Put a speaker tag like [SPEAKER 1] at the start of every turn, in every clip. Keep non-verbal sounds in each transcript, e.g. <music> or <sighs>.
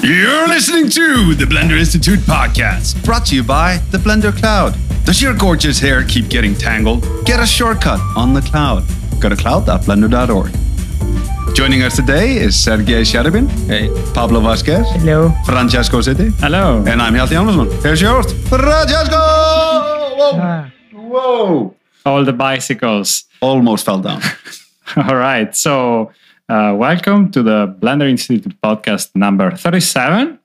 [SPEAKER 1] You're listening to the Blender Institute podcast, brought to you by the Blender Cloud. Does your gorgeous hair keep getting tangled? Get a shortcut on the cloud. Go to cloud.blender.org. Joining us today is Sergey Shadabin,
[SPEAKER 2] Hey.
[SPEAKER 1] Pablo Vasquez,
[SPEAKER 3] Hello.
[SPEAKER 1] Francesco City,
[SPEAKER 2] Hello.
[SPEAKER 1] and I'm Healthy Ombudsman. Here's your host, Francesco! Whoa!
[SPEAKER 3] Ah,
[SPEAKER 1] Whoa!
[SPEAKER 2] All the bicycles. <laughs>
[SPEAKER 1] Almost fell down.
[SPEAKER 2] All right. So, uh, welcome to the Blender Institute podcast number 37.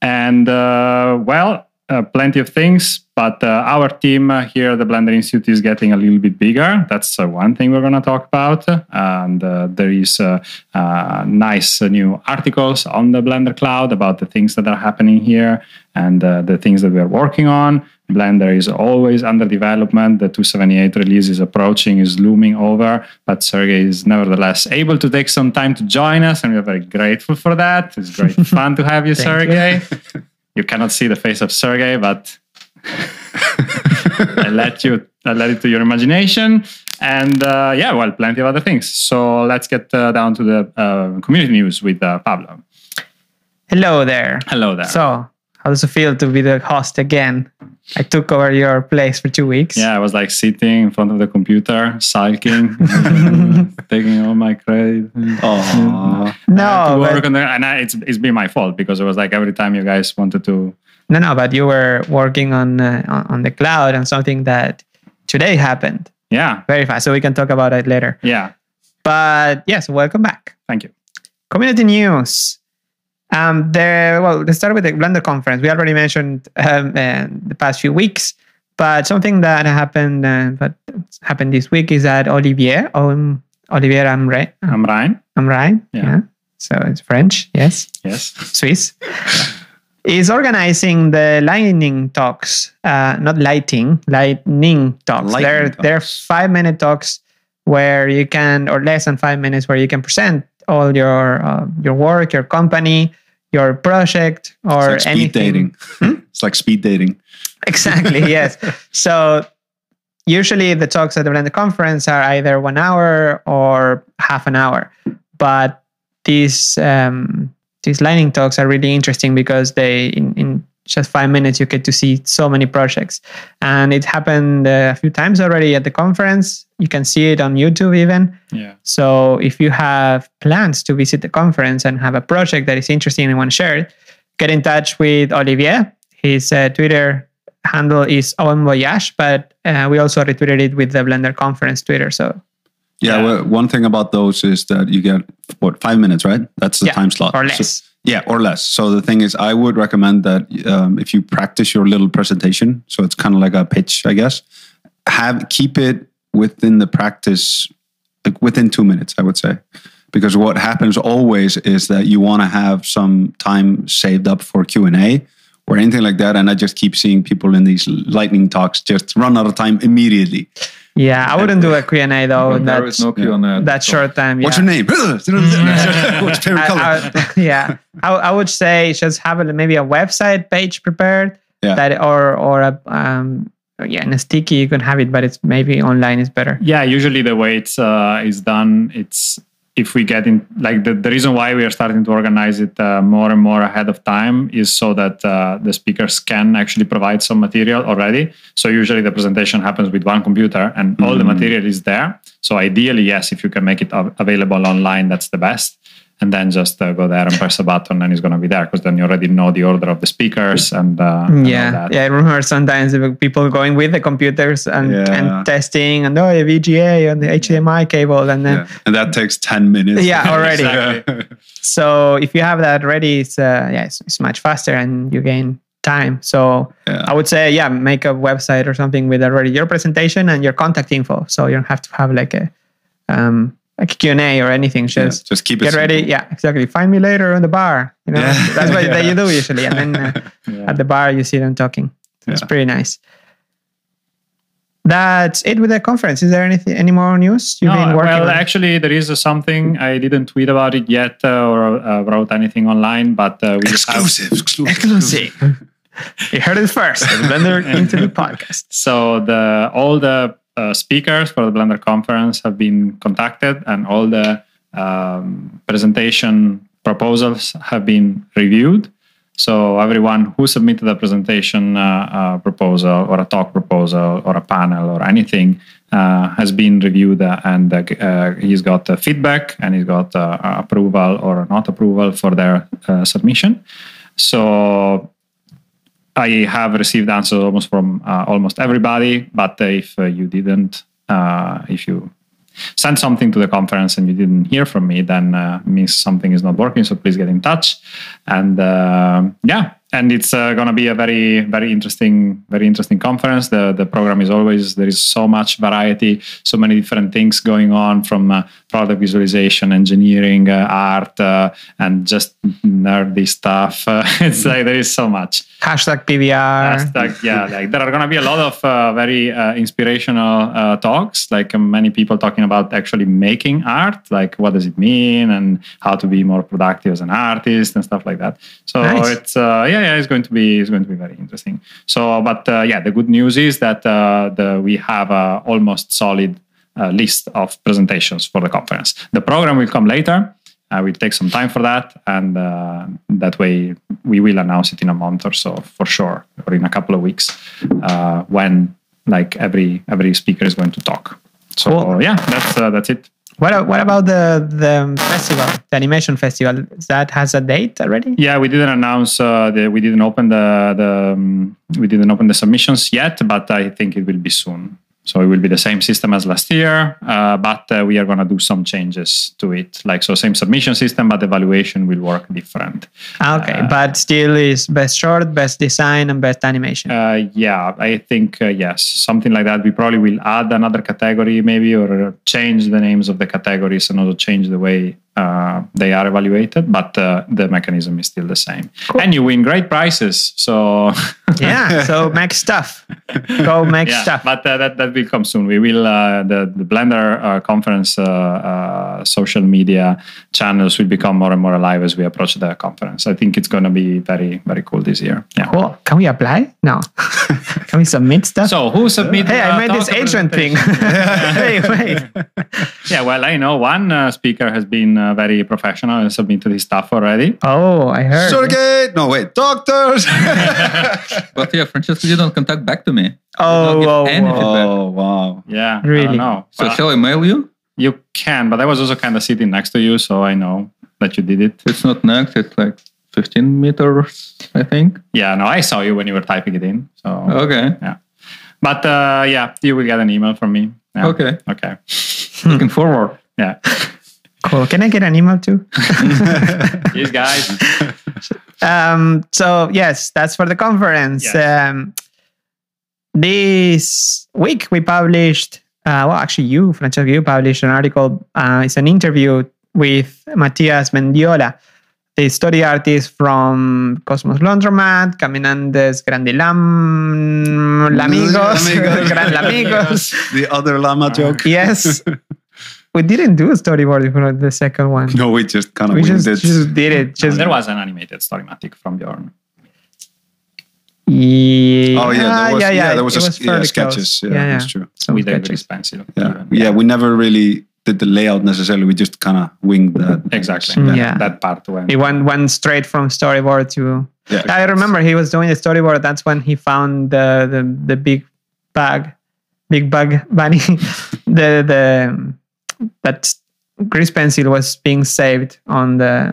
[SPEAKER 2] And, uh, well, uh, plenty of things, but uh, our team uh, here at the Blender Institute is getting a little bit bigger. That's uh, one thing we're going to talk about. And uh, there is uh, uh, nice uh, new articles on the Blender Cloud about the things that are happening here and uh, the things that we are working on. Blender is always under development. The 278 release is approaching, is looming over, but Sergey is nevertheless able to take some time to join us, and we are very grateful for that. It's great fun to have you,
[SPEAKER 3] Thank
[SPEAKER 2] Sergey. You. cannot see the face of Sergey, but I let you, I let it to your imagination. And uh, yeah, well, plenty of other things. So let's get uh, down to the uh, community news with uh, Pablo.
[SPEAKER 3] hello there.
[SPEAKER 2] Hello there.
[SPEAKER 3] So, how does it feel to be the host again? I took over your place for two weeks.
[SPEAKER 2] Yeah, uh, I was like sitting in front of the computer,
[SPEAKER 3] <laughs>
[SPEAKER 2] sulking, taking all my credit.
[SPEAKER 1] Aww.
[SPEAKER 2] <laughs> I had
[SPEAKER 3] No,
[SPEAKER 2] to work
[SPEAKER 3] but,
[SPEAKER 2] on the- and I, it's it's been my fault because it was like every time you guys wanted to.
[SPEAKER 3] no, no. But you were working on uh, on on the cloud and something that today happened
[SPEAKER 2] Yeah,
[SPEAKER 3] very fast. So we can talk about it later.
[SPEAKER 2] yeah.
[SPEAKER 3] But yes, welcome back.
[SPEAKER 2] Thank you.
[SPEAKER 3] Community news. Um, there. Well, let's start with the Blender conference. We already mentioned um, uh, the past few weeks, but something that happened uh, that happened this week is that Olivier, um, Olivier Amre,
[SPEAKER 2] I'm Ryan.
[SPEAKER 3] I'm right.
[SPEAKER 2] Yeah.
[SPEAKER 3] So it's French, yes,
[SPEAKER 2] Yes.
[SPEAKER 1] <laughs>
[SPEAKER 3] Swiss. is organizing the lightning talks, uh, not lighting, lightning talks.
[SPEAKER 1] Lightning
[SPEAKER 3] there, there are
[SPEAKER 1] talks.
[SPEAKER 3] five minute talks where you can, or less than five minutes, where you can present all your uh, your work, your company, your project, <laughs> or
[SPEAKER 1] it's like speed
[SPEAKER 3] anything. Hmm?
[SPEAKER 1] dating. It's like speed dating.
[SPEAKER 3] Exactly. yes. So usually the talks at the Blender conference are either one hour or half an hour, but these um, these lightning talks are really interesting because they in, in just five minutes you get to see so many projects, and it happened uh, a few times already at the conference. You can see it on YouTube even.
[SPEAKER 2] Yeah.
[SPEAKER 3] So if you have plans to visit the conference and have a project that is interesting and want to share it, get in touch with Olivier. His uh, Twitter handle is Owen Voyage, but uh, we also retweeted it with the Blender Conference Twitter. So
[SPEAKER 1] Yeah,
[SPEAKER 2] Yeah.
[SPEAKER 1] Well, one thing about those is that you get what five minutes, right? That's the
[SPEAKER 3] Yeah,
[SPEAKER 1] time slot.
[SPEAKER 3] or
[SPEAKER 1] Oh, So-
[SPEAKER 3] less.
[SPEAKER 1] yeah, or less. So the thing is, I would recommend that um, if you practice your little presentation, so it's kind of like a pitch, I guess. Have keep it within the practice, like within two minutes, I would say, because what happens always is that you want to have some time saved up for Q and A or anything like that, and I just keep seeing people in these lightning talks just run out of time immediately.
[SPEAKER 3] yeah, I wouldn't do a Q&A though.
[SPEAKER 4] But there
[SPEAKER 3] That,
[SPEAKER 4] is no Q on uh, that.
[SPEAKER 3] that short time. Yeah. Mm-hmm.
[SPEAKER 1] What's your name? <laughs> What's your favorite
[SPEAKER 3] <laughs> I-
[SPEAKER 1] color?
[SPEAKER 3] I would- yeah, I, I would say just have a, maybe a website page prepared
[SPEAKER 1] Yeah.
[SPEAKER 3] that or or a um, yeah, and a sticky you can have it, but it's maybe online is better.
[SPEAKER 2] Yeah. Usually the way it's uh, is done, it's if we get in like the, the reason why we are starting to organize it uh, more and more ahead of time is so that uh, the speakers can actually provide some material already so usually the presentation happens with one computer and all the
[SPEAKER 1] Mm.
[SPEAKER 2] material is there so ideally yes if you can make it av- available online that's the best and then just uh, go there and press a button and it's going to be there because then you already know the order of the speakers and, uh, and all
[SPEAKER 3] yeah
[SPEAKER 2] that.
[SPEAKER 3] yeah i remember sometimes there were people going with the computers and,
[SPEAKER 1] Yeah.
[SPEAKER 3] and testing and oh the vga and the hdmi cable and then
[SPEAKER 1] Yeah. And that takes 10 minutes. <laughs>
[SPEAKER 3] Yeah, already.
[SPEAKER 2] Exactly.
[SPEAKER 3] so if you have that ready it's uh yeah it's, it's much faster and you gain time so
[SPEAKER 1] Yeah.
[SPEAKER 3] i would say yeah make a website or something with already your presentation and your contact info so you don't have to have like a um like a q&a or anything
[SPEAKER 1] Yeah,
[SPEAKER 3] just
[SPEAKER 1] just keep it
[SPEAKER 3] get ready
[SPEAKER 1] simple.
[SPEAKER 3] yeah exactly find me later on the bar you know
[SPEAKER 1] Yeah.
[SPEAKER 3] that's
[SPEAKER 1] <laughs>
[SPEAKER 3] what
[SPEAKER 1] Yeah.
[SPEAKER 3] you do usually and then
[SPEAKER 1] <laughs>
[SPEAKER 3] uh,
[SPEAKER 2] Yeah.
[SPEAKER 3] at the bar you see them talking it's
[SPEAKER 1] Yeah.
[SPEAKER 3] pretty nice that's it with the conference is there anything any more news you've been working
[SPEAKER 2] well,
[SPEAKER 3] on
[SPEAKER 2] actually, there is uh, something I didn't tweet about it yet uh, or uh, wrote anything online, but uh, we have
[SPEAKER 1] Exclusive, exclusive.
[SPEAKER 2] <laughs>
[SPEAKER 3] <laughs> exclusive you heard it first at the blender into the podcast
[SPEAKER 2] so the all the uh, speakers for the Blender conference have been contacted, and all the um, presentation proposals have been reviewed. So everyone who submitted a presentation uh, uh, proposal or a talk proposal or a panel or anything uh, has been reviewed uh, and uh, uh, he's got uh, feedback and he's got uh, uh, approval or not approval for their uh, submission. So I have received answers almost from uh, almost everybody. But if uh, you didn't, uh, if you sent something to the conference and you didn't hear from me, then uh, means something is not working. So please get in touch. And uh, yeah, and it's uh, going to be a very, very interesting, very interesting conference. The the program is always there is so much variety, so many different things going on from uh, product visualization, engineering, uh, art, uh, and just nerdy stuff. <laughs> it's like there is so much.
[SPEAKER 3] Hashtag PBR.
[SPEAKER 2] Hashtag, yeah, like there are going to be a lot of uh, very uh, inspirational uh, talks, like many people talking about actually making art, like what does it mean and how to be more productive as an artist and stuff like that. So
[SPEAKER 3] Nice.
[SPEAKER 2] it's uh, yeah, yeah, it's going to be it's going to be very interesting. So, but uh, yeah, the good news is that uh, the we have a almost solid uh, list of presentations for the conference. The program will come later. I will take some time for that, and uh, that way we will announce it in a month or so for sure, or in a couple of weeks, uh, when like every every speaker is going to talk. So
[SPEAKER 3] Cool.
[SPEAKER 2] yeah, that's uh, that's it.
[SPEAKER 3] What, a- what about the, the festival, the animation festival? That has a date already?
[SPEAKER 2] Yeah, we didn't announce. Uh, the, we didn't open the the um, we didn't open the submissions yet, but I think it will be soon. So it will be the same system as last year, uh, but uh, we are going to do some changes to it. Like so, same submission system, but the evaluation will work different.
[SPEAKER 3] Ah, Okay,
[SPEAKER 2] Uh,
[SPEAKER 3] but still is best short, best design, and best animation.
[SPEAKER 2] Uh, yeah, I think uh, yes, something like that. We probably will add another category, maybe, or change the names of the categories and also change the way uh, they are evaluated. But uh, the mechanism is still the same, and you win great prizes. So <laughs>
[SPEAKER 3] yeah, so make stuff. Go make
[SPEAKER 2] yeah,
[SPEAKER 3] stuff.
[SPEAKER 2] But uh, that that will come soon. We will uh, the the Blender uh, conference uh, uh, social media channels will become more and more alive as we approach the conference. I think it's going to be very very cool this year. Yeah.
[SPEAKER 3] Cool. Can we apply? No. <laughs> Can we submit stuff?
[SPEAKER 2] So who submitted?
[SPEAKER 3] hey, I
[SPEAKER 2] uh,
[SPEAKER 3] made this
[SPEAKER 2] talk
[SPEAKER 3] agent thing.
[SPEAKER 2] presentation?
[SPEAKER 3] <laughs> hey,
[SPEAKER 2] <laughs>
[SPEAKER 3] wait.
[SPEAKER 2] Yeah, well, I know one uh, speaker has been uh, very professional and submitted his stuff already.
[SPEAKER 3] Oh, I heard.
[SPEAKER 1] Surrogate? No, wait,
[SPEAKER 3] <laughs>
[SPEAKER 1] doctors.
[SPEAKER 4] But yeah, Francesco didn't contact back to me.
[SPEAKER 3] Oh,
[SPEAKER 4] Did
[SPEAKER 3] whoa,
[SPEAKER 4] not get any
[SPEAKER 3] whoa.
[SPEAKER 4] feedback.
[SPEAKER 1] oh,
[SPEAKER 3] <laughs>
[SPEAKER 1] wow.
[SPEAKER 2] Yeah, I
[SPEAKER 3] Really?
[SPEAKER 2] don't know.
[SPEAKER 4] So
[SPEAKER 3] Ah.
[SPEAKER 2] But
[SPEAKER 4] shall I mail you?
[SPEAKER 2] you can, but I was also kind of sitting next to you, so I know that you did it.
[SPEAKER 4] It's not next. It's like 15 meters, I think.
[SPEAKER 2] Yeah, no, I saw you when you were typing it in. So,
[SPEAKER 3] Oh.
[SPEAKER 4] Okay.
[SPEAKER 2] but uh, yeah, you will get an email from me. Yeah.
[SPEAKER 4] Okay.
[SPEAKER 2] Okay.
[SPEAKER 4] Looking forward.
[SPEAKER 2] Yeah.
[SPEAKER 3] Cool. Can I get an email too?
[SPEAKER 2] These <laughs> guys.
[SPEAKER 3] um, so yes, that's for the conference.
[SPEAKER 2] Yes.
[SPEAKER 3] Um, this week we published, uh, well, actually, you, Francesco, you published an article. Uh, it's an interview with Matias Mendiola, the story artist from Cosmos Laundromat, Caminantes Grandilam,
[SPEAKER 1] <laughs>
[SPEAKER 3] Lamigos, <laughs>
[SPEAKER 1] Amigos.
[SPEAKER 3] Gran Lamigos.
[SPEAKER 1] The other llama joke.
[SPEAKER 3] <laughs> yes. We didn't do a storyboard for the second one.
[SPEAKER 1] <laughs> No, we just kind of
[SPEAKER 3] we
[SPEAKER 1] winged it.
[SPEAKER 3] just, just did it. Just
[SPEAKER 2] there was an animated storymatic from Bjorn.
[SPEAKER 3] Ah, Yeah.
[SPEAKER 1] Oh yeah, there was, yeah, there was,
[SPEAKER 3] it
[SPEAKER 1] a, yeah,
[SPEAKER 3] fairly
[SPEAKER 1] sketches.
[SPEAKER 3] close.
[SPEAKER 1] Yeah, that's true.
[SPEAKER 3] Some
[SPEAKER 2] with the
[SPEAKER 3] sketches.
[SPEAKER 2] grease pencil.
[SPEAKER 1] Yeah.
[SPEAKER 2] even.
[SPEAKER 1] yeah, we never really did the layout necessarily. We just kind of winged that.
[SPEAKER 2] Exactly.
[SPEAKER 3] Mm, Yeah.
[SPEAKER 2] That, that part when
[SPEAKER 3] He went, went straight from storyboard to.
[SPEAKER 1] Yeah.
[SPEAKER 3] I remember he was doing the storyboard. That's when he found the the, the big bag, big bug bunny. <laughs> the the that grease pencil was being saved on the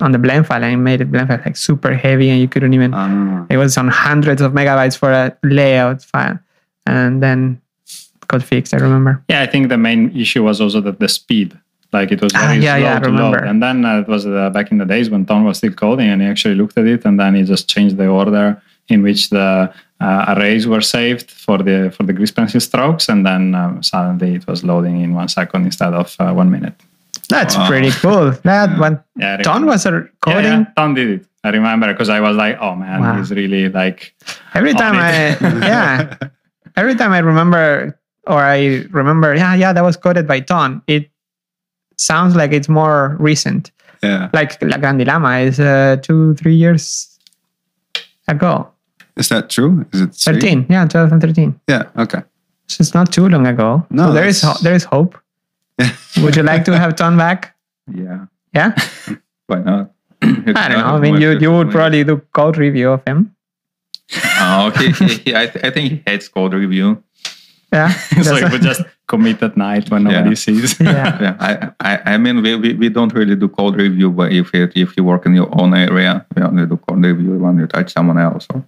[SPEAKER 3] on the blend file and it made it blend file like super heavy and you couldn't even.
[SPEAKER 1] Ah.
[SPEAKER 3] It was on hundreds of megabytes for a layout file, and then got fixed. I remember.
[SPEAKER 2] Yeah, I think the main issue was also that the speed. Like it was
[SPEAKER 3] Ah,
[SPEAKER 2] very
[SPEAKER 3] yeah,
[SPEAKER 2] slow
[SPEAKER 3] yeah, I
[SPEAKER 2] to
[SPEAKER 3] remember.
[SPEAKER 2] load. And then uh, it was uh, back in the days when Tom was still coding and he actually looked at it and then he just changed the order in which the uh, arrays were saved for the for the grease pencil strokes and then um, suddenly it was loading in one second instead of uh, one minute.
[SPEAKER 3] That's
[SPEAKER 1] Wow.
[SPEAKER 3] pretty cool. That
[SPEAKER 1] Yeah.
[SPEAKER 3] one.
[SPEAKER 2] Yeah, I
[SPEAKER 3] Don
[SPEAKER 2] remember.
[SPEAKER 3] was a
[SPEAKER 2] Yeah,
[SPEAKER 3] coding.
[SPEAKER 2] yeah, Tom did it. I remember because I was like, oh man,
[SPEAKER 3] Wow.
[SPEAKER 2] he's really like <laughs>
[SPEAKER 3] Every
[SPEAKER 2] on
[SPEAKER 3] time I
[SPEAKER 2] it.
[SPEAKER 1] <laughs>
[SPEAKER 3] yeah, every time I remember or I remember yeah yeah that was coded by Ton. It sounds like it's more recent.
[SPEAKER 1] yeah.
[SPEAKER 3] Like La Grande Lama is uh, two three years ago.
[SPEAKER 1] Is that true? Is it three?
[SPEAKER 3] Thirteen yeah, 2013.
[SPEAKER 1] Yeah.
[SPEAKER 3] <laughs>
[SPEAKER 1] Okay.
[SPEAKER 3] So it's not too long ago.
[SPEAKER 1] No,
[SPEAKER 3] so there is ho-
[SPEAKER 1] that's-
[SPEAKER 3] there is
[SPEAKER 1] <laughs>
[SPEAKER 3] hope. Would you like to have Ton back?
[SPEAKER 4] Yeah.
[SPEAKER 3] Yeah. <clears throat>
[SPEAKER 4] Why not?
[SPEAKER 3] I don't know. I mean, you you would probably do code review of him.
[SPEAKER 4] <laughs> Oh, okay. He- he- I, th- I think he hates code review.
[SPEAKER 3] Yeah. <laughs>
[SPEAKER 2] so
[SPEAKER 3] That's-
[SPEAKER 2] you would just commit at night when nobody
[SPEAKER 4] Yeah.
[SPEAKER 2] sees.
[SPEAKER 3] yeah.
[SPEAKER 4] Yeah, I, I, I mean, we, we, we don't really do code review, but if it, if you work in your own area, we only do code review when you touch someone else. Or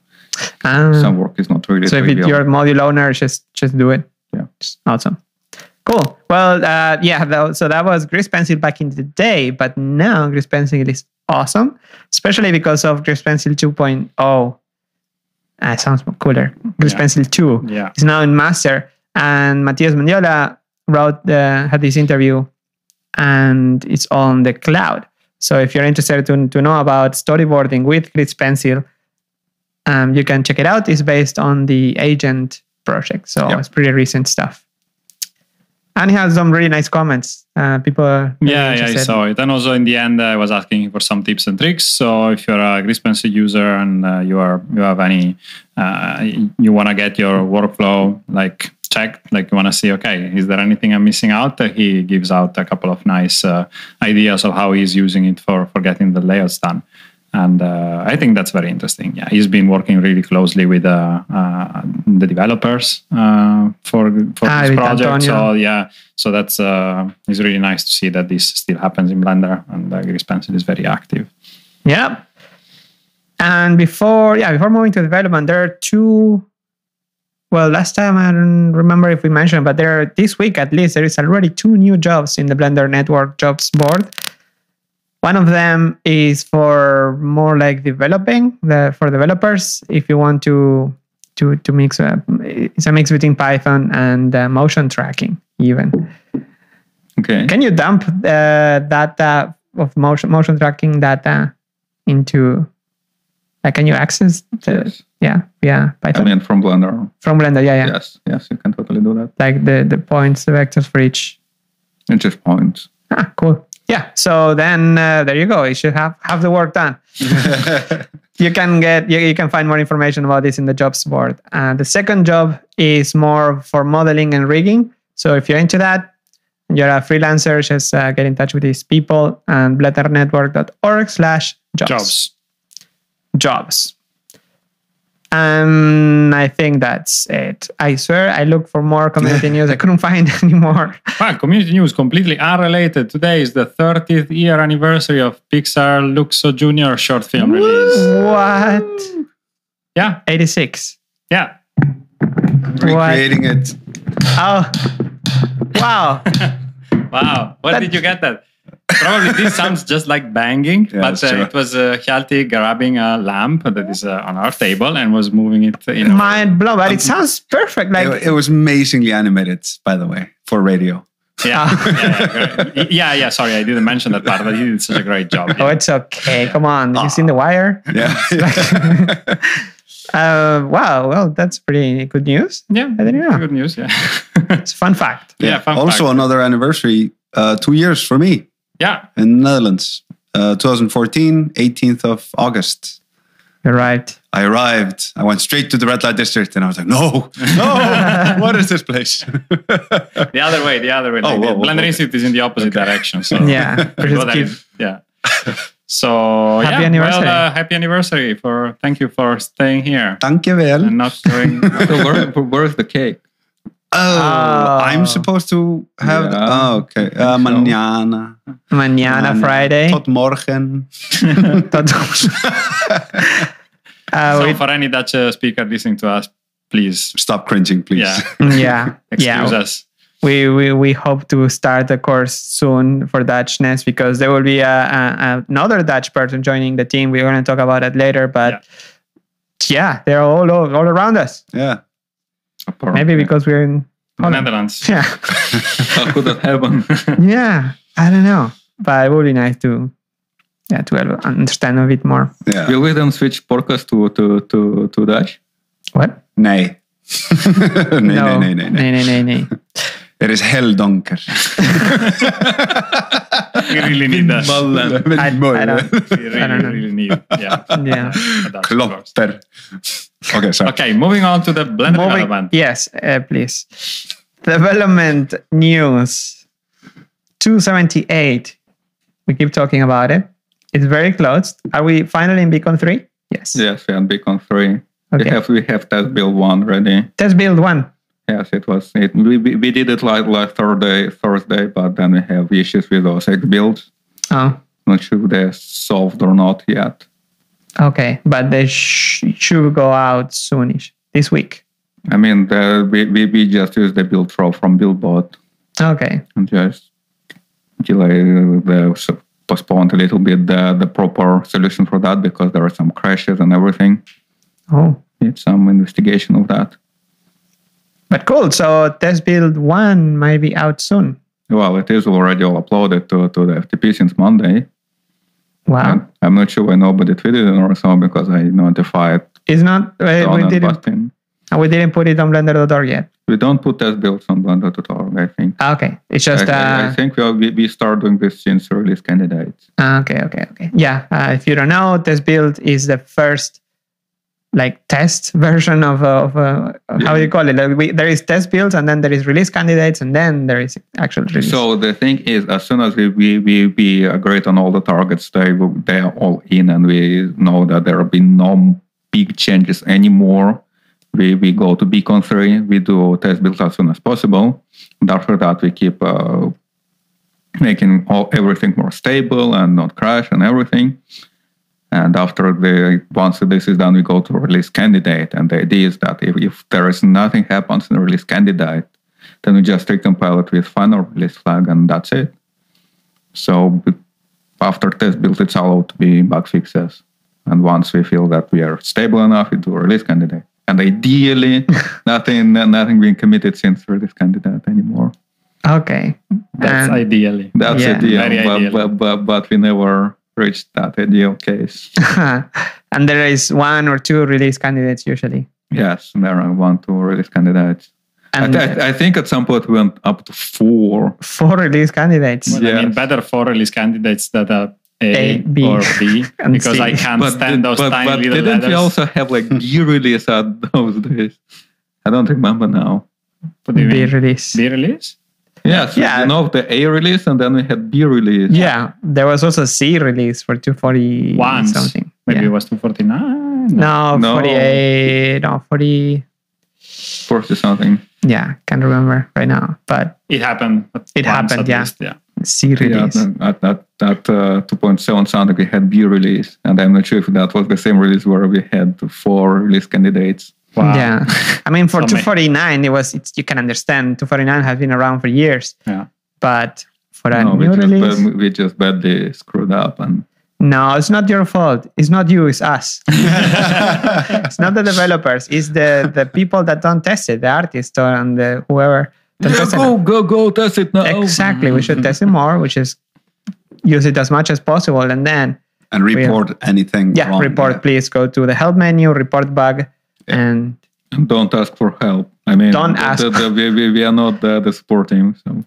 [SPEAKER 3] Um,
[SPEAKER 4] <laughs> some work is not really.
[SPEAKER 3] so if it,
[SPEAKER 4] trivial.
[SPEAKER 3] you're a module owner, just just do it.
[SPEAKER 4] Yeah.
[SPEAKER 3] It's awesome. Cool. Well, uh, yeah. tho- so that was Gris Pencil back in the day, but now Gris Pencil is awesome, especially because of Gris Pencil 2.0. Uh, sounds cooler. Gris
[SPEAKER 2] Yeah.
[SPEAKER 3] Pencil 2
[SPEAKER 2] <laughs> yeah.
[SPEAKER 3] is now in master, and Matias Mendiola wrote the, had this interview, and it's on the cloud. So if you're interested to, to know about storyboarding with Gris Pencil, um, you can check it out. It's based on the Agent project, so
[SPEAKER 4] Yeah.
[SPEAKER 3] it's pretty recent stuff. And he has some really nice comments. Uh, people, are really
[SPEAKER 2] Yeah, yeah, I
[SPEAKER 3] interested.
[SPEAKER 2] saw it. And also in the end, I was asking for some tips and tricks. So if you're a Grispency user and uh, you are you have any, uh, you want to get your workflow like checked, like you want to see, okay, is there anything I'm missing out? Uh, He gives out a couple of nice uh, ideas of how he's using it for for getting the layouts done. And uh, I think that's very interesting. Yeah, he's been working really closely with uh, uh, the developers uh, for for
[SPEAKER 3] Ah,
[SPEAKER 2] this
[SPEAKER 3] with
[SPEAKER 2] project. So
[SPEAKER 3] Antonio.
[SPEAKER 2] well, yeah. So that's uh, it's really nice to see that this still happens in Blender, and uh, Gris Pencil is very active.
[SPEAKER 3] Yep. And before, yeah, before moving to development, there are two. Well, last time I don't remember if we mentioned, but there are, this week at least there is already two new jobs in the Blender Network jobs board. One of them is for more like developing the, for developers. If you want to to to mix, uh, it's a mix between Python and uh, motion tracking. Even
[SPEAKER 4] okay.
[SPEAKER 3] can you dump uh, data of motion motion tracking data into like can you access the
[SPEAKER 4] Yes.
[SPEAKER 3] yeah yeah
[SPEAKER 4] I
[SPEAKER 3] Python
[SPEAKER 4] mean, from Blender.
[SPEAKER 3] from Blender yeah yeah
[SPEAKER 4] Yes, yes, you can totally do that.
[SPEAKER 3] like the the points the vectors for each
[SPEAKER 4] And just points.
[SPEAKER 3] ah cool yeah so then uh, there you go you should have have the work done you can get you, you can find more information about this in the jobs board uh, the second job is more for modeling and rigging so if you're into that and you're a freelancer just uh, get in touch with these people and bleternetwork.org slash jobs
[SPEAKER 2] Jobs.
[SPEAKER 3] jobs and i think that's it i swear i looked for more community news i couldn't find <laughs> any more
[SPEAKER 2] Wow, Ah, community news completely unrelated. Today is the 30th year anniversary of Pixar Luxo Junior short film release.
[SPEAKER 3] what
[SPEAKER 2] Yeah,
[SPEAKER 3] 86
[SPEAKER 2] yeah.
[SPEAKER 1] Recreating it.
[SPEAKER 3] oh wow
[SPEAKER 2] Wow, where
[SPEAKER 3] That-
[SPEAKER 2] did you get that? Probably <laughs> this sounds just like banging,
[SPEAKER 1] Yeah,
[SPEAKER 2] but
[SPEAKER 1] that's
[SPEAKER 2] uh,
[SPEAKER 1] true.
[SPEAKER 2] it was uh, Hjalti grabbing a lamp that is uh, on our table and was moving it in. a-
[SPEAKER 3] mind blown but it sounds perfect like
[SPEAKER 1] it, it was amazingly animated, by the way, for <laughs> radio.
[SPEAKER 3] <laughs>
[SPEAKER 2] yeah,
[SPEAKER 3] Ah.
[SPEAKER 2] yeah, yeah, yeah, yeah. Sorry, I didn't mention that part, but he did such a great job.
[SPEAKER 3] Oh, it's okay. Come on. Have you seen The Wire?
[SPEAKER 1] Yeah.
[SPEAKER 3] Uh, wow. Well, that's pretty good news.
[SPEAKER 2] Yeah,
[SPEAKER 3] I didn't know.
[SPEAKER 2] Good news. Yeah, <laughs>
[SPEAKER 3] It's a fun fact.
[SPEAKER 2] yeah. Fun
[SPEAKER 1] also,
[SPEAKER 2] fact.
[SPEAKER 1] another anniversary, uh, two years for me
[SPEAKER 2] yeah.
[SPEAKER 1] in the Netherlands, uh, 2014, 18th of August.
[SPEAKER 3] You're right.
[SPEAKER 1] I arrived. I went straight to the red light district, and I was like, "No, no, <laughs> what is this place?"
[SPEAKER 2] The other way. The other way.
[SPEAKER 1] Oh,
[SPEAKER 2] Like the
[SPEAKER 1] whoa, whoa,
[SPEAKER 2] Blender
[SPEAKER 1] okay.
[SPEAKER 2] Institute is in the opposite direction. So
[SPEAKER 3] <laughs> Yeah.
[SPEAKER 2] Go
[SPEAKER 3] Just
[SPEAKER 2] there.
[SPEAKER 3] keep-
[SPEAKER 2] yeah.
[SPEAKER 3] <laughs>
[SPEAKER 2] So
[SPEAKER 3] Happy
[SPEAKER 2] yeah,
[SPEAKER 3] anniversary.
[SPEAKER 2] Well, uh, happy anniversary for thank you for staying here
[SPEAKER 1] Thank you, well.
[SPEAKER 2] and not
[SPEAKER 3] <laughs>
[SPEAKER 2] going.
[SPEAKER 4] So where, where's the cake?
[SPEAKER 1] Oh,
[SPEAKER 3] Oh.
[SPEAKER 1] I'm supposed to have.
[SPEAKER 4] Yeah.
[SPEAKER 1] Oh, okay. Uh,
[SPEAKER 4] think so.
[SPEAKER 1] mañana.
[SPEAKER 3] Mañana Friday.
[SPEAKER 1] Tot
[SPEAKER 3] <laughs>
[SPEAKER 1] morgen.
[SPEAKER 3] uh,
[SPEAKER 2] so
[SPEAKER 3] we-
[SPEAKER 2] for any Dutch uh, speaker listening to us, please
[SPEAKER 1] <laughs> Stop cringing, please.
[SPEAKER 2] Yeah.
[SPEAKER 3] yeah.
[SPEAKER 2] excuse
[SPEAKER 3] Yeah.
[SPEAKER 2] us.
[SPEAKER 3] We, we, we hope to start a course soon for Dutchness because there will be a, a, another Dutch person joining the team. We're going to talk about that later. But yeah, they're all, all, all around us.
[SPEAKER 1] <laughs> yeah. <laughs>
[SPEAKER 3] Maybe because we're in Holland.
[SPEAKER 2] Netherlands.
[SPEAKER 3] <laughs> Yeah.
[SPEAKER 4] How could
[SPEAKER 3] <laughs>
[SPEAKER 4] that happen?
[SPEAKER 3] yeah i don't know but it would be nice to yeah to have- uh, understand a bit more
[SPEAKER 1] Yeah.
[SPEAKER 4] Will we then switch podcast to, to, to, to Dutch?
[SPEAKER 3] what
[SPEAKER 1] Nay. <laughs> nee, nee, nee, nee, nee.
[SPEAKER 3] nee, nee, nee, nee.
[SPEAKER 4] <laughs>
[SPEAKER 1] It is hell donker.
[SPEAKER 2] we really need that.
[SPEAKER 1] <laughs>
[SPEAKER 3] eh, I, I don't,
[SPEAKER 2] We really,
[SPEAKER 3] I don't know.
[SPEAKER 2] really need. Yeah.
[SPEAKER 3] yeah
[SPEAKER 2] a Dutch course.
[SPEAKER 1] <laughs> Klopper. Okay, sorry.
[SPEAKER 2] Okay, moving on to the Blender
[SPEAKER 3] Moving,
[SPEAKER 2] development.
[SPEAKER 3] yes uh, please development news 278 we keep talking about it It's very close. Are we finally in Beacon 3? Yes.
[SPEAKER 4] Yes, we had Beacon three.
[SPEAKER 3] Okay.
[SPEAKER 4] We have we have test build one ready.
[SPEAKER 3] Test build one.
[SPEAKER 4] Yes, it was. It, we, we we did it like last Thursday, Thursday, but then we have issues with those X builds.
[SPEAKER 3] Oh,
[SPEAKER 4] Not sure they're solved or not yet.
[SPEAKER 3] okay. But they sh- should go out soonish this week.
[SPEAKER 4] I mean, the, we, we we just use the build throw from Buildbot
[SPEAKER 3] Okay.
[SPEAKER 4] and just delay the so postponed a little bit the, the proper solution for that because there are some crashes and everything.
[SPEAKER 3] Oh,
[SPEAKER 4] Need some investigation of that.
[SPEAKER 3] but cool. So test build one might be out soon.
[SPEAKER 4] Well, it is already all uploaded to, to the FTP since Monday.
[SPEAKER 3] Wow.
[SPEAKER 4] And I'm not sure why nobody tweeted it or so because I notified
[SPEAKER 3] It's not. Uh,
[SPEAKER 4] Don
[SPEAKER 3] we
[SPEAKER 4] and
[SPEAKER 3] didn't. uh,
[SPEAKER 4] Bastian.
[SPEAKER 3] We didn't put it on Blender.org yet.
[SPEAKER 4] We don't put test builds on Blender.org, I think.
[SPEAKER 3] Ah, Okay. It's just.
[SPEAKER 4] I, I- I
[SPEAKER 3] Uh,
[SPEAKER 4] think we, are, we, we start doing this since release candidates.
[SPEAKER 3] ah, okay. Okay. Okay. Yeah. Uh, if you don't know, test build is the first, like test <laughs> version of, uh, of uh, how do you call it? Like we, there is test builds, and then there is release candidates, and then there is actual release.
[SPEAKER 4] So the thing is, as soon as we, we, we, we agreed on all the targets, they, will- they are all in and we know that there will be no big changes anymore. We, we go to Beacon 3, we do test builds as soon as possible. And after that, we keep uh, making all everything more stable and not crash and everything. And after the once this is done, we go to release candidate. And the idea is that if, if there is nothing happens in the release candidate, then we just recompile it with final release flag and that's it. So b- after test build, it's allowed to be bug fixes. And once we feel that we are stable enough, we do release candidate.
[SPEAKER 3] <laughs>
[SPEAKER 4] And ideally, nothing nothing being committed since release candidate anymore.
[SPEAKER 3] okay.
[SPEAKER 2] That's
[SPEAKER 3] And-
[SPEAKER 2] ideally.
[SPEAKER 4] That's
[SPEAKER 3] Yeah,
[SPEAKER 4] ideal,
[SPEAKER 2] very
[SPEAKER 4] but,
[SPEAKER 2] ideal.
[SPEAKER 4] But, but, but we never reached that ideal case.
[SPEAKER 3] <laughs> and there is one or two release candidates usually.
[SPEAKER 4] yes, there are one, two release candidates. I,
[SPEAKER 3] And
[SPEAKER 4] th- I th- I think at some point we went up to four.
[SPEAKER 3] four release candidates.
[SPEAKER 2] Well, I mean,
[SPEAKER 4] Yes.
[SPEAKER 2] better for release candidates that are A,
[SPEAKER 3] A, B,
[SPEAKER 2] or B
[SPEAKER 3] <laughs> and
[SPEAKER 2] because
[SPEAKER 3] C.
[SPEAKER 2] I can't stand
[SPEAKER 4] did-
[SPEAKER 2] those
[SPEAKER 4] but,
[SPEAKER 2] tiny
[SPEAKER 4] but
[SPEAKER 2] little
[SPEAKER 4] didn't we
[SPEAKER 2] letters.
[SPEAKER 4] also have
[SPEAKER 2] <laughs>
[SPEAKER 4] like B release at those days? I don't remember now.
[SPEAKER 2] What do you
[SPEAKER 3] Be
[SPEAKER 2] mean?
[SPEAKER 3] released.
[SPEAKER 2] B release?
[SPEAKER 4] Yes,
[SPEAKER 3] Yeah.
[SPEAKER 4] you know the A release and then we had B release.
[SPEAKER 3] Yeah, there was also C release for 240
[SPEAKER 2] Once.
[SPEAKER 3] something.
[SPEAKER 2] Maybe
[SPEAKER 3] Yeah.
[SPEAKER 2] it was 249.
[SPEAKER 3] No,
[SPEAKER 4] No.
[SPEAKER 3] 48, no, 40.
[SPEAKER 4] Forty something.
[SPEAKER 3] Yeah, can't remember right now, but
[SPEAKER 2] It happened. once
[SPEAKER 3] It happened,
[SPEAKER 2] at
[SPEAKER 3] yeah.
[SPEAKER 2] least, yeah.
[SPEAKER 3] C
[SPEAKER 4] Yeah,
[SPEAKER 3] release.
[SPEAKER 4] at at, at uh, two point seven something we had B release, and I'm not sure if that was the same release where we had four release candidates.
[SPEAKER 2] Wow.
[SPEAKER 3] Yeah, I mean for
[SPEAKER 2] So many.
[SPEAKER 3] 249 it was. It's, you can understand 249 has been around for years, <laughs>
[SPEAKER 2] Yeah.
[SPEAKER 3] but for a
[SPEAKER 4] no, we
[SPEAKER 3] new
[SPEAKER 4] just,
[SPEAKER 3] release,
[SPEAKER 4] bad- we just badly screwed up, and
[SPEAKER 3] no, it's not your fault. It's not you. It's us. it's not the developers. It's the the people that don't test it, the artists or and the whoever. don't test it.
[SPEAKER 4] go go go test it now.
[SPEAKER 3] Exactly. We
[SPEAKER 4] Mm-hmm.
[SPEAKER 3] should test it more, which is use it as much as possible. And then,
[SPEAKER 1] <laughs> and report anything.
[SPEAKER 3] yeah,
[SPEAKER 1] wrong.
[SPEAKER 3] report, please go to the help menu, report bug,
[SPEAKER 4] <laughs>
[SPEAKER 3] and
[SPEAKER 4] And don't ask for help. I mean,
[SPEAKER 3] Don't
[SPEAKER 4] the-
[SPEAKER 3] ask.
[SPEAKER 4] the- the- we, we, we are not the, the support team, so.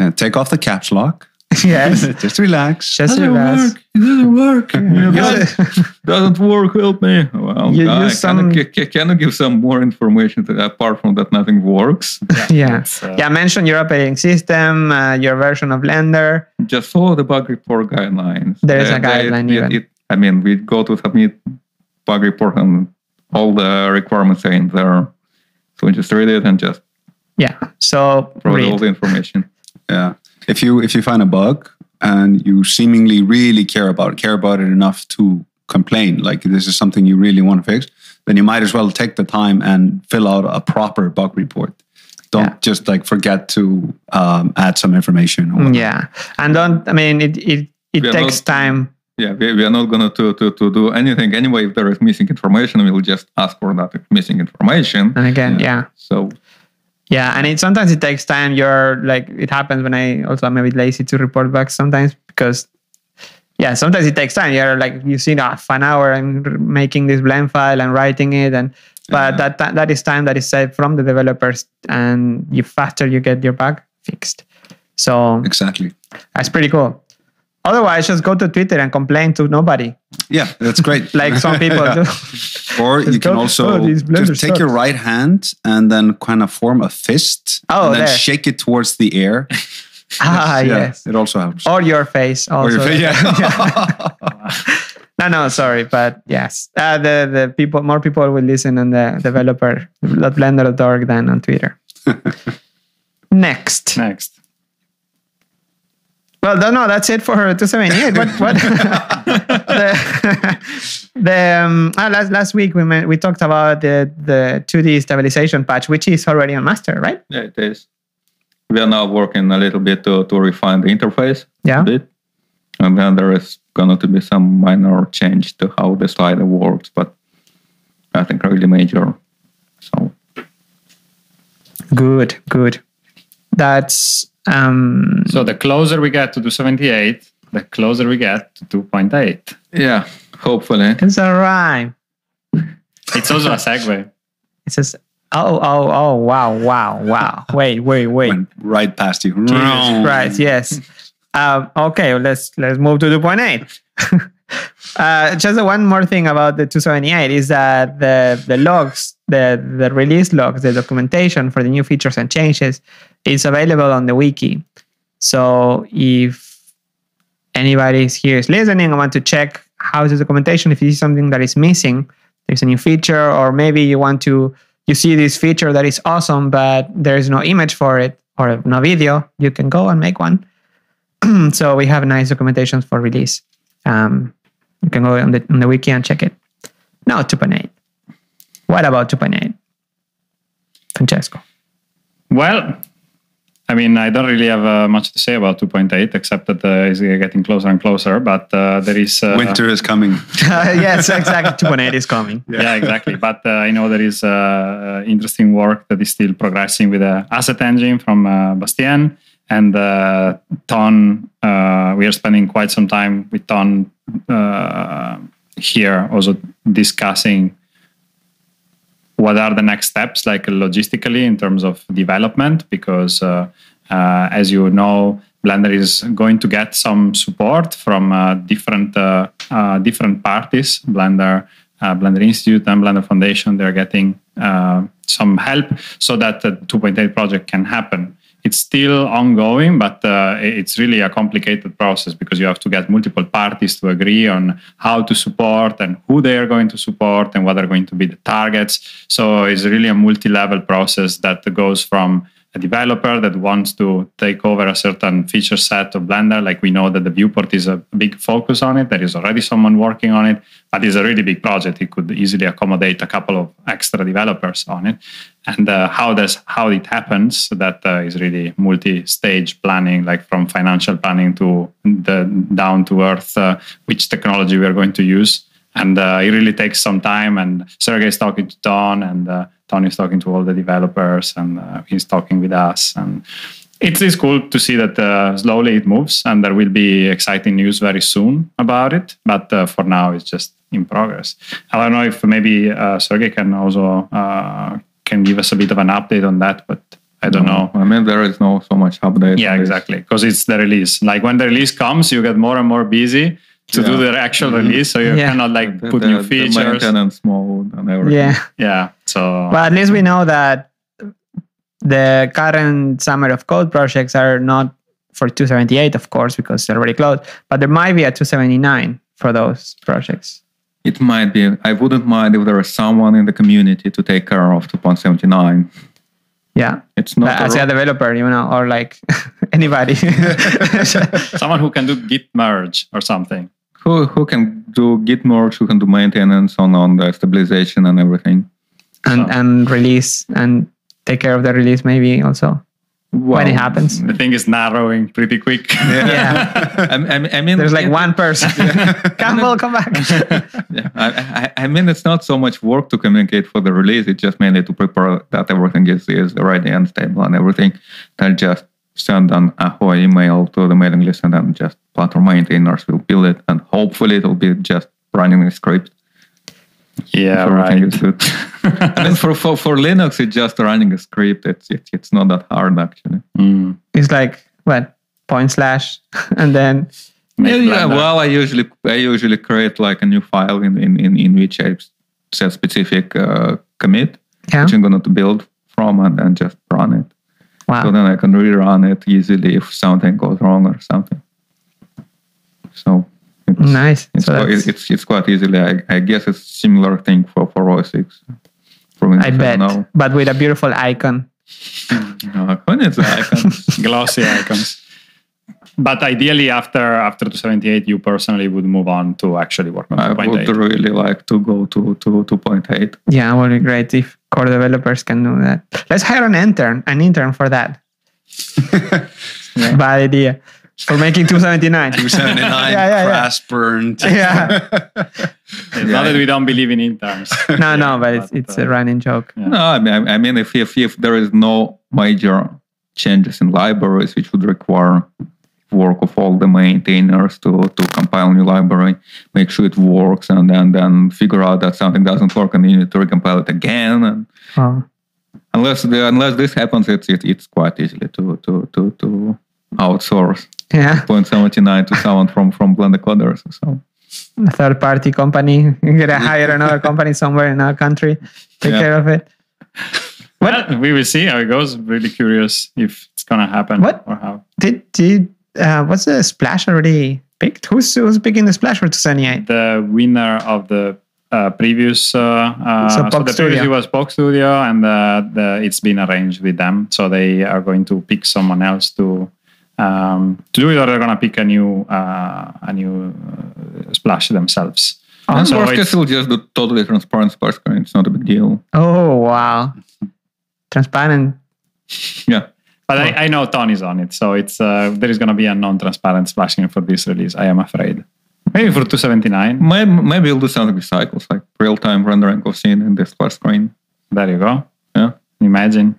[SPEAKER 1] Yeah, take off the caps lock.
[SPEAKER 3] <laughs> yes,
[SPEAKER 1] <laughs> Just relax.
[SPEAKER 3] just relax.
[SPEAKER 4] It doesn't work. You
[SPEAKER 3] Yeah.
[SPEAKER 4] guys, <laughs> doesn't work. Help me. Well,
[SPEAKER 3] You
[SPEAKER 4] I
[SPEAKER 3] use
[SPEAKER 4] can,
[SPEAKER 3] some-
[SPEAKER 4] I- ca- can you give some more information to, apart from that nothing works?
[SPEAKER 3] Yeah.
[SPEAKER 2] It's, uh,
[SPEAKER 3] Yeah, mention your operating system, uh, your version of Blender.
[SPEAKER 4] Just follow the bug report guidelines.
[SPEAKER 3] There is a
[SPEAKER 4] They- they-
[SPEAKER 3] guideline
[SPEAKER 4] it-
[SPEAKER 3] even.
[SPEAKER 4] it- I mean, we go to submit bug report and all the requirements are in there. So we just read it and just
[SPEAKER 3] Yeah. So
[SPEAKER 4] provide all
[SPEAKER 3] read.
[SPEAKER 4] the information.
[SPEAKER 1] Yeah. If you if you find a bug and you seemingly really care about it, care about it enough to complain, like this is something you really want to fix, then you might as well take the time and fill out a proper bug report. Don't
[SPEAKER 3] Yeah.
[SPEAKER 1] just like forget to um, add some information. Or whatever.
[SPEAKER 3] Mm, Yeah, and don't. I mean, it it, it
[SPEAKER 4] We are
[SPEAKER 3] takes
[SPEAKER 4] not-
[SPEAKER 3] time.
[SPEAKER 4] Yeah, we, we are not going to, to to do anything anyway. If there is missing information, we'll just ask for that missing information.
[SPEAKER 3] And again,
[SPEAKER 1] Yeah.
[SPEAKER 3] yeah.
[SPEAKER 4] So
[SPEAKER 3] Yeah, and it sometimes it takes time. You're like it happens when I also I'm a bit lazy to report back sometimes because yeah, sometimes it takes time. You're like you see half an hour I'm r- making this blend file and writing it and but that, that that is time that is saved from the developers and you faster you get your bug fixed. <laughs> So
[SPEAKER 1] Exactly.
[SPEAKER 3] that's pretty cool. Otherwise, just go to Twitter and complain to nobody,
[SPEAKER 1] Yeah, that's great.
[SPEAKER 3] <laughs> like some people
[SPEAKER 1] <laughs> Yeah.
[SPEAKER 3] do.
[SPEAKER 1] Or
[SPEAKER 3] Just
[SPEAKER 1] you can
[SPEAKER 3] go,
[SPEAKER 1] also
[SPEAKER 3] "Oh, these blenders
[SPEAKER 1] just take your
[SPEAKER 3] sucks."
[SPEAKER 1] right hand and then kind of form a fist
[SPEAKER 3] Oh,
[SPEAKER 1] and then
[SPEAKER 3] there.
[SPEAKER 1] shake it towards the air.
[SPEAKER 3] <laughs> ah,
[SPEAKER 1] Yeah,
[SPEAKER 3] yes.
[SPEAKER 1] <laughs> It also helps.
[SPEAKER 3] Or your face. Also. <laughs>
[SPEAKER 1] <laughs> Or your fa- yeah.
[SPEAKER 3] No, no, sorry, but yes, uh, the the people more people will listen on the developer blender.org than on Twitter. Next.
[SPEAKER 2] Next.
[SPEAKER 3] Well, no, no, that's it for 278. What? what? <laughs> the <laughs> the um, ah, last last week we men- we talked about the the 2D stabilization patch, which is already on master, right?
[SPEAKER 4] Yeah, it is. We are now working a little bit to, to refine the interface
[SPEAKER 3] Yeah.
[SPEAKER 4] a bit. And then there is going to be some minor change to how the slider works, but nothing really major. So
[SPEAKER 3] Good, good. That's um
[SPEAKER 2] So the closer we get to 278, the closer we get to 2.8.
[SPEAKER 4] yeah, hopefully.
[SPEAKER 3] it's a rhyme.
[SPEAKER 2] It's
[SPEAKER 3] <laughs>
[SPEAKER 2] also a segue.
[SPEAKER 3] It says oh oh oh wow wow wow. Wait, wait, wait.
[SPEAKER 1] Went right past you.
[SPEAKER 3] Right. Yes. Um, okay. well, Let's let's move to 2.8. <laughs> uh, just one more thing about the 278 is that the the logs, the the release logs, the documentation for the new features and changes is available on the wiki. So if anybody is here is listening and want to check how is the documentation, if you see something that is missing, there's a new feature, or maybe you want to you see this feature that is awesome, but there is no image for it or no video, you can go and make one. <clears throat> so we have nice documentations for release. Um, you can go on the on the wiki and check it. Now 2.8. What about 2.8? Francesco.
[SPEAKER 2] Well, I mean, I don't really have uh, much to say about 2.8 except that uh, it's getting closer and closer. But uh, there is uh,
[SPEAKER 1] Winter is coming.
[SPEAKER 3] <laughs> yes, <laughs> exactly. 2.8 is coming.
[SPEAKER 2] Yeah, exactly. But uh, I know there is uh, uh, interesting work that is still progressing with the asset engine from uh, Bastien and uh, Ton. Uh, we are spending quite some time with Ton uh, here, also discussing what are the next steps, like logistically in terms of development, because uh, uh, as you know, Blender is going to get some support from uh, different uh, uh, different parties, Blender, uh, Blender Institute, and Blender Foundation. They're getting uh, some help so that the 2.8 project can happen. It's still ongoing, but uh, i- it's really a complicated process because you have to get multiple parties to agree on how to support and who they are going to support and what are going to be the targets. So it's really a multi-level process that goes from a developer that wants to take over a certain feature set of Blender. Like we know that the viewport is a big focus on it. There is already someone working on it, but it's a really big project. It could easily accommodate a couple of extra developers on it. And uh, how does how it happens that uh, is really multi-stage planning, like from financial planning to the down to earth, uh, which technology we are going to use and uh, it really takes some time. And Sergey is talking to Don, and uh, Don is talking to all the developers, and uh, he's talking with us. And it's, it's cool to see that uh, slowly it moves, and there will be exciting news very soon about it. But uh, for now, it's just in progress. I don't know if maybe uh, Sergey can also uh, can give us a bit of an update on that, but I don't know.
[SPEAKER 4] I mean, there is no so much update.
[SPEAKER 2] Yeah,
[SPEAKER 4] on this.
[SPEAKER 2] exactly. Because it's the release. Like when the release comes, you get more and more busy to do
[SPEAKER 4] Yeah. Mm-hmm.
[SPEAKER 2] the actual release. So you
[SPEAKER 3] Yeah.
[SPEAKER 2] cannot like
[SPEAKER 4] The,
[SPEAKER 2] put
[SPEAKER 4] the-
[SPEAKER 2] new
[SPEAKER 4] the
[SPEAKER 2] features.
[SPEAKER 4] maintenance mode and everything.
[SPEAKER 3] Yeah.
[SPEAKER 2] Yeah. So
[SPEAKER 3] But at least we know that the current summer of code projects are not for 278, of course, because they're already closed, but there might be a 279 for those projects.
[SPEAKER 4] It might be. I wouldn't mind if there is someone in the community to take care of 2.79.
[SPEAKER 3] Yeah.
[SPEAKER 4] It's not.
[SPEAKER 3] Like,
[SPEAKER 4] a
[SPEAKER 3] as a
[SPEAKER 4] ro-
[SPEAKER 3] developer, you know, or like <laughs>
[SPEAKER 4] <laughs>
[SPEAKER 3] anybody.
[SPEAKER 2] someone who can do git merge or something.
[SPEAKER 4] who who can do git merge, who can do maintenance on on the stabilization and everything.
[SPEAKER 3] and,
[SPEAKER 2] So-
[SPEAKER 3] and release and take care of the release, maybe also when it
[SPEAKER 4] Well,
[SPEAKER 3] <laughs> happens.
[SPEAKER 2] The thing is narrowing pretty quick.
[SPEAKER 3] Yeah.
[SPEAKER 4] I, I, I mean,
[SPEAKER 3] There's like
[SPEAKER 4] it-
[SPEAKER 3] one
[SPEAKER 4] <laughs>
[SPEAKER 3] person. <laughs> Campbell, come back.
[SPEAKER 4] Yeah, I, I, I mean, it's not so much work to communicate for the release. It's just mainly to prepare that everything is, is ready and stable and everything. They'll just send an Ahoy email to the mailing list and then just platform maintainers will build it. And hopefully it will be just running a script.
[SPEAKER 2] <laughs> yeah,
[SPEAKER 4] So everything is good. <laughs> I mean, for, for, for Linux, it's just running a script. It's, it's, it's not that hard, actually.
[SPEAKER 2] Mm.
[SPEAKER 3] it's like, what? Point slash. <laughs> And then
[SPEAKER 4] Yeah,
[SPEAKER 2] Make
[SPEAKER 4] yeah,
[SPEAKER 2] Blender.
[SPEAKER 4] well, I usually I usually create like a new file in in, in, in which I set specific uh, commit,
[SPEAKER 3] Yeah.
[SPEAKER 4] which I'm going to build from, and then just run it.
[SPEAKER 3] Wow.
[SPEAKER 4] So then I can rerun it easily if something goes wrong or something. So It's,
[SPEAKER 3] Nice.
[SPEAKER 4] It's,
[SPEAKER 3] So
[SPEAKER 4] quite,
[SPEAKER 3] that's-
[SPEAKER 4] it's, it's quite easily. I, I guess it's similar thing for, for OSX. For
[SPEAKER 3] I
[SPEAKER 4] <laughs> instance,
[SPEAKER 3] bet.
[SPEAKER 4] Now.
[SPEAKER 3] But with a beautiful icon.
[SPEAKER 4] Uh, when it's icons,
[SPEAKER 2] glossy icons. But ideally, after after 278, you personally would move on to actually work on
[SPEAKER 3] <laughs>
[SPEAKER 4] I would
[SPEAKER 2] 2.8.
[SPEAKER 4] really like to go to, to 2.8.
[SPEAKER 3] Yeah, it would be great if core developers can do that. Let's hire an intern, an intern for that. Bad idea. For making 279.
[SPEAKER 1] 279
[SPEAKER 3] <laughs> Yeah, yeah, yeah.
[SPEAKER 1] crash burned. <laughs>
[SPEAKER 3] yeah.
[SPEAKER 2] It's Not that we don't believe in interns.
[SPEAKER 3] <laughs> No, no, but it's, it's a
[SPEAKER 2] uh,
[SPEAKER 3] running joke.
[SPEAKER 2] Yeah.
[SPEAKER 4] No, I mean, I mean, if, if if there is no major changes in libraries, which would require work of all the maintainers to to compile new library, make sure it works, and then then figure out that something doesn't work, and you need to recompile it again. And
[SPEAKER 3] Oh.
[SPEAKER 4] unless the, unless this happens, it's it, it's quite easily to to to to outsource
[SPEAKER 3] Yeah.
[SPEAKER 4] 0.79 to someone from from Blender coders. or So
[SPEAKER 3] A third party company. <laughs> You gotta hire another company somewhere in our country. Take
[SPEAKER 4] Yeah.
[SPEAKER 3] care of it.
[SPEAKER 2] Well, we will see how it goes. Really curious if it's gonna happen
[SPEAKER 3] What?
[SPEAKER 2] or how.
[SPEAKER 3] Did did uh, what's the splash already picked? Who's who's picking the splash for 278?
[SPEAKER 2] The winner of the uh, previous, uh, uh,
[SPEAKER 3] So Box
[SPEAKER 2] the previous
[SPEAKER 3] Studio.
[SPEAKER 2] was Box Studio, and uh, the, it's been arranged with them. So they are going to pick someone else to um, to do it, or they're gonna pick a new uh, a new uh, splash themselves.
[SPEAKER 4] and
[SPEAKER 2] so
[SPEAKER 4] worst
[SPEAKER 2] it's-
[SPEAKER 4] case, will just do totally transparent sparse coding. It's not a big deal.
[SPEAKER 3] Oh wow. Transparent.
[SPEAKER 4] Yeah.
[SPEAKER 2] But I, I know Tony's on it, so it's uh, there is going to be a non-transparent splashing for this release. I am afraid. Maybe for 279.
[SPEAKER 4] Maybe, maybe we'll do something with cycles, like real time rendering of scene in the splash screen.
[SPEAKER 2] There you go.
[SPEAKER 4] Yeah.
[SPEAKER 2] Imagine.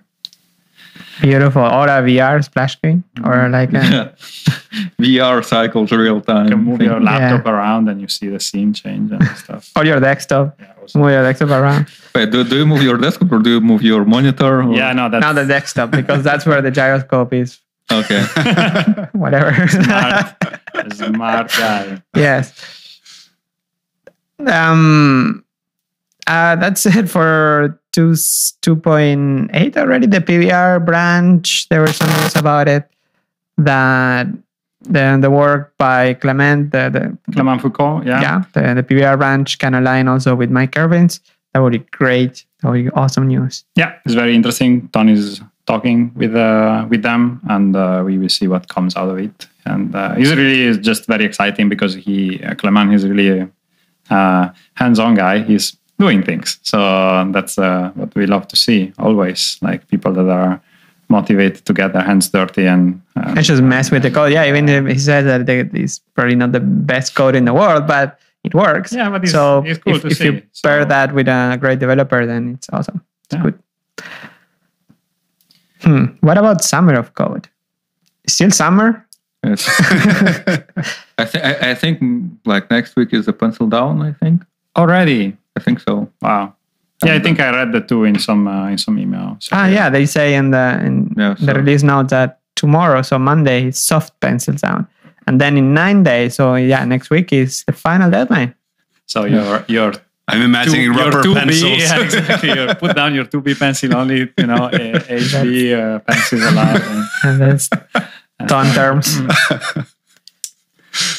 [SPEAKER 3] Beautiful. Or a VR splash screen. Or like uh,
[SPEAKER 4] <laughs>
[SPEAKER 3] a
[SPEAKER 4] VR cycles real time.
[SPEAKER 2] You can move
[SPEAKER 4] thing.
[SPEAKER 2] your laptop around and you see the scene change and
[SPEAKER 3] <laughs>
[SPEAKER 2] stuff.
[SPEAKER 3] or your desktop.
[SPEAKER 2] Yeah, it was-
[SPEAKER 3] Move your desktop around.
[SPEAKER 4] Wait, do, do you move your desktop or do you move your monitor? or-
[SPEAKER 2] yeah, no, that's
[SPEAKER 3] Now the desktop, because that's where the gyroscope is. <laughs>
[SPEAKER 4] Okay.
[SPEAKER 3] Whatever.
[SPEAKER 2] smart, smart guy.
[SPEAKER 3] yes. Um, uh, that's it for two two point eight already. The PBR branch. There were some news about it that the the work by Clement, the, the
[SPEAKER 2] Clement Foucault. Yeah.
[SPEAKER 3] yeah, the, the PBR branch can align also with Mike Irvin's. That would be great. That would be awesome news.
[SPEAKER 2] Yeah, it's very interesting. Tony's talking with uh, with them, and uh, we will see what comes out of it. And uh, he's really is just very exciting because he uh, Clement is really a uh, hands-on guy. He's doing things, so that's uh, what we love to see always. Like people that are motivated to get their hands dirty and uh,
[SPEAKER 3] And just mess with the code. Yeah, even if he says that they- it's probably not the best code in the world, but it works.
[SPEAKER 2] Yeah, but it's-
[SPEAKER 3] so
[SPEAKER 2] it's cool
[SPEAKER 3] if,
[SPEAKER 2] to
[SPEAKER 3] if you
[SPEAKER 2] see. So-
[SPEAKER 3] pair that with a great developer, then it's awesome. It's
[SPEAKER 2] Yeah.
[SPEAKER 3] good. Hmm. What about summer of code? Still summer?
[SPEAKER 4] Yes. I, th- I, I think mm, like next week is the pencil down, I think.
[SPEAKER 2] already.
[SPEAKER 4] I think so.
[SPEAKER 2] Wow. Yeah, I think I read the two in some uh, in some email. So
[SPEAKER 3] Ah, yeah, they say in the in
[SPEAKER 4] Yeah,
[SPEAKER 3] the
[SPEAKER 4] so-
[SPEAKER 3] release note that tomorrow, so Monday, is soft pencil down, and then in nine days, so yeah, next week is the final deadline.
[SPEAKER 2] So you're you're
[SPEAKER 1] I'm
[SPEAKER 2] two-
[SPEAKER 1] imagining
[SPEAKER 2] your
[SPEAKER 1] rubber
[SPEAKER 2] 2B,
[SPEAKER 1] pencils.
[SPEAKER 2] Yeah, exactly. You put down your 2B pencil only, you know, a- HB uh, pencils eh. allowed. and-
[SPEAKER 3] And that's ton terms.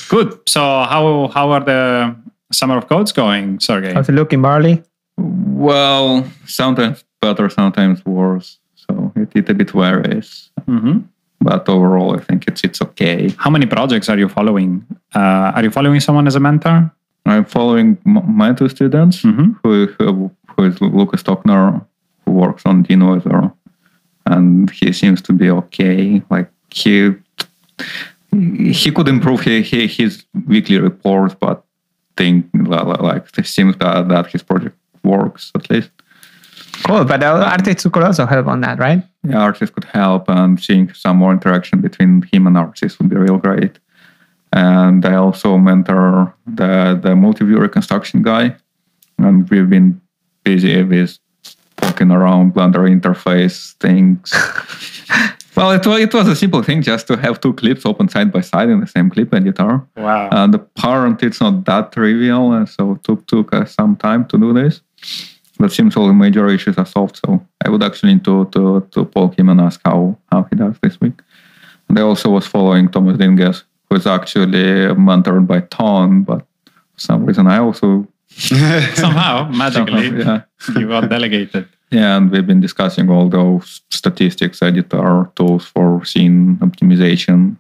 [SPEAKER 2] Good. So how how are the summer of codes going, Sergey?
[SPEAKER 3] How's it looking, Barley?
[SPEAKER 4] Well, sometimes better, sometimes worse. So it, it a bit varies.
[SPEAKER 2] hmm
[SPEAKER 4] But overall, I think it's it's okay.
[SPEAKER 2] How many projects are you following? Uh, are you following someone as a mentor?
[SPEAKER 4] I'm following m- my two students.
[SPEAKER 2] Mm-hmm.
[SPEAKER 4] who, who, who is Lucas Stockner, who works on Dino Weather, and he seems to be okay. Like he he could improve his, his weekly reports, but think li- li- like it seems that, that his project works at least.
[SPEAKER 3] Cool, but uh, artists could also help on that, right?
[SPEAKER 4] Yeah, artists could help, and seeing some more interaction between him and artists would be real great. And I also mentor the the multi-view reconstruction guy, and we've been busy with poking around Blender interface things. well, it was it was a simple thing just to have two clips open side by side in the same clip editor.
[SPEAKER 2] Wow.
[SPEAKER 4] And apparently, Uh, it's not that trivial, and so took took us some time to do this. But seems all the major issues are solved. So I would actually need to to to poke him and ask how how he does this week. And I also was following Thomas Dinges, who who's actually mentored by Ton, but for some reason I also
[SPEAKER 2] <laughs> Somehow, magically,
[SPEAKER 4] yeah.
[SPEAKER 2] you got delegated.
[SPEAKER 4] Yeah, and we've been discussing all those statistics editor tools for scene optimization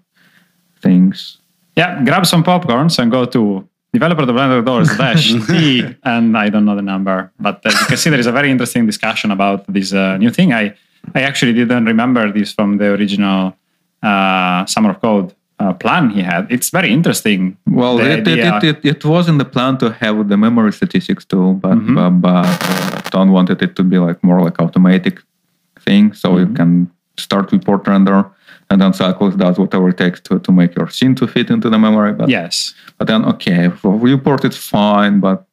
[SPEAKER 4] things.
[SPEAKER 2] Yeah, grab some popcorns and go to developer.blender.org dash T, and I don't know the number, but as you can see, there is a very interesting discussion about this uh, new thing. I, I actually didn't remember this from the original uh, Summer of Code uh, plan he had. It's very interesting.
[SPEAKER 4] Well,
[SPEAKER 2] the
[SPEAKER 4] it, it,
[SPEAKER 2] idea-
[SPEAKER 4] it, it, it was in the plan to have the memory statistics tool, but,
[SPEAKER 2] Mhm.
[SPEAKER 4] but, but uh, Tom wanted it to be like more like automatic thing, so you can start with port render and then Cycles does whatever it takes to, to make your scene to fit into the memory. But
[SPEAKER 2] yes.
[SPEAKER 4] But then, okay, for report it's fine, but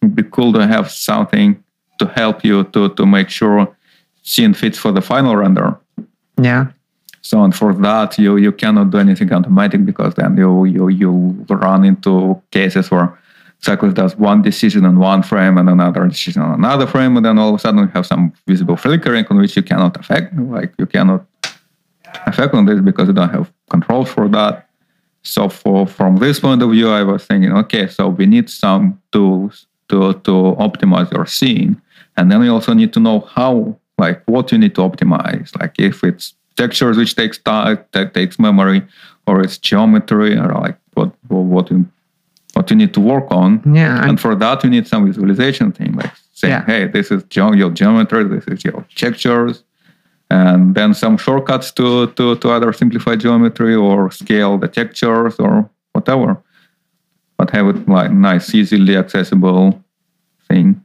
[SPEAKER 4] it'd be cool to have something to help you to, to make sure scene fits for the final render.
[SPEAKER 3] Yeah.
[SPEAKER 4] So and for that, you you cannot do anything automatic because then you you you run into cases where Cycles does one decision on one frame and another decision on another frame, and then all of a sudden you have some visible flickering on which you cannot affect, like you cannot affect on this because you don't have controls for that. So for from this point of view, I was thinking, okay, so we need some tools to to optimize your scene, and then we also need to know how, like, what you need to optimize, like if it's textures which takes time, that takes memory, or it's geometry, or like what what you what you need to work on,
[SPEAKER 3] Yeah.
[SPEAKER 4] and
[SPEAKER 3] And
[SPEAKER 4] for that you need some visualization thing, like saying,
[SPEAKER 3] Yeah.
[SPEAKER 4] hey, this is geo- your geometry, this is your textures, and then some shortcuts to, to, to either simplify geometry or scale the textures or whatever. But have it like nice, easily accessible thing.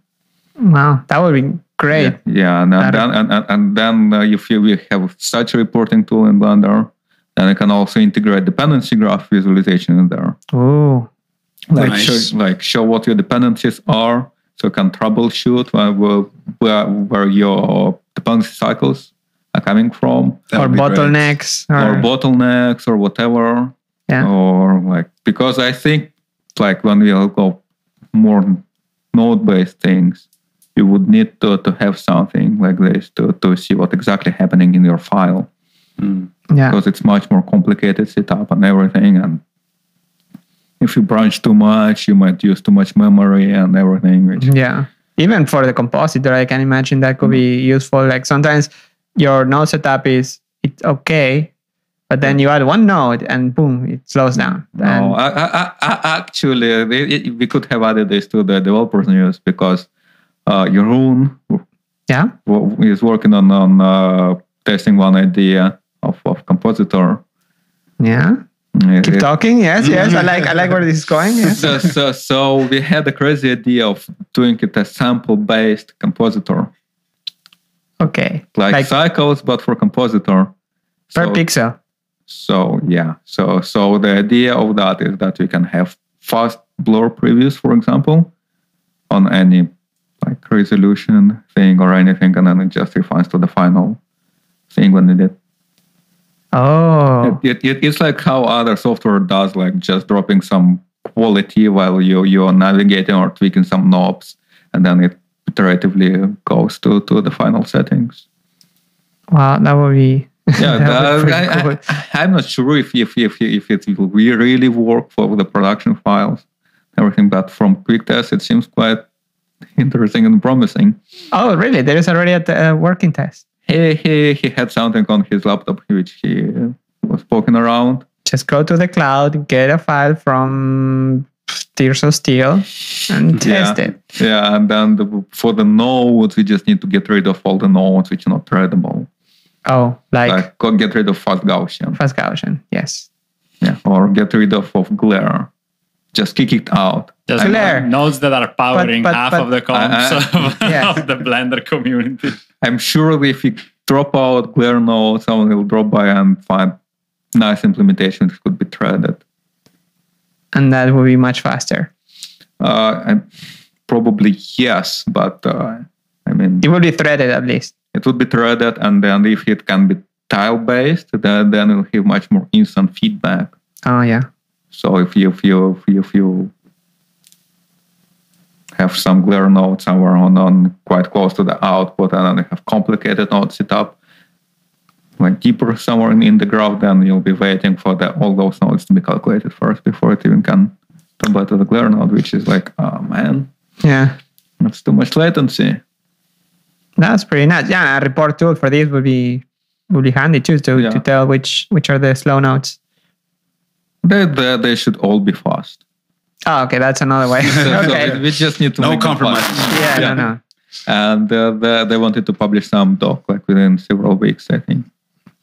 [SPEAKER 3] wow, that would be great.
[SPEAKER 4] Yeah, yeah, and, and
[SPEAKER 3] Better.
[SPEAKER 4] then and, and, and then uh, if you we have such a reporting tool in Blender, then I can also integrate dependency graph visualization in there
[SPEAKER 3] Ooh.
[SPEAKER 4] like
[SPEAKER 1] Nice.
[SPEAKER 4] show, like show what your dependencies are so you can troubleshoot where where, where your dependency cycles are coming from
[SPEAKER 1] That
[SPEAKER 3] or
[SPEAKER 1] would be great.
[SPEAKER 3] bottlenecks
[SPEAKER 4] or
[SPEAKER 3] or,
[SPEAKER 4] bottlenecks or whatever
[SPEAKER 3] Yeah.
[SPEAKER 4] or like because i think like when we all go more node-based things you would need to, to have something like this to, to see what exactly happening in your file
[SPEAKER 3] yeah.
[SPEAKER 4] because it's much more complicated setup and everything. And if you branch too much, you might use too much memory and everything. Which
[SPEAKER 3] Yeah. Even for the compositor, I can imagine that could be
[SPEAKER 4] Mm-hmm.
[SPEAKER 3] useful. Like sometimes your node setup is it's okay, but then you add one node and boom, it slows down.
[SPEAKER 4] no, I, I, I, I- actually, it- it- we could have added this to the developers' news because uh, Jeroen
[SPEAKER 3] yeah.
[SPEAKER 4] w- is working on on uh, testing one idea of, of compositor.
[SPEAKER 3] Yeah. Keep
[SPEAKER 4] It-
[SPEAKER 3] talking. Yes. Yes. I like. I like where this is going.
[SPEAKER 4] <laughs>
[SPEAKER 3] Yes.
[SPEAKER 4] so, so, so we had a crazy idea of doing it a sample-based compositor,
[SPEAKER 3] Okay.
[SPEAKER 4] like,
[SPEAKER 3] Like-
[SPEAKER 4] cycles, but for compositor.
[SPEAKER 3] Per
[SPEAKER 4] So-
[SPEAKER 3] pixel.
[SPEAKER 4] So yeah, so so the idea of that is that you can have fast blur previews, for example, on any like resolution thing or anything, and then it just refines to the final thing when needed.
[SPEAKER 3] Oh.
[SPEAKER 4] It, it, it's like how other software does, like just dropping some quality while you you're navigating or tweaking some knobs, and then it iteratively goes to to the final settings.
[SPEAKER 3] Wow. That would be. <laughs>
[SPEAKER 4] yeah,
[SPEAKER 3] that would be
[SPEAKER 4] that,
[SPEAKER 3] pretty
[SPEAKER 4] I,
[SPEAKER 3] cool.
[SPEAKER 4] I, am not sure if if if, if it will re- really work for the production files, everything. But from quick test, it seems quite interesting and promising.
[SPEAKER 3] Oh, really? There is already a t- a working test.
[SPEAKER 4] He he he had something on his laptop which he was poking around.
[SPEAKER 3] Just go to the cloud, get a file from Tears of Steel, and test it.
[SPEAKER 4] Yeah, and then the, for the nodes, we just need to get rid of all the nodes which are not tradable.
[SPEAKER 3] Oh, like,
[SPEAKER 4] Like, go get rid of fast Gaussian,
[SPEAKER 3] fast Gaussian. Yes.
[SPEAKER 4] yeah, or get rid of, of glare. Just kick it out.
[SPEAKER 2] Just
[SPEAKER 3] I know.
[SPEAKER 2] nodes that are powering
[SPEAKER 3] but-
[SPEAKER 2] half
[SPEAKER 3] but-
[SPEAKER 2] of the comps
[SPEAKER 4] I-
[SPEAKER 2] of,
[SPEAKER 3] <laughs>
[SPEAKER 2] <laughs>
[SPEAKER 3] Yeah.
[SPEAKER 2] of the Blender community.
[SPEAKER 4] I'm sure if you drop out glare node, someone will drop by and find nice implementations that could be threaded.
[SPEAKER 3] And that would be much faster.
[SPEAKER 4] Uh, and probably yes, but uh, I mean,
[SPEAKER 3] It would be threaded at least.
[SPEAKER 4] it would be threaded, and then if it can be tile based, then, then it'll have much more instant feedback.
[SPEAKER 3] Oh, yeah.
[SPEAKER 4] So if you if you if you, if you have some glare node somewhere on, on quite close to the output, and then you have complicated node setup, like deeper somewhere in- in the graph, then you'll be waiting for the, all those nodes to be calculated first before it even can tumble to the glare node, which is like, oh man,
[SPEAKER 3] Yeah.
[SPEAKER 4] that's too much latency.
[SPEAKER 3] That's pretty nice. Yeah, a report tool for this would be would be handy too to,
[SPEAKER 4] Yeah.
[SPEAKER 3] to tell which which are the slow nodes.
[SPEAKER 4] They, they, they should all be fast.
[SPEAKER 3] Oh, okay, that's another way.
[SPEAKER 4] So- so
[SPEAKER 3] okay.
[SPEAKER 4] we- we just need to
[SPEAKER 1] No
[SPEAKER 4] make them fast.
[SPEAKER 1] compromises.
[SPEAKER 3] yeah,
[SPEAKER 4] yeah.
[SPEAKER 3] no, no.
[SPEAKER 4] and uh, the, they wanted to publish some doc like within several weeks i think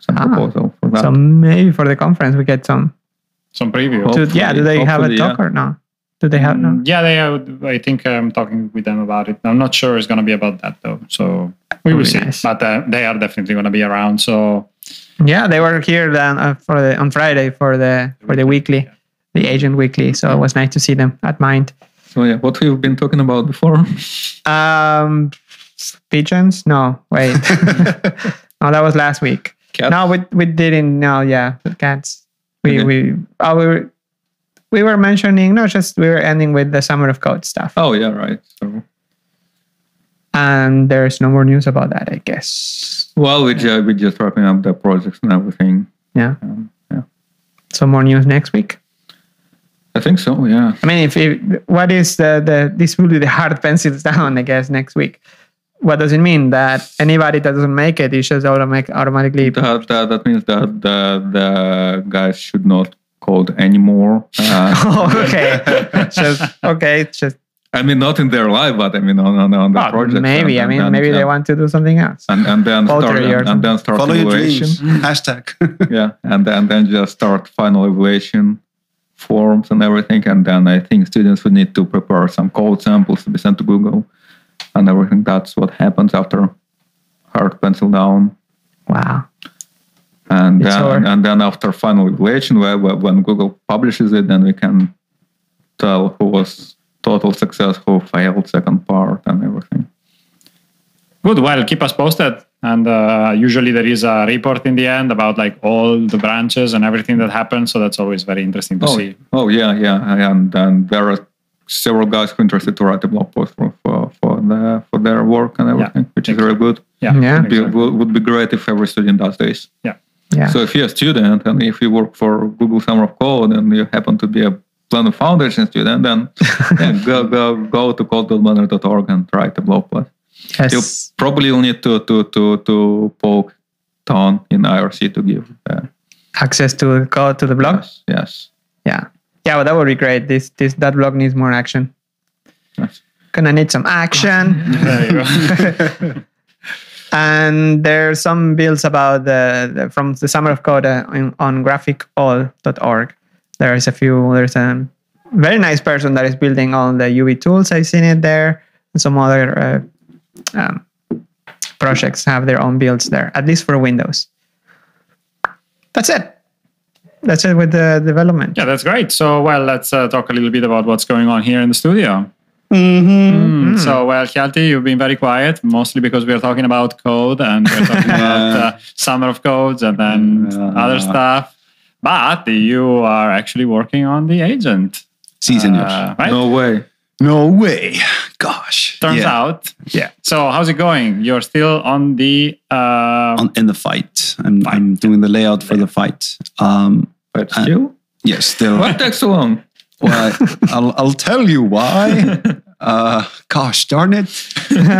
[SPEAKER 4] some
[SPEAKER 3] Ah.
[SPEAKER 4] proposal for that
[SPEAKER 3] So maybe for the conference we get some.
[SPEAKER 2] Some preview.
[SPEAKER 4] Oh,
[SPEAKER 3] Do, yeah, do they have a
[SPEAKER 4] Hopefully,
[SPEAKER 3] talk
[SPEAKER 4] yeah.
[SPEAKER 3] or no? Do they have no?
[SPEAKER 2] Mm, Yeah, they. I, would, I think I'm talking with them about it. I'm not sure it's going to be about that though. So we will
[SPEAKER 3] Very
[SPEAKER 2] see.
[SPEAKER 3] nice.
[SPEAKER 2] But uh, they are definitely going to be around. So
[SPEAKER 3] Yeah, they were here then uh, for the on Friday for the for the weekly, the agent weekly. So it was nice to see them at Mind.
[SPEAKER 4] so yeah what we've been talking about before <laughs>
[SPEAKER 3] Um, pigeons? No,
[SPEAKER 4] <laughs>
[SPEAKER 3] wait. no, that was last week.
[SPEAKER 4] Cats?
[SPEAKER 3] No, we we didn't. No, yeah, the cats. We
[SPEAKER 4] Okay.
[SPEAKER 3] we oh, we were we were mentioning no, just we were ending with the summer of code stuff,
[SPEAKER 4] oh yeah right so
[SPEAKER 3] and there's no more news about that, I guess.
[SPEAKER 4] well we ju- we're just wrapping up the projects and everything
[SPEAKER 3] Yeah,
[SPEAKER 4] um, yeah
[SPEAKER 3] so more news next week.
[SPEAKER 4] i think so yeah
[SPEAKER 3] I mean, if, if what is the the this will be the hard <laughs> pencils down, I guess next week. What does it mean that anybody that doesn't make it, it's just automatic automatically? <laughs>
[SPEAKER 4] that, that, that means that the, the guys should not code
[SPEAKER 3] <laughs>
[SPEAKER 4] anymore uh,
[SPEAKER 3] Oh, okay. <laughs> just okay. it's Just
[SPEAKER 4] i mean not in their life but i mean on, on, on the
[SPEAKER 3] Well,
[SPEAKER 4] project
[SPEAKER 3] Maybe.
[SPEAKER 4] and-
[SPEAKER 3] I mean,
[SPEAKER 4] and-
[SPEAKER 3] maybe they
[SPEAKER 4] and-
[SPEAKER 3] want to do something else.
[SPEAKER 4] and, and then
[SPEAKER 3] Alter
[SPEAKER 4] start
[SPEAKER 3] your-
[SPEAKER 4] and, and then start
[SPEAKER 1] <laughs> Follow your
[SPEAKER 4] evaluation
[SPEAKER 1] dreams.
[SPEAKER 4] <laughs>
[SPEAKER 1] Hashtag.
[SPEAKER 4] yeah and then, then just start final evaluation forms and everything and then i think students would need to prepare some code samples to be sent to google and everything that's what happens after hard pencil down
[SPEAKER 3] Wow.
[SPEAKER 4] and
[SPEAKER 3] It's
[SPEAKER 4] then,
[SPEAKER 3] over.
[SPEAKER 4] and then after final evaluation where, where- when google publishes it then we can tell who was total success who failed second part and everything
[SPEAKER 2] good. Well, keep us posted. And uh, usually there is a report in the end about like all the branches and everything that happened. So that's always very interesting to
[SPEAKER 4] oh,
[SPEAKER 2] see.
[SPEAKER 4] oh yeah yeah and and there are several guys who are interested to write a blog post for for, for, the, for their work and everything which is
[SPEAKER 2] Thank you.
[SPEAKER 4] really good
[SPEAKER 2] Yeah.
[SPEAKER 3] Yeah.
[SPEAKER 4] Be- would, would be great if every student does this
[SPEAKER 3] Yeah.
[SPEAKER 4] so if you're a student and if you work for google summer of code and you happen to be a Blender Foundation student,
[SPEAKER 2] <laughs>
[SPEAKER 4] then yeah, go go go to code.blender.org and write a blog post. You
[SPEAKER 3] yes.
[SPEAKER 4] probably will need to to to to poke down in IRC to give. Uh,
[SPEAKER 3] Access to go to the blog.
[SPEAKER 4] yes, yes,
[SPEAKER 3] Yeah. Yeah. Well, that would be great. This this that blog needs more action.
[SPEAKER 4] yes.
[SPEAKER 3] Gonna need some
[SPEAKER 4] <laughs>
[SPEAKER 3] action.
[SPEAKER 2] There you go. <laughs>
[SPEAKER 3] and there's some builds about the, the from the summer of code uh, on, on graphicall.org. There is a few. There's a very nice person that is building all the UI tools. I've seen it there. And some other uh, um, projects have their own builds there, at least for Windows. That's it. That's it with the development.
[SPEAKER 2] Yeah, that's great. So, well, let's uh, talk a little bit about what's going on here in the studio. Mm, So, well, Hjalti, you've been very quiet, mostly because we are talking about code and we're talking about uh, summer of codes and then
[SPEAKER 1] Yeah.
[SPEAKER 2] other stuff. But you are actually working on the agent,
[SPEAKER 1] Sí, señor.
[SPEAKER 2] uh, right?
[SPEAKER 4] No way.
[SPEAKER 1] no way. Gosh.
[SPEAKER 2] Turns
[SPEAKER 1] Yeah.
[SPEAKER 2] out.
[SPEAKER 1] Yeah.
[SPEAKER 2] So, how's it going? You're still on the. Uh,
[SPEAKER 1] On- in the fight. I'm, I'm doing the layout for the fight. Um,
[SPEAKER 4] But
[SPEAKER 2] Uh,
[SPEAKER 4] still,
[SPEAKER 1] yes, still.
[SPEAKER 4] what takes so long?
[SPEAKER 1] Well, I'll, I'll tell you why. Uh, gosh darn it.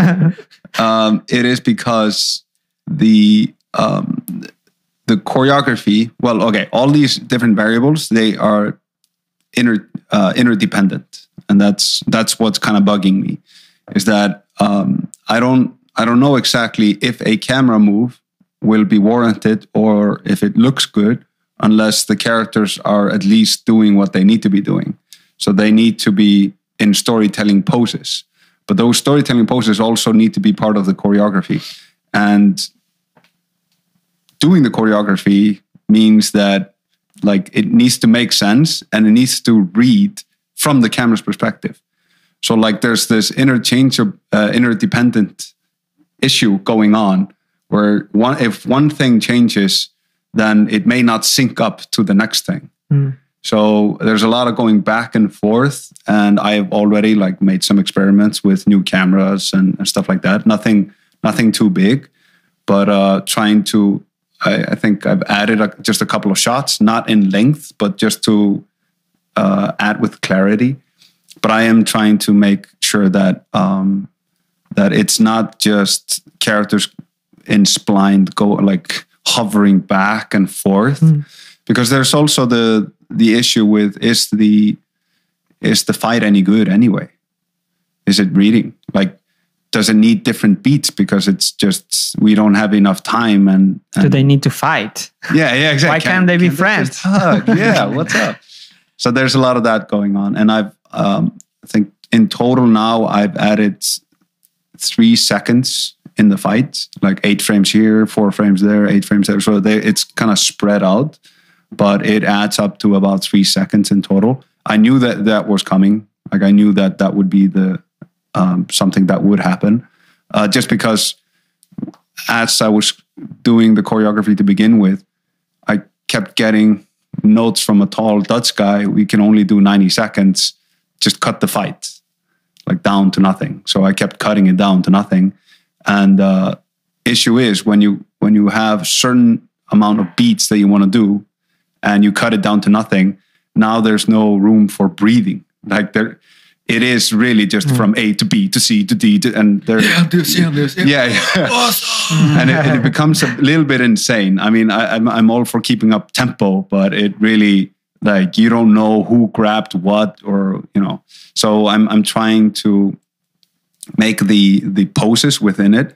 [SPEAKER 3] <laughs>
[SPEAKER 1] um, it is because the um, the choreography. Well, okay, all these different variables they are inter uh, interdependent, and that's that's what's kind of bugging me. Is that um, I don't I don't know exactly if a camera move will be warranted or if it looks good unless the characters are at least doing what they need to be doing. So they need to be in storytelling poses. But those storytelling poses also need to be part of the choreography. And doing the choreography means that like it needs to make sense and it needs to read from the camera's perspective. So like there's this interchange of uh, interdependent issue going on where one if one thing changes then it may not sync up to the next thing
[SPEAKER 3] Hmm.
[SPEAKER 1] so there's a lot of going back and forth and i've already like made some experiments with new cameras and, and stuff like that nothing nothing too big but uh trying to I, I think I've added a, just a couple of shots, not in length, but just to uh, add with clarity. But I am trying to make sure that um, that it's not just characters in splined go like hovering back and forth, because there's also the the issue with is the is the fight any good anyway? Is it reading like? Does it need different beats because it's just we don't have enough time and,
[SPEAKER 3] Do
[SPEAKER 1] and-
[SPEAKER 3] they need to fight?
[SPEAKER 1] yeah, yeah, exactly.
[SPEAKER 3] Why can't they be friends?
[SPEAKER 1] just
[SPEAKER 3] <laughs>
[SPEAKER 1] hug? yeah, what's up? So there's a lot of that going on, and I've um, I think in total now I've added three seconds in the fight, like eight frames here, four frames there, eight frames there. So they, it's kind of spread out, but it adds up to about three seconds in total. I knew that that was coming. Like I knew that that would be the um, something that would happen, uh, just because as I was doing the choreography to begin with, I kept getting notes from a tall Dutch guy. We can only do 90 seconds. Just cut the fight, like down to nothing. So I kept cutting it down to nothing. And uh, issue is when you when you have certain amount of beats that you want to do, and you cut it down to nothing. Now there's no room for breathing. Like there, it is really just from A to B to C to D, to, and there.
[SPEAKER 4] this, yeah, this,
[SPEAKER 1] Yeah, yeah. and it, it becomes a little bit insane. I mean, I, I'm I'm all for keeping up tempo, but it really like you don't know who grabbed what or you know. So I'm I'm trying to make the the poses within it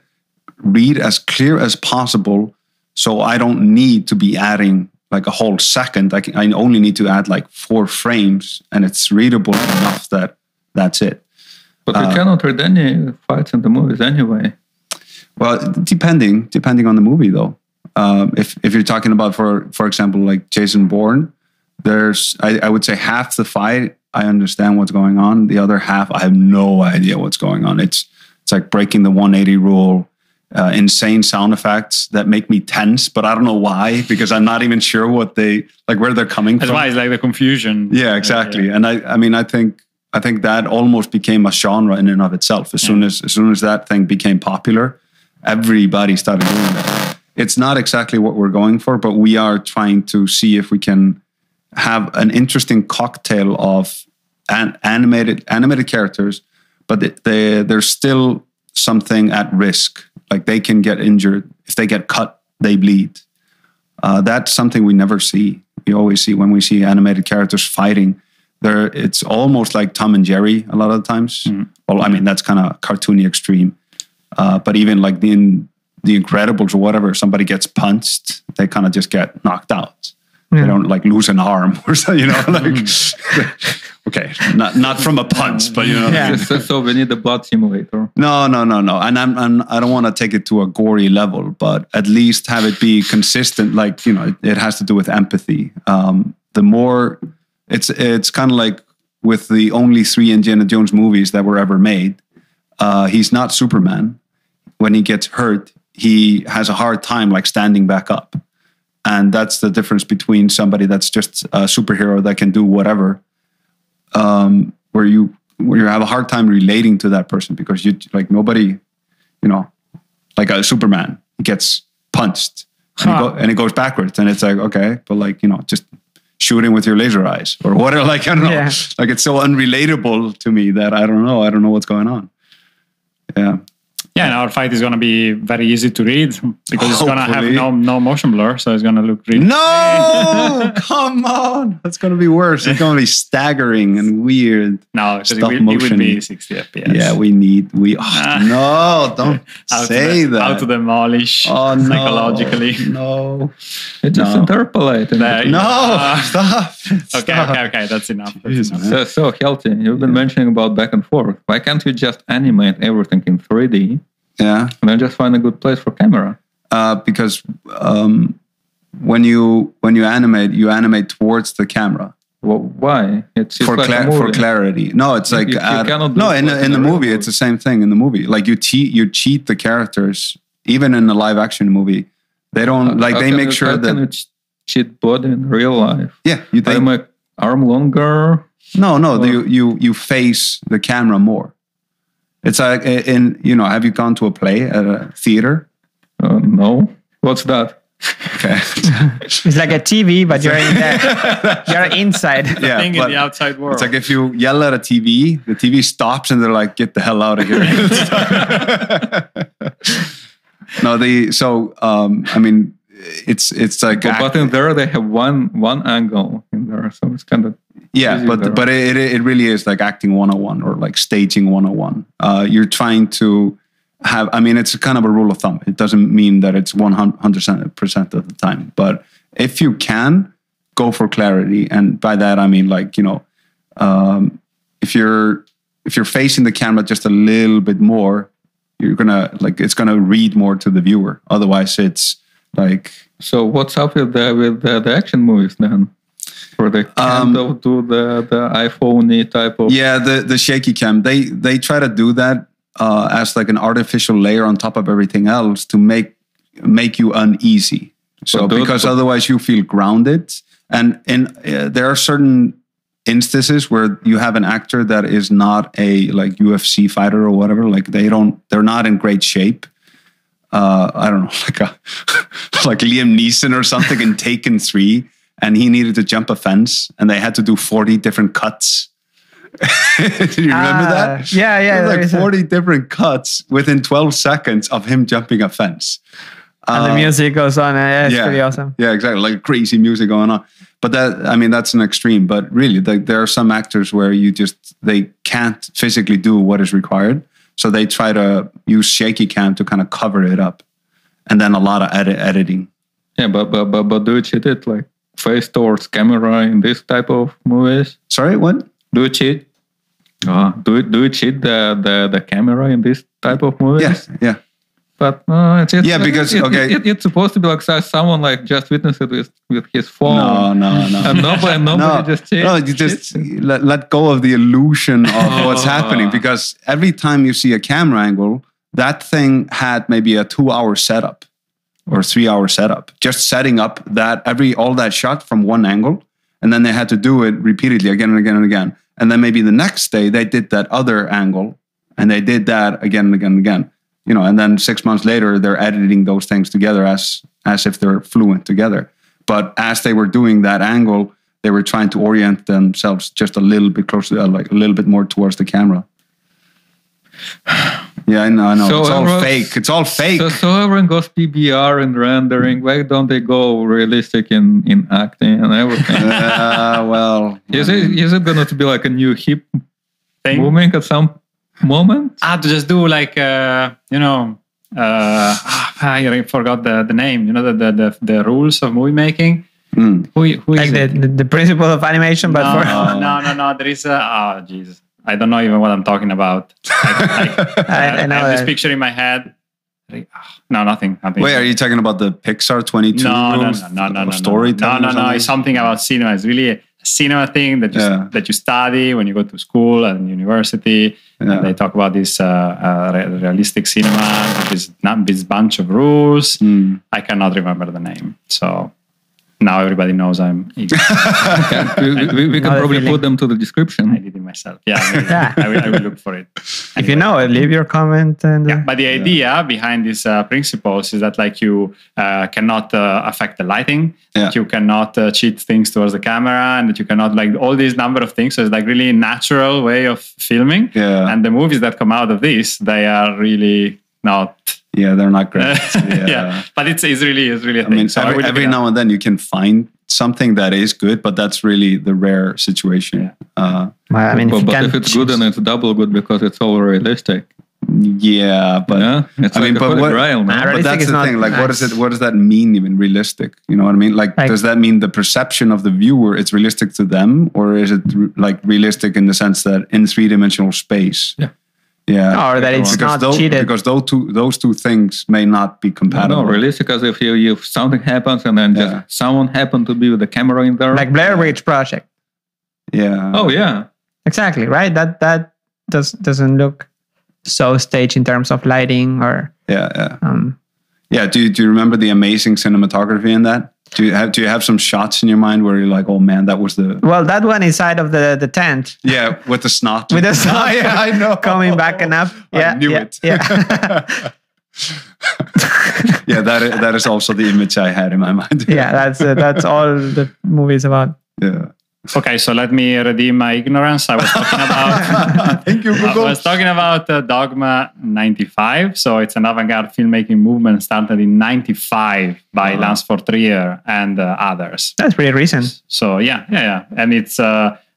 [SPEAKER 1] read as clear as possible, so I don't need to be adding like a whole second. I can, I only need to add like four frames, and it's readable enough that that's it.
[SPEAKER 4] But
[SPEAKER 1] Uh,
[SPEAKER 4] we cannot read any fights in the movies anyway.
[SPEAKER 1] Well, depending depending on the movie, though. Um, if if you're talking about for for example like Jason Bourne, there's I, I would say half the fight I understand what's going on. The other half I have no idea what's going on. It's it's like breaking the 180 rule. Uh, insane sound effects that make me tense, but I don't know why because I'm not even sure what they like where they're coming
[SPEAKER 2] That's
[SPEAKER 1] from.
[SPEAKER 2] why it's like the confusion. Uh,
[SPEAKER 1] Yeah, exactly. And I, I mean, I think, I think that almost became a genre in and of itself. As soon as, as soon as that thing became popular, everybody started doing that. It's not exactly what we're going for, but we are trying to see if we can have an interesting cocktail of an animated animated characters, but th- they, there's still something at risk. Like they can get injured if they get cut, they bleed. Uh, that's something we never see. We always see when we see animated characters fighting. There, it's almost like Tom and Jerry a lot of the times. Well, I mean that's kind of cartoony extreme, uh, but even like the in, the Incredibles or whatever, somebody gets punched, they kind of just get knocked out. They don't like lose an arm <laughs> or so, you know, like <laughs> okay, not not from a punch, but you know,
[SPEAKER 3] Yeah.
[SPEAKER 4] so, so we need a blood simulator.
[SPEAKER 1] no, no, no, no. And I'm, I'm I don't want to take it to a gory level, but at least have it be consistent. Like you know, it, it has to do with empathy. Um, the more it's it's kind of like with the only three Indiana Jones movies that were ever made. Uh, he's not Superman. When he gets hurt, he has a hard time like standing back up, and that's the difference between somebody that's just a superhero that can do whatever um, where you where you have a hard time relating to that person because you like nobody, you know, like a Superman he gets punched and,
[SPEAKER 2] Huh.
[SPEAKER 1] it go, and it goes backwards, and it's like okay, but like you know, just shooting with your laser eyes or whatever. <laughs> Like I don't know,
[SPEAKER 3] Yeah.
[SPEAKER 1] like it's so unrelatable to me that I don't know, I don't know what's going on. Yeah,
[SPEAKER 2] Yeah, and our fight is gonna be very easy to read because it's gonna have
[SPEAKER 1] Hopefully.
[SPEAKER 2] no no motion blur, so it's gonna look really
[SPEAKER 1] no, <laughs> come on, that's gonna be worse. It's gonna be staggering and weird.
[SPEAKER 2] no. because It
[SPEAKER 1] Stop
[SPEAKER 2] will, it will
[SPEAKER 1] motion.
[SPEAKER 2] be 60 fps.
[SPEAKER 1] Yeah, we need we. oh,
[SPEAKER 2] Ah.
[SPEAKER 1] no, don't
[SPEAKER 2] How to
[SPEAKER 1] say
[SPEAKER 2] de-
[SPEAKER 1] that.
[SPEAKER 2] How to demolish <laughs>
[SPEAKER 1] Oh, no. <laughs>
[SPEAKER 2] psychologically.
[SPEAKER 1] No.
[SPEAKER 4] It just
[SPEAKER 1] No.
[SPEAKER 4] interpolates.
[SPEAKER 2] There you
[SPEAKER 1] No.
[SPEAKER 2] Ah.
[SPEAKER 1] stop.
[SPEAKER 2] Okay,
[SPEAKER 1] Stop.
[SPEAKER 2] okay, okay. That's enough. That's
[SPEAKER 1] Jeez,
[SPEAKER 2] enough.
[SPEAKER 1] man.
[SPEAKER 4] So, so healthy. You've been mentioning about back and forth. Why can't you just animate everything in 3D
[SPEAKER 1] Yeah.
[SPEAKER 4] and then just find a good place for camera?
[SPEAKER 1] Uh, because um, when you when you animate, you animate towards the camera
[SPEAKER 4] Wh- Why? It's just
[SPEAKER 1] for
[SPEAKER 4] like a
[SPEAKER 1] cla-
[SPEAKER 4] movie.
[SPEAKER 1] for clarity. No, it's like
[SPEAKER 4] you- you
[SPEAKER 1] add-
[SPEAKER 4] cannot do
[SPEAKER 1] no.
[SPEAKER 4] it
[SPEAKER 1] In
[SPEAKER 4] like
[SPEAKER 1] the, in
[SPEAKER 4] in
[SPEAKER 1] the
[SPEAKER 4] a real
[SPEAKER 1] movie, it's the same thing. In the movie, like you cheat you cheat the characters. Even in the live action movie, they don't like
[SPEAKER 4] How
[SPEAKER 1] they
[SPEAKER 4] can
[SPEAKER 1] make
[SPEAKER 4] you-
[SPEAKER 1] sure
[SPEAKER 4] Uh, how
[SPEAKER 1] that
[SPEAKER 4] can you ch- cheat body in real life.
[SPEAKER 1] yeah. You
[SPEAKER 4] I
[SPEAKER 1] think
[SPEAKER 4] make arm longer.
[SPEAKER 1] No, no,
[SPEAKER 4] Or-
[SPEAKER 1] you you you face the camera more. It's like in you know, have you gone to a play at a theater?
[SPEAKER 4] Uh, no. What's that? <laughs>
[SPEAKER 1] Okay.
[SPEAKER 3] It's like a TV, but you're in there. you're inside.
[SPEAKER 1] yeah.
[SPEAKER 2] thing
[SPEAKER 1] but
[SPEAKER 2] in the outside world.
[SPEAKER 1] it's like if you yell at a TV, the TV stops and they're like, get the hell out of here. <laughs> no, they, so, um, I mean, it's, it's like,
[SPEAKER 4] But, but in there, they have one one angle in there, so it's kind of
[SPEAKER 1] Yeah,
[SPEAKER 4] Easy
[SPEAKER 1] but
[SPEAKER 4] better.
[SPEAKER 1] but it, it it really is like acting 101 or like staging 101. Uh, you're trying to have, I mean, it's kind of a rule of thumb. It doesn't mean that it's 100% of the time, but if you can, go for clarity. And by that, I mean, like, you know, um, if you're if you're facing the camera just a little bit more, you're gonna like it's gonna read more to the viewer. Otherwise, it's like
[SPEAKER 4] So what's up with the with the, the action movies then? For the
[SPEAKER 1] Um,
[SPEAKER 4] kind of do the the iPhone type of
[SPEAKER 1] Yeah, the the shaky cam. They they try to do that uh, as like an artificial layer on top of everything else to make make you uneasy. So
[SPEAKER 4] But those-
[SPEAKER 1] because
[SPEAKER 4] but-
[SPEAKER 1] otherwise you feel grounded, and in uh, there are certain instances where you have an actor that is not a like UFC fighter or whatever. Like they don't they're not in great shape. Uh, I don't know, <laughs> like a like Liam Neeson or something in Taken Three, and he needed to jump a fence, and they had to do forty different cuts. <laughs> Do you remember
[SPEAKER 3] Ah,
[SPEAKER 1] that?
[SPEAKER 3] yeah, yeah,
[SPEAKER 1] There were
[SPEAKER 3] there
[SPEAKER 1] Like
[SPEAKER 3] is a-
[SPEAKER 1] 40 different cuts within 12 seconds of him jumping a fence.
[SPEAKER 3] And the
[SPEAKER 1] Uh,
[SPEAKER 3] music goes on. and It's pretty awesome.
[SPEAKER 1] yeah, exactly. Like crazy music going on. But that, I mean, that's an extreme. But really, like, there are some actors where you just they can't physically do what is required, so they try to use shaky cam to kind of cover it up, and then a lot of edit, editing.
[SPEAKER 4] yeah. But but but but do you cheat it like face towards camera in this type of movies?
[SPEAKER 1] Sorry, what?
[SPEAKER 4] Do you cheat? Uh, do you- do you cheat the, the the camera in this type of movies?
[SPEAKER 1] Yeah, yeah,
[SPEAKER 4] But uh, it's, it's,
[SPEAKER 1] Yeah, because,
[SPEAKER 4] it, it-
[SPEAKER 1] okay.
[SPEAKER 4] it, it's supposed to be like so- someone like just witnessed it with with his phone.
[SPEAKER 1] no, no,
[SPEAKER 3] <laughs>
[SPEAKER 1] no.
[SPEAKER 4] And nobody, nobody
[SPEAKER 1] <laughs> no,
[SPEAKER 4] just cheats.
[SPEAKER 1] no, you just let, let go of the illusion of what's happening because every time you see a camera angle, that thing had maybe a two hour setup or three hour setup, just setting up that every all that shot from one angle. And then they had to do it repeatedly again and again and again. And then maybe the next day they did that other angle and they did that again and again and again. You know, and then six months later they're editing those things together as as if they're fluent together. But as they were doing that angle, they were trying to orient themselves just a little bit closer, uh, like a little bit more towards the camera. <sighs> Yeah, I know, I know.
[SPEAKER 4] So
[SPEAKER 1] it's all
[SPEAKER 4] everyone's-
[SPEAKER 1] fake. It's all fake.
[SPEAKER 4] So, so everyone goes PBR and rendering. Why don't they go realistic in, in acting
[SPEAKER 1] <laughs>
[SPEAKER 4] and everything?
[SPEAKER 1] <laughs> uh,
[SPEAKER 4] <laughs>
[SPEAKER 1] well,
[SPEAKER 4] is it is it going to be like a new hip
[SPEAKER 2] Thing.
[SPEAKER 4] movement at some moment?
[SPEAKER 2] Ah, to just do like uh, you know, uh, <sighs> ah, I forgot the, the name. You know the, the the the rules of movie making.
[SPEAKER 1] Mm.
[SPEAKER 2] Who who is
[SPEAKER 3] Like the,
[SPEAKER 2] it?
[SPEAKER 3] the, the principle of animation, but
[SPEAKER 2] no,
[SPEAKER 3] for
[SPEAKER 2] no, no, no. There is a oh Jesus, I don't know even what I'm talking about.
[SPEAKER 1] Mm. <laughs>
[SPEAKER 2] I, I,
[SPEAKER 3] <laughs> I, I know uh,
[SPEAKER 2] have this
[SPEAKER 3] that.
[SPEAKER 2] picture in my head. Ah, No, nothing. nothing.
[SPEAKER 1] Wait, are you talking about the Pixar 22
[SPEAKER 2] no, no,
[SPEAKER 1] rules
[SPEAKER 2] no, no, no,
[SPEAKER 1] of
[SPEAKER 2] no,
[SPEAKER 1] storytelling?
[SPEAKER 2] No,
[SPEAKER 1] or
[SPEAKER 2] no, no. It's something about cinema. It's really a cinema thing that you
[SPEAKER 1] Yeah.
[SPEAKER 2] that you study when you go to school and university.
[SPEAKER 1] Yeah.
[SPEAKER 2] And they talk about this uh, uh, re- realistic cinema, this num- this bunch of rules.
[SPEAKER 1] Mm.
[SPEAKER 2] I cannot remember the name, so now everybody knows I'm. <laughs> ignorant.
[SPEAKER 4] Yeah, we, we,
[SPEAKER 3] <laughs>
[SPEAKER 4] we can
[SPEAKER 3] Another
[SPEAKER 4] probably
[SPEAKER 3] feeling.
[SPEAKER 4] put them to the
[SPEAKER 2] I
[SPEAKER 4] description.
[SPEAKER 2] did it myself. Yeah, maybe.
[SPEAKER 3] <laughs> Yeah.
[SPEAKER 2] I, will, I will look for it.
[SPEAKER 3] If you know it, leave your comment. And
[SPEAKER 2] Yeah, but the idea behind these uh, principles is that like you uh, cannot uh, affect the lighting, that
[SPEAKER 1] Yeah.
[SPEAKER 2] you cannot uh, cheat things towards the camera, and that you cannot like all these number of things. So it's like really natural way of filming.
[SPEAKER 1] <laughs> Yeah.
[SPEAKER 2] And the movies that come out of this, they are really not.
[SPEAKER 1] Yeah, they're not great.
[SPEAKER 2] <laughs> yeah. but it's, it's really it's really a
[SPEAKER 1] I
[SPEAKER 2] thing.
[SPEAKER 1] mean,
[SPEAKER 2] so I
[SPEAKER 1] every,
[SPEAKER 2] will look
[SPEAKER 1] every
[SPEAKER 2] it up.
[SPEAKER 1] now and then you can find something that is good, but that's really the rare situation. Uh,
[SPEAKER 3] Well, I mean, if
[SPEAKER 4] But,
[SPEAKER 3] you
[SPEAKER 4] but
[SPEAKER 3] can
[SPEAKER 4] if it's good,
[SPEAKER 3] choose-
[SPEAKER 4] then it's double good because it's all realistic.
[SPEAKER 1] yeah, but
[SPEAKER 4] yeah, it's
[SPEAKER 1] I
[SPEAKER 4] like
[SPEAKER 1] mean,
[SPEAKER 4] a
[SPEAKER 1] but
[SPEAKER 4] holy
[SPEAKER 1] what-
[SPEAKER 4] grail. no?
[SPEAKER 3] Nah,
[SPEAKER 1] but
[SPEAKER 3] Realistic
[SPEAKER 1] that's
[SPEAKER 3] is
[SPEAKER 1] the
[SPEAKER 3] not
[SPEAKER 1] thing. Like, what does
[SPEAKER 3] nice.
[SPEAKER 1] it? What does that mean? Even realistic? You know what I mean? Like,
[SPEAKER 3] Like-
[SPEAKER 1] does that mean the perception of the viewer it's realistic to them, or is it re- like realistic in the sense that in three dimensional space?
[SPEAKER 4] Yeah.
[SPEAKER 1] yeah.
[SPEAKER 3] or that it's not
[SPEAKER 1] those,
[SPEAKER 3] cheated.
[SPEAKER 1] because those two those two things may not be
[SPEAKER 4] I
[SPEAKER 1] compatible.
[SPEAKER 4] don't know, realistic because if you if something happens and then
[SPEAKER 1] Yeah.
[SPEAKER 4] just someone happened to be with the camera in there.
[SPEAKER 3] like Blair Witch Project.
[SPEAKER 1] Yeah.
[SPEAKER 4] oh yeah,
[SPEAKER 3] Exactly, right? That that does doesn't look so staged in terms of lighting or
[SPEAKER 1] yeah, yeah,
[SPEAKER 3] um
[SPEAKER 1] yeah. Do you, do you remember the amazing cinematography in that? Do you have Do you have some shots in your mind where you're like, oh man, that was the
[SPEAKER 3] well that one inside of the the tent
[SPEAKER 1] yeah with the snot <laughs>
[SPEAKER 3] with the sun <laughs>
[SPEAKER 1] yeah, I know
[SPEAKER 3] coming back and up.
[SPEAKER 1] I
[SPEAKER 3] Yeah.
[SPEAKER 1] <laughs> knew
[SPEAKER 3] yeah,
[SPEAKER 1] it.
[SPEAKER 3] Yeah.
[SPEAKER 1] yeah, that is, that is also the image I had in my mind.
[SPEAKER 3] yeah, that's uh, that's all the movie's about.
[SPEAKER 1] <laughs> yeah.
[SPEAKER 2] Okay, so let me redeem my ignorance. I was talking about
[SPEAKER 1] <laughs> Thank you,
[SPEAKER 2] I
[SPEAKER 1] Google.
[SPEAKER 2] was talking about uh, Dogma 95. So it's an avant-garde filmmaking movement started in 95 by
[SPEAKER 1] Uh-huh.
[SPEAKER 2] Lance Fortrier and uh, others.
[SPEAKER 3] That's pretty recent.
[SPEAKER 2] So yeah, yeah, yeah, and it's uh,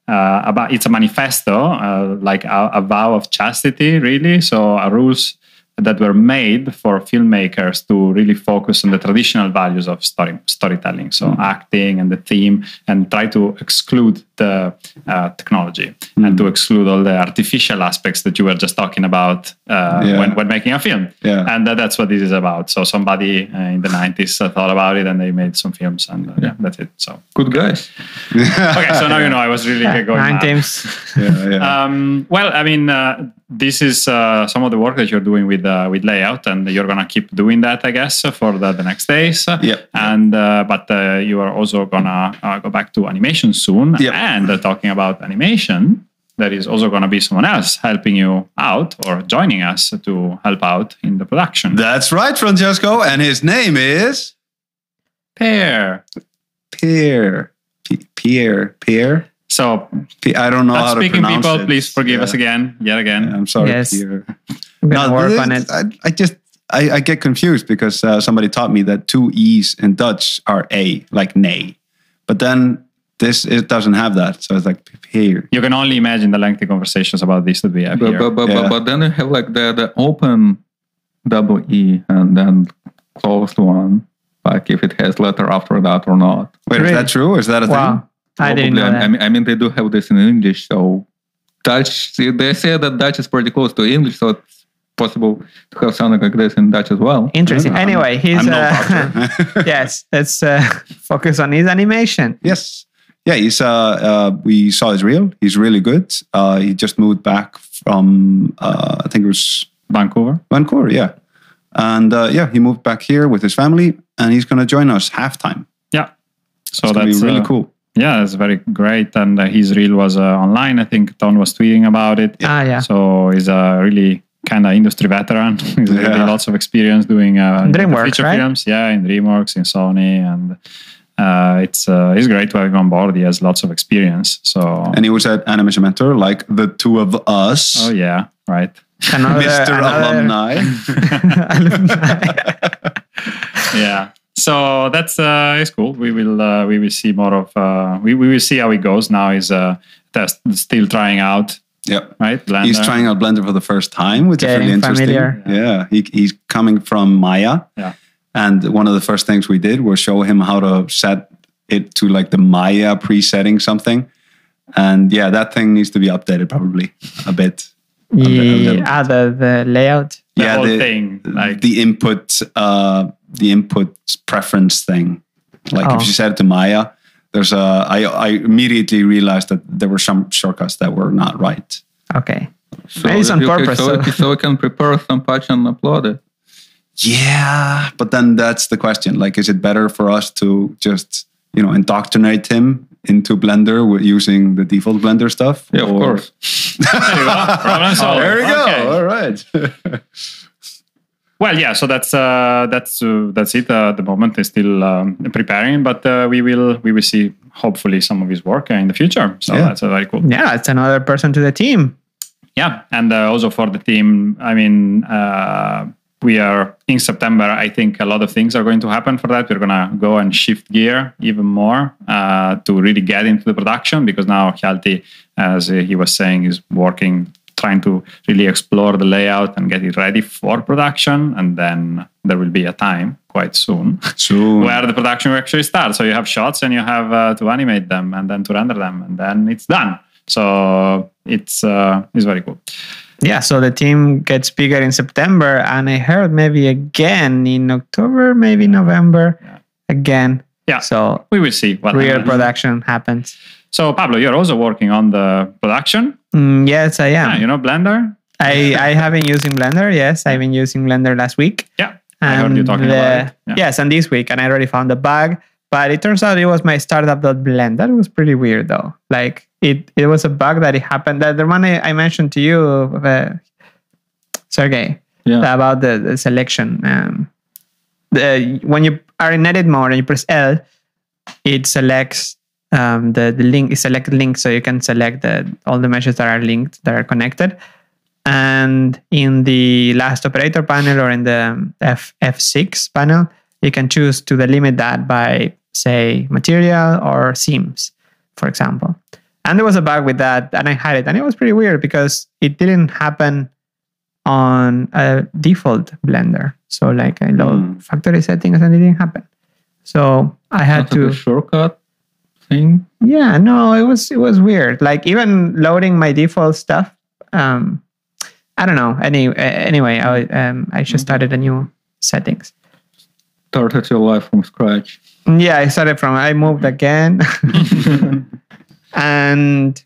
[SPEAKER 2] uh, about it's a manifesto, uh, like a, a vow of chastity, really. So uh, rules that were made for filmmakers to really focus on the traditional values of story storytelling, so
[SPEAKER 1] Mm.
[SPEAKER 2] acting and the theme, and try to exclude the uh, technology
[SPEAKER 1] Mm.
[SPEAKER 2] and to exclude all the artificial aspects that you were just talking about uh,
[SPEAKER 1] Yeah.
[SPEAKER 2] when when making a film.
[SPEAKER 1] Yeah.
[SPEAKER 2] And uh, that's what this is about. So somebody uh, in the 90s thought about it and they made some films and uh, yeah, that's it. So
[SPEAKER 4] Good guys.
[SPEAKER 2] okay, so now you know I was really going.
[SPEAKER 3] Nine
[SPEAKER 2] mad.
[SPEAKER 3] teams.
[SPEAKER 1] <laughs> yeah,
[SPEAKER 3] <laughs>
[SPEAKER 1] yeah.
[SPEAKER 2] Um, well, I mean, uh, this is uh, some of the work that you're doing with uh, with layout, and you're gonna keep doing that, I guess, for the, the next days.
[SPEAKER 1] Yeah.
[SPEAKER 2] And uh, but uh, you are also gonna uh, go back to animation soon,
[SPEAKER 1] Yeah.
[SPEAKER 2] and uh, talking about animation. There is also going to be someone else helping you out or joining us to help out in the production.
[SPEAKER 1] That's right, Francesco. And his name is
[SPEAKER 2] Pear.
[SPEAKER 1] Pierre. P- Pierre. Pierre.
[SPEAKER 2] So,
[SPEAKER 1] P- I don't know
[SPEAKER 2] not
[SPEAKER 1] how to
[SPEAKER 2] speaking
[SPEAKER 1] pronounce
[SPEAKER 2] people,
[SPEAKER 1] it.
[SPEAKER 2] please forgive
[SPEAKER 1] Yeah.
[SPEAKER 2] us again, yet again.
[SPEAKER 1] Yeah, I'm sorry,
[SPEAKER 3] Yes.
[SPEAKER 1] Pierre.
[SPEAKER 3] We're gonna
[SPEAKER 1] No,
[SPEAKER 3] work
[SPEAKER 1] this-
[SPEAKER 3] on it.
[SPEAKER 1] I, I just I, I get confused because uh, somebody taught me that two e's in Dutch are a, like nay, but then this it doesn't have that, so it's like here.
[SPEAKER 2] You can only imagine the lengthy conversations about this that we have
[SPEAKER 4] But,
[SPEAKER 2] here.
[SPEAKER 4] but, but,
[SPEAKER 1] Yeah.
[SPEAKER 4] but, but then you have like the, the open double E and then closed one, like if it has letter after that or not.
[SPEAKER 1] Wait, is
[SPEAKER 3] Really?
[SPEAKER 1] that true? Is that a
[SPEAKER 3] Wow, I didn't know
[SPEAKER 4] Probably. I
[SPEAKER 3] that.
[SPEAKER 4] mean, I mean, they do have this in English, so Dutch, they say that Dutch is pretty close to English, so it's possible to have something like this in Dutch as well.
[SPEAKER 3] Interesting.
[SPEAKER 1] I'm-
[SPEAKER 3] Anyway, he's
[SPEAKER 2] I'm no
[SPEAKER 3] uh,
[SPEAKER 1] thing?
[SPEAKER 3] <laughs> yes. Let's uh, <laughs> focus on his animation.
[SPEAKER 1] <laughs> yes. Yeah, he's uh, uh we saw his reel. He's really good. Uh he just moved back from uh I think it was
[SPEAKER 2] Vancouver.
[SPEAKER 1] Vancouver, yeah. And uh, yeah, he moved back here with his family and he's gonna join us halftime.
[SPEAKER 2] Yeah. So
[SPEAKER 1] it's gonna
[SPEAKER 2] that's
[SPEAKER 1] be really
[SPEAKER 2] uh,
[SPEAKER 1] cool.
[SPEAKER 2] Yeah, it's very great. And uh, his reel was uh, online. I think Ton was tweeting about it.
[SPEAKER 3] Ah,
[SPEAKER 2] <laughs>
[SPEAKER 3] yeah.
[SPEAKER 2] So he's a really kind of industry veteran. <laughs> he's really
[SPEAKER 1] Yeah.
[SPEAKER 2] lots of experience doing uh,
[SPEAKER 3] DreamWorks,
[SPEAKER 2] feature
[SPEAKER 3] right?
[SPEAKER 2] films. Yeah, in DreamWorks, in Sony, and uh, it's uh, it's great to have him on board. He has lots of experience. So
[SPEAKER 1] And he was at Animation Mentor, like the two of us.
[SPEAKER 2] oh yeah, right.
[SPEAKER 1] <laughs>
[SPEAKER 3] Another,
[SPEAKER 1] Mr.
[SPEAKER 3] another-
[SPEAKER 1] Alumni.
[SPEAKER 3] <laughs>
[SPEAKER 1] <laughs>
[SPEAKER 3] Alumni. <laughs>
[SPEAKER 2] yeah so that's uh it's cool we will uh, we will see more of uh we, we will see how it goes now is uh test still trying out
[SPEAKER 1] Yep.
[SPEAKER 2] right uh, Blender.
[SPEAKER 1] He's trying out Blender for the first time, which
[SPEAKER 3] Getting
[SPEAKER 1] is really interesting.
[SPEAKER 3] familiar.
[SPEAKER 1] Yeah, He, he's coming from Maya.
[SPEAKER 2] Yeah.
[SPEAKER 1] And one of the first things we did was show him how to set it to like the Maya presetting something. And yeah, that thing needs to be updated probably a bit.
[SPEAKER 3] yeah, ah, the, the layout.
[SPEAKER 2] the
[SPEAKER 1] yeah,
[SPEAKER 2] whole
[SPEAKER 1] the-
[SPEAKER 2] thing like
[SPEAKER 1] the input uh the input preference thing like
[SPEAKER 3] Oh.
[SPEAKER 1] if you set it to maya there's a I, I immediately realized that there were some shortcuts that were not right
[SPEAKER 3] Okay.
[SPEAKER 4] So
[SPEAKER 3] Maybe it's on
[SPEAKER 4] you can-
[SPEAKER 3] purpose,
[SPEAKER 4] so,
[SPEAKER 3] so-
[SPEAKER 4] so we can prepare some patch and upload it.
[SPEAKER 1] yeah but then that's the question like is it better for us to just you know indoctrinate him into blender with using the default blender stuff
[SPEAKER 4] Yeah, of
[SPEAKER 1] Or- Oh,
[SPEAKER 4] course.
[SPEAKER 1] <laughs>
[SPEAKER 2] there you go. Problem solved.
[SPEAKER 1] there you go
[SPEAKER 2] Okay.
[SPEAKER 1] all right
[SPEAKER 2] Well, yeah. So that's uh, that's uh, that's it. Uh, at the moment is still um, preparing, but uh, we will we will see hopefully some of his work uh, in the future. So
[SPEAKER 1] Yeah.
[SPEAKER 2] that's uh, very cool.
[SPEAKER 3] Yeah, it's another person to the team.
[SPEAKER 2] yeah and uh, also for the team i mean uh, we are in september i think a lot of things are going to happen for that we're going to go and shift gear even more uh, to really get into the production because now hjalti as he was saying is working trying to really explore the layout and get it ready for production and then there will be a time quite soon
[SPEAKER 1] so <laughs>
[SPEAKER 2] where the production will actually start. So you have shots and you have uh, to animate them and then to render them and then it's done. So it's uh, it's very cool.
[SPEAKER 3] Yeah, so the team gets bigger in September, and I heard maybe again in October, maybe November,
[SPEAKER 2] Yeah.
[SPEAKER 3] again.
[SPEAKER 2] Yeah.
[SPEAKER 3] So
[SPEAKER 2] We will see what
[SPEAKER 3] real
[SPEAKER 2] happens.
[SPEAKER 3] production happens.
[SPEAKER 2] So Pablo, you're also working on the production.
[SPEAKER 3] Mm, yes, I am.
[SPEAKER 2] Yeah, you know Blender.
[SPEAKER 3] I I have been using Blender. Yes, I've been using Blender last week.
[SPEAKER 2] Yeah, I heard you
[SPEAKER 3] and,
[SPEAKER 2] talking
[SPEAKER 3] uh,
[SPEAKER 2] about it. Yeah.
[SPEAKER 3] Yes, and this week, and I already found the bug. But it turns out it was my startup.blend. That was pretty weird, though. Like it, it was a bug that it happened. That the one I, I mentioned to you, uh, Sergey.
[SPEAKER 4] Yeah.
[SPEAKER 3] about the, the selection. Um, the, when you are in edit mode and you press L, it selects um, the, the link, it select link, so you can select the, all the meshes that are linked, that are connected. And in the last operator panel or in the F, F6 panel, you can choose to delimit that by, say, material or seams, for example. And there was a bug with that, and I had it, and it was pretty weird because it didn't happen on a default blender. So like I load factory settings and it didn't happen. So I had
[SPEAKER 4] That's a
[SPEAKER 3] to
[SPEAKER 4] good shortcut thing.
[SPEAKER 3] yeah, no, it was it was weird. Like even loading my default stuff, um I don't know. Any uh, anyway, I um I just started a new settings.
[SPEAKER 4] Started your life from scratch.
[SPEAKER 3] Yeah, I started from I moved again. <laughs> and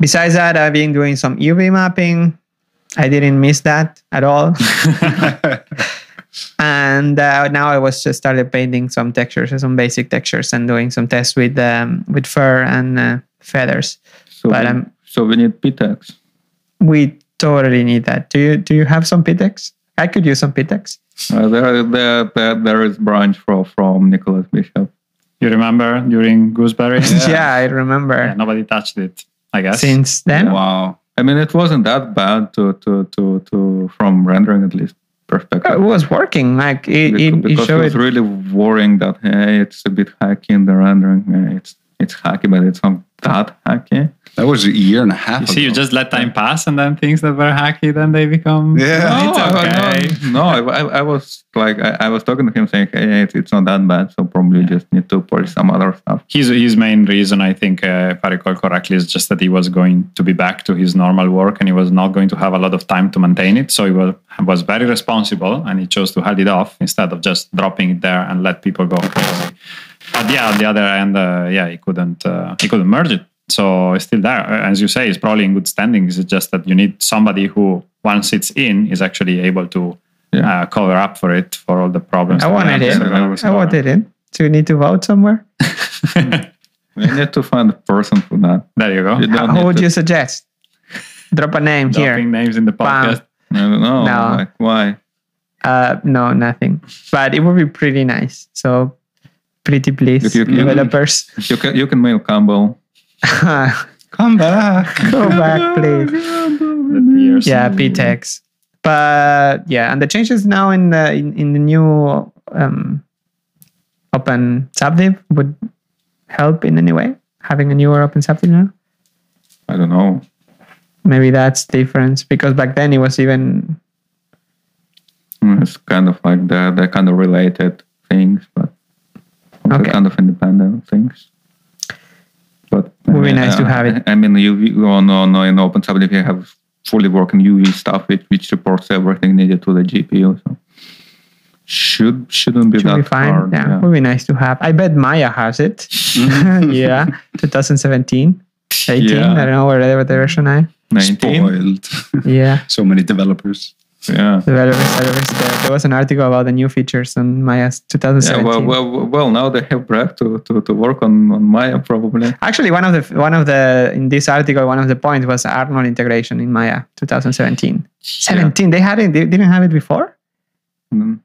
[SPEAKER 3] besides that, I've been doing some UV mapping. I didn't miss that at all. and uh, now I was just started painting some textures, some basic textures, and doing some tests with um, with fur and uh, feathers.
[SPEAKER 4] So,
[SPEAKER 3] But,
[SPEAKER 4] we,
[SPEAKER 3] um,
[SPEAKER 4] so we need E PTEX.
[SPEAKER 3] We totally need that. Do you do you have some Pitex? I could use some E Pitex.
[SPEAKER 4] Uh, there, there, there, there is branch from from Nicholas Bishop.
[SPEAKER 2] You remember during <laughs> Gooseberry?
[SPEAKER 3] <laughs> Yeah, I remember.
[SPEAKER 2] Yeah, nobody touched it, I guess.
[SPEAKER 3] Since then,
[SPEAKER 1] Wow.
[SPEAKER 4] I mean, it wasn't that bad to to to to from rendering at least
[SPEAKER 3] it
[SPEAKER 4] perspective.
[SPEAKER 3] was working. Like Uh, it,
[SPEAKER 4] Bec-
[SPEAKER 3] it, it
[SPEAKER 4] because it
[SPEAKER 3] showed.
[SPEAKER 4] was really worrying that hey, it's a bit hacky in the rendering. Uh, It's it's hacky, but it's not that hacky.
[SPEAKER 1] That was a year and a half
[SPEAKER 2] You see, you
[SPEAKER 1] ago.
[SPEAKER 2] just let time pass, and then things that were hacky, then they become.
[SPEAKER 1] Yeah.
[SPEAKER 2] it's
[SPEAKER 4] I- I-
[SPEAKER 2] okay.
[SPEAKER 4] Oh, no, I, I, I was like, I, I was talking to him saying, hey, it's, it's not that bad. So probably you just need to polish some other stuff.
[SPEAKER 2] His his main reason, I think, uh, if I recall correctly, is just that he was going to be back to his normal work, and he was not going to have a lot of time to maintain it. So he was was very responsible, and he chose to hold it off instead of just dropping it there and let people go crazy. But yeah, on the other end, uh, yeah, he couldn't uh, he couldn't merge it, so it's still there. Uh, As you say, it's probably in good standings. It's just that you need somebody who, once it's in, is actually able to.
[SPEAKER 4] Yeah.
[SPEAKER 2] Uh, cover up for it for all the problems.
[SPEAKER 3] I
[SPEAKER 2] that we
[SPEAKER 3] wanted
[SPEAKER 2] have
[SPEAKER 3] it.
[SPEAKER 2] to
[SPEAKER 4] I
[SPEAKER 3] I
[SPEAKER 2] discover. <laughs>
[SPEAKER 3] wanted it. Do you need to vote somewhere? <laughs>
[SPEAKER 4] We need to find a person for that.
[SPEAKER 2] There you go.
[SPEAKER 4] You don't
[SPEAKER 3] How, how
[SPEAKER 4] need
[SPEAKER 3] would
[SPEAKER 4] to-
[SPEAKER 3] you suggest? Drop a name here.
[SPEAKER 2] dropping names in the podcast.
[SPEAKER 4] I don't know.
[SPEAKER 3] No.
[SPEAKER 4] Like, why?
[SPEAKER 3] Uh, no, nothing. But it would be pretty nice. So, pretty please,
[SPEAKER 4] If you can-
[SPEAKER 3] developers, <laughs>
[SPEAKER 4] You can, you can mail Campbell.
[SPEAKER 3] go
[SPEAKER 1] Come
[SPEAKER 2] <laughs>
[SPEAKER 1] back.
[SPEAKER 4] <laughs>
[SPEAKER 3] back, please.
[SPEAKER 2] The years.
[SPEAKER 3] Yeah, ptex. But yeah, and the changes now in the in, in the new um, open subdiv would help in any way. Having a newer open subdiv now,
[SPEAKER 4] I don't know.
[SPEAKER 3] maybe that's the difference because back then it was even
[SPEAKER 4] Mm, It's kind of like the, the kind of related things, but also
[SPEAKER 3] Okay.
[SPEAKER 4] kind of independent things. But uh,
[SPEAKER 3] Would be nice to have it.
[SPEAKER 4] I mean, UV on on in OpenSubDIV you have fully working UV stuff, which, which reports everything needed to the GPU. So should shouldn't be
[SPEAKER 3] should
[SPEAKER 4] that
[SPEAKER 3] be fine.
[SPEAKER 4] hard.
[SPEAKER 3] yeah, would be nice to have. I bet Maya has it. <laughs> yeah, 2017, 18. I
[SPEAKER 4] Yeah.
[SPEAKER 3] don't know where the version I.
[SPEAKER 4] Nineteen.
[SPEAKER 1] Spoiled. <laughs>
[SPEAKER 3] Yeah.
[SPEAKER 1] so many developers.
[SPEAKER 4] Yeah.
[SPEAKER 3] developers, developers. There, there was an article about the new features on Maya's
[SPEAKER 4] Yeah,
[SPEAKER 3] 2017.
[SPEAKER 4] well, well, well, now they have Brad to, to, to work on, on <laughs> Maya probably.
[SPEAKER 3] Actually, one of the one of the in this article, one of the points was Arnold integration in Maya 2017. 17. They had it. They didn't have it before.
[SPEAKER 4] Mm.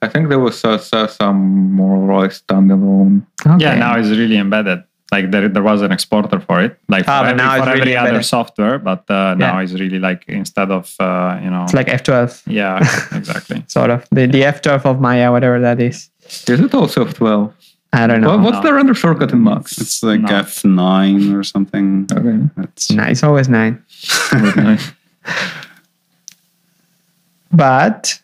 [SPEAKER 4] I think there was uh, so- some more or less standalone.
[SPEAKER 3] Okay.
[SPEAKER 2] Yeah, now it's really embedded. Like there, there was an exporter for it, like for
[SPEAKER 3] Ah, but
[SPEAKER 2] every,
[SPEAKER 3] now it's
[SPEAKER 2] for every
[SPEAKER 3] really
[SPEAKER 2] other
[SPEAKER 3] embedded.
[SPEAKER 2] software. But uh, now
[SPEAKER 3] Yeah.
[SPEAKER 2] it's really like instead of uh, you know,
[SPEAKER 3] it's like F12,
[SPEAKER 2] yeah,
[SPEAKER 3] <laughs>
[SPEAKER 2] exactly.
[SPEAKER 3] sort of the, the F12 of Maya, whatever that is.
[SPEAKER 4] Is it also F12?
[SPEAKER 3] I don't know.
[SPEAKER 4] What- what's
[SPEAKER 2] No.
[SPEAKER 4] the render shortcut in
[SPEAKER 2] <laughs>
[SPEAKER 4] Max?
[SPEAKER 1] It's like
[SPEAKER 2] No.
[SPEAKER 1] F9 or something.
[SPEAKER 4] Okay.
[SPEAKER 2] <laughs>
[SPEAKER 1] That's
[SPEAKER 3] Nice, always nine.
[SPEAKER 4] nice.
[SPEAKER 3] But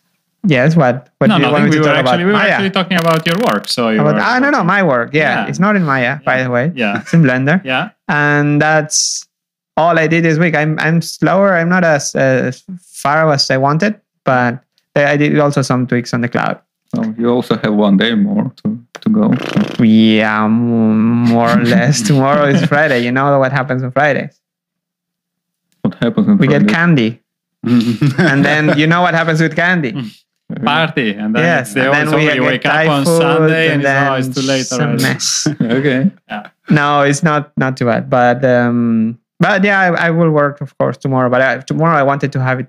[SPEAKER 3] yes, what? What
[SPEAKER 2] no,
[SPEAKER 3] do you
[SPEAKER 2] no, I
[SPEAKER 3] want me
[SPEAKER 2] think we
[SPEAKER 3] to
[SPEAKER 2] were
[SPEAKER 3] talk
[SPEAKER 2] actually
[SPEAKER 3] about?
[SPEAKER 2] we were
[SPEAKER 3] Maya.
[SPEAKER 2] actually talking about your work. So you
[SPEAKER 3] about,
[SPEAKER 2] were-
[SPEAKER 3] ah, no, no, my work. Yeah,
[SPEAKER 2] Yeah.
[SPEAKER 3] it's not in Maya, by the way. <laughs>
[SPEAKER 2] yeah,
[SPEAKER 3] It's in Blender.
[SPEAKER 2] yeah.
[SPEAKER 3] and that's all I did this week. I'm I'm slower. I'm not as uh, far as I wanted, but I I did also some tweaks on the cloud.
[SPEAKER 4] Well, you also have one day more to, to go.
[SPEAKER 3] Yeah, m- more or
[SPEAKER 2] <laughs>
[SPEAKER 3] less. Tomorrow is Friday. You know what happens on Fridays?
[SPEAKER 4] What happens in
[SPEAKER 3] We get
[SPEAKER 4] Friday?
[SPEAKER 3] candy, and then you know what happens with
[SPEAKER 2] <laughs>
[SPEAKER 3] candy.
[SPEAKER 2] Party, and then
[SPEAKER 3] yes,
[SPEAKER 2] they
[SPEAKER 3] and then
[SPEAKER 2] also
[SPEAKER 3] we
[SPEAKER 2] you
[SPEAKER 3] get
[SPEAKER 2] wake
[SPEAKER 3] Thai
[SPEAKER 2] up on
[SPEAKER 3] food,
[SPEAKER 2] Sunday and,
[SPEAKER 3] then
[SPEAKER 2] it's, oh, it's too late.
[SPEAKER 3] some
[SPEAKER 2] already.
[SPEAKER 3] mess.
[SPEAKER 4] <laughs> Okay.
[SPEAKER 3] no, it's not not too bad, but um, but yeah, I, I will work of course tomorrow. But I, tomorrow I wanted to have it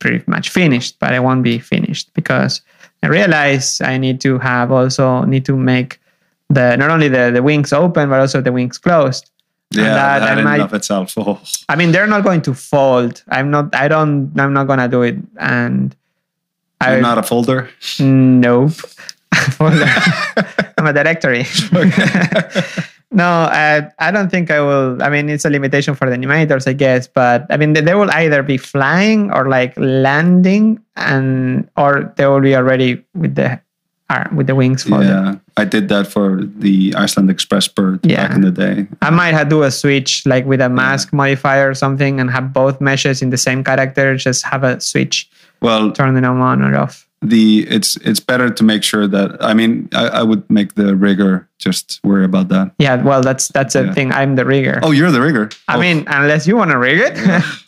[SPEAKER 3] pretty much finished, but I won't be finished because I realize I need to have also need to make the not only the, the wings open but also the wings closed. And
[SPEAKER 1] <laughs> Yeah, that,
[SPEAKER 3] that- that
[SPEAKER 1] in
[SPEAKER 3] might-
[SPEAKER 1] and of itself. Oh,
[SPEAKER 3] I mean, they're not going to fold. I'm not. I don't. I'm not gonna do it. And
[SPEAKER 1] you're not a
[SPEAKER 3] <laughs>
[SPEAKER 1] folder. <laughs>
[SPEAKER 3] Nope. <laughs> I'm a directory. no, I, I don't think I will. I mean, it's a limitation for the animators, I guess. But I mean, they, they will either be flying or like landing, and or they will be already with the ar- with the wings folded.
[SPEAKER 1] Yeah, I did that for the Iceland Express bird
[SPEAKER 3] Yeah.
[SPEAKER 1] back in the day.
[SPEAKER 3] I might have do a switch like with a mask modifier or something, and have both meshes in the same character. Just have a switch
[SPEAKER 1] Well,
[SPEAKER 3] turning them on or off.
[SPEAKER 1] the it's it's better to make sure that I mean I, I would make the rigger just worry about that.
[SPEAKER 3] Yeah, well, that's that's a
[SPEAKER 1] Yeah.
[SPEAKER 3] thing. I'm the rigger.
[SPEAKER 1] Oh, you're the rigger.
[SPEAKER 3] I
[SPEAKER 1] Oh,
[SPEAKER 3] mean, unless you want to rig it.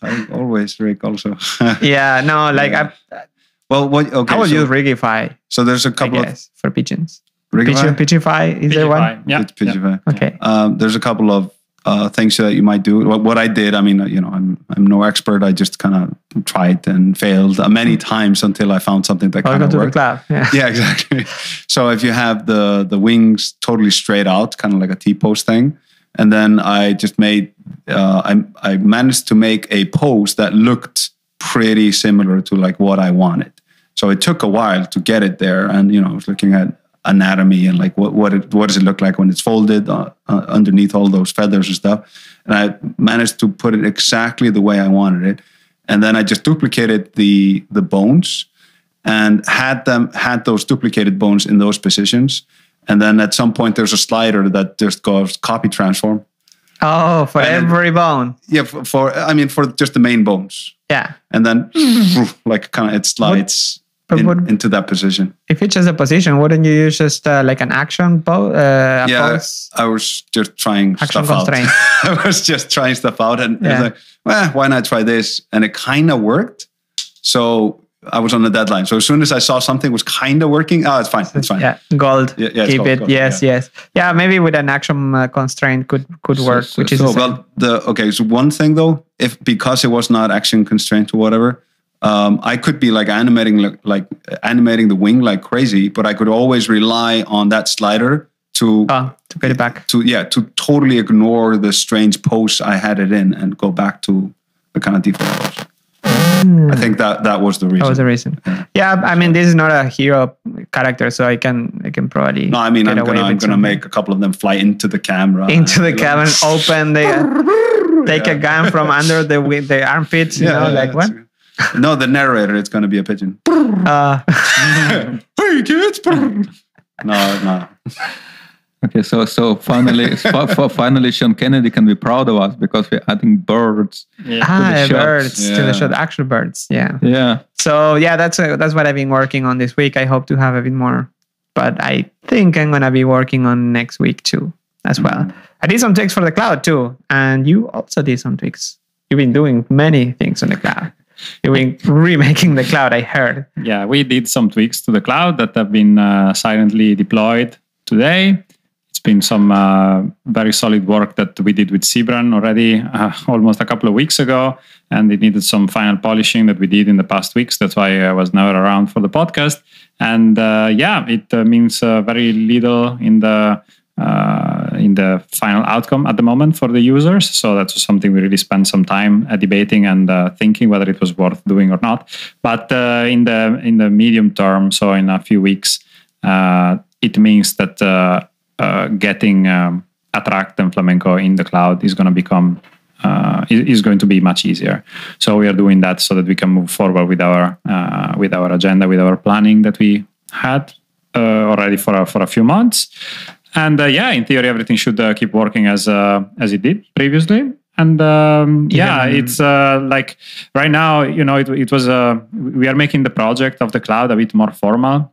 [SPEAKER 1] I always rig also.
[SPEAKER 3] <laughs> yeah, no, like
[SPEAKER 1] Yeah.
[SPEAKER 3] I,
[SPEAKER 1] <laughs> Well, what? Okay,
[SPEAKER 3] I will
[SPEAKER 1] so,
[SPEAKER 3] use Rigify,
[SPEAKER 1] so there's a
[SPEAKER 3] I
[SPEAKER 1] couple of
[SPEAKER 3] guess, for pigeons. Pigeon,
[SPEAKER 1] rigify.
[SPEAKER 3] Pigeonfy, is there one?
[SPEAKER 2] Pidgey. Yeah.
[SPEAKER 1] It's Pidgeify.
[SPEAKER 3] Okay.
[SPEAKER 1] Um, there's a couple of uh, things that you might do. What, what I did, I mean, uh, you know, I'm I'm no expert. I just kind of tried and failed uh, many times until I found something that kind
[SPEAKER 3] Welcome
[SPEAKER 1] of
[SPEAKER 3] to the
[SPEAKER 1] worked.
[SPEAKER 3] club. Yeah.
[SPEAKER 1] <laughs> Yeah, exactly. So if you have the the wings totally straight out, kind of like a T pose thing, and then I just made uh, I I managed to make a pose that looked pretty similar to like what I wanted. So it took a while to get it there, and you know I was looking at anatomy and like what what it, what does it look like when it's folded uh, uh, underneath all those feathers and stuff, and I managed to put it exactly the way I wanted it, and then I just duplicated the the bones and had them had those duplicated bones in those positions. And then at some point, there's a slider that just goes copy transform.
[SPEAKER 3] Oh, for
[SPEAKER 1] And-
[SPEAKER 3] every bone.
[SPEAKER 1] Yeah, for, for I mean, for just the main bones,
[SPEAKER 3] Yeah.
[SPEAKER 1] and then <laughs> like kind of it slides
[SPEAKER 3] but
[SPEAKER 1] in-
[SPEAKER 3] what-
[SPEAKER 1] into that position.
[SPEAKER 3] If it's just a position, wouldn't you use just uh, like an action bo- uh, a
[SPEAKER 1] Yeah,
[SPEAKER 3] pose?
[SPEAKER 1] I was just trying
[SPEAKER 3] Action
[SPEAKER 1] stuff out. <laughs>
[SPEAKER 3] constraint.
[SPEAKER 1] I was just trying stuff out, and it was
[SPEAKER 3] Yeah.
[SPEAKER 1] like, well, why not try this? And it kind of worked. So I was on the deadline. So as soon as I saw something was kind of working, oh, it's fine, it's fine.
[SPEAKER 3] Yeah, gold.
[SPEAKER 1] Yeah, yeah, it's
[SPEAKER 3] Keep
[SPEAKER 1] gold,
[SPEAKER 3] it.
[SPEAKER 1] gold,
[SPEAKER 3] yes, yes. Yeah, maybe with an action uh, constraint could could
[SPEAKER 4] So-
[SPEAKER 3] work,
[SPEAKER 4] so-
[SPEAKER 3] which is
[SPEAKER 1] So
[SPEAKER 3] the same.
[SPEAKER 1] well, the okay. So one thing though, if because it was not action constraint or whatever, um, I could be like animating like, like animating the wing like crazy, but I could always rely on that slider to
[SPEAKER 3] Oh, to get it back.
[SPEAKER 1] to yeah to totally ignore the strange pose I had it in and go back to the kind of default pose. I think that that was the reason.
[SPEAKER 3] Hmm. That was the reason. Yeah, I mean, this is not a hero character, so I can I can probably.
[SPEAKER 1] no, I mean I'm
[SPEAKER 3] get away
[SPEAKER 1] gonna I'm
[SPEAKER 3] with
[SPEAKER 1] gonna
[SPEAKER 3] something.
[SPEAKER 1] make uh, a couple of them fly into the camera
[SPEAKER 3] into the
[SPEAKER 1] <laughs> Like,
[SPEAKER 3] cabin, open the uh,
[SPEAKER 1] <laughs>
[SPEAKER 3] take a gun from under the wi- the armpits, you know, like what?
[SPEAKER 1] it's- No, the narrator. It's gonna be a pigeon.
[SPEAKER 3] Uh,
[SPEAKER 1] hey
[SPEAKER 2] <laughs>
[SPEAKER 1] kids no no
[SPEAKER 4] Okay, so so
[SPEAKER 3] <laughs>
[SPEAKER 4] finally, for, for finally, Sean Kennedy can be proud of us because we're adding birds.
[SPEAKER 3] <laughs>
[SPEAKER 2] Yeah.
[SPEAKER 3] ah,
[SPEAKER 4] shots.
[SPEAKER 3] birds to
[SPEAKER 1] Yeah.
[SPEAKER 3] the shot, actual birds, yeah.
[SPEAKER 4] Yeah,
[SPEAKER 3] So yeah, that's uh that's what I've been working on this week. I hope to have a bit more, but I think I'm gonna be working on next week too, as well.
[SPEAKER 2] Mm-hmm.
[SPEAKER 3] I did some tweaks for the cloud too, and you also did some tweaks. You've been doing many things on the cloud. You've been <laughs> remaking the cloud. I heard.
[SPEAKER 2] Yeah, we did some tweaks to the cloud that have been uh, silently deployed today. It's been some uh, very solid work that we did with Cibran already uh, almost a couple of weeks ago, and it needed some final polishing that we did in the past weeks. That's why I was never around for the podcast. And uh, yeah, it uh, means uh, very little in the uh, in the final outcome at the moment for the users. So that's something we really spent some time uh, debating and uh, thinking whether it was worth doing or not. But uh, in the in the medium term, so in a few weeks, uh, it means that uh, uh, getting um, attract and flamenco in the cloud is going to become uh, is is going to be much easier. So we are doing that so that we can move forward with our uh, with our agenda, with our planning that we had uh, already for a, for a few months. And uh, yeah, in theory, everything should uh, keep working as uh, as it did previously. And um, yeah,
[SPEAKER 3] Even-
[SPEAKER 2] it's uh, like right now, you know, it, it was uh, we are making the project of the cloud a bit more formal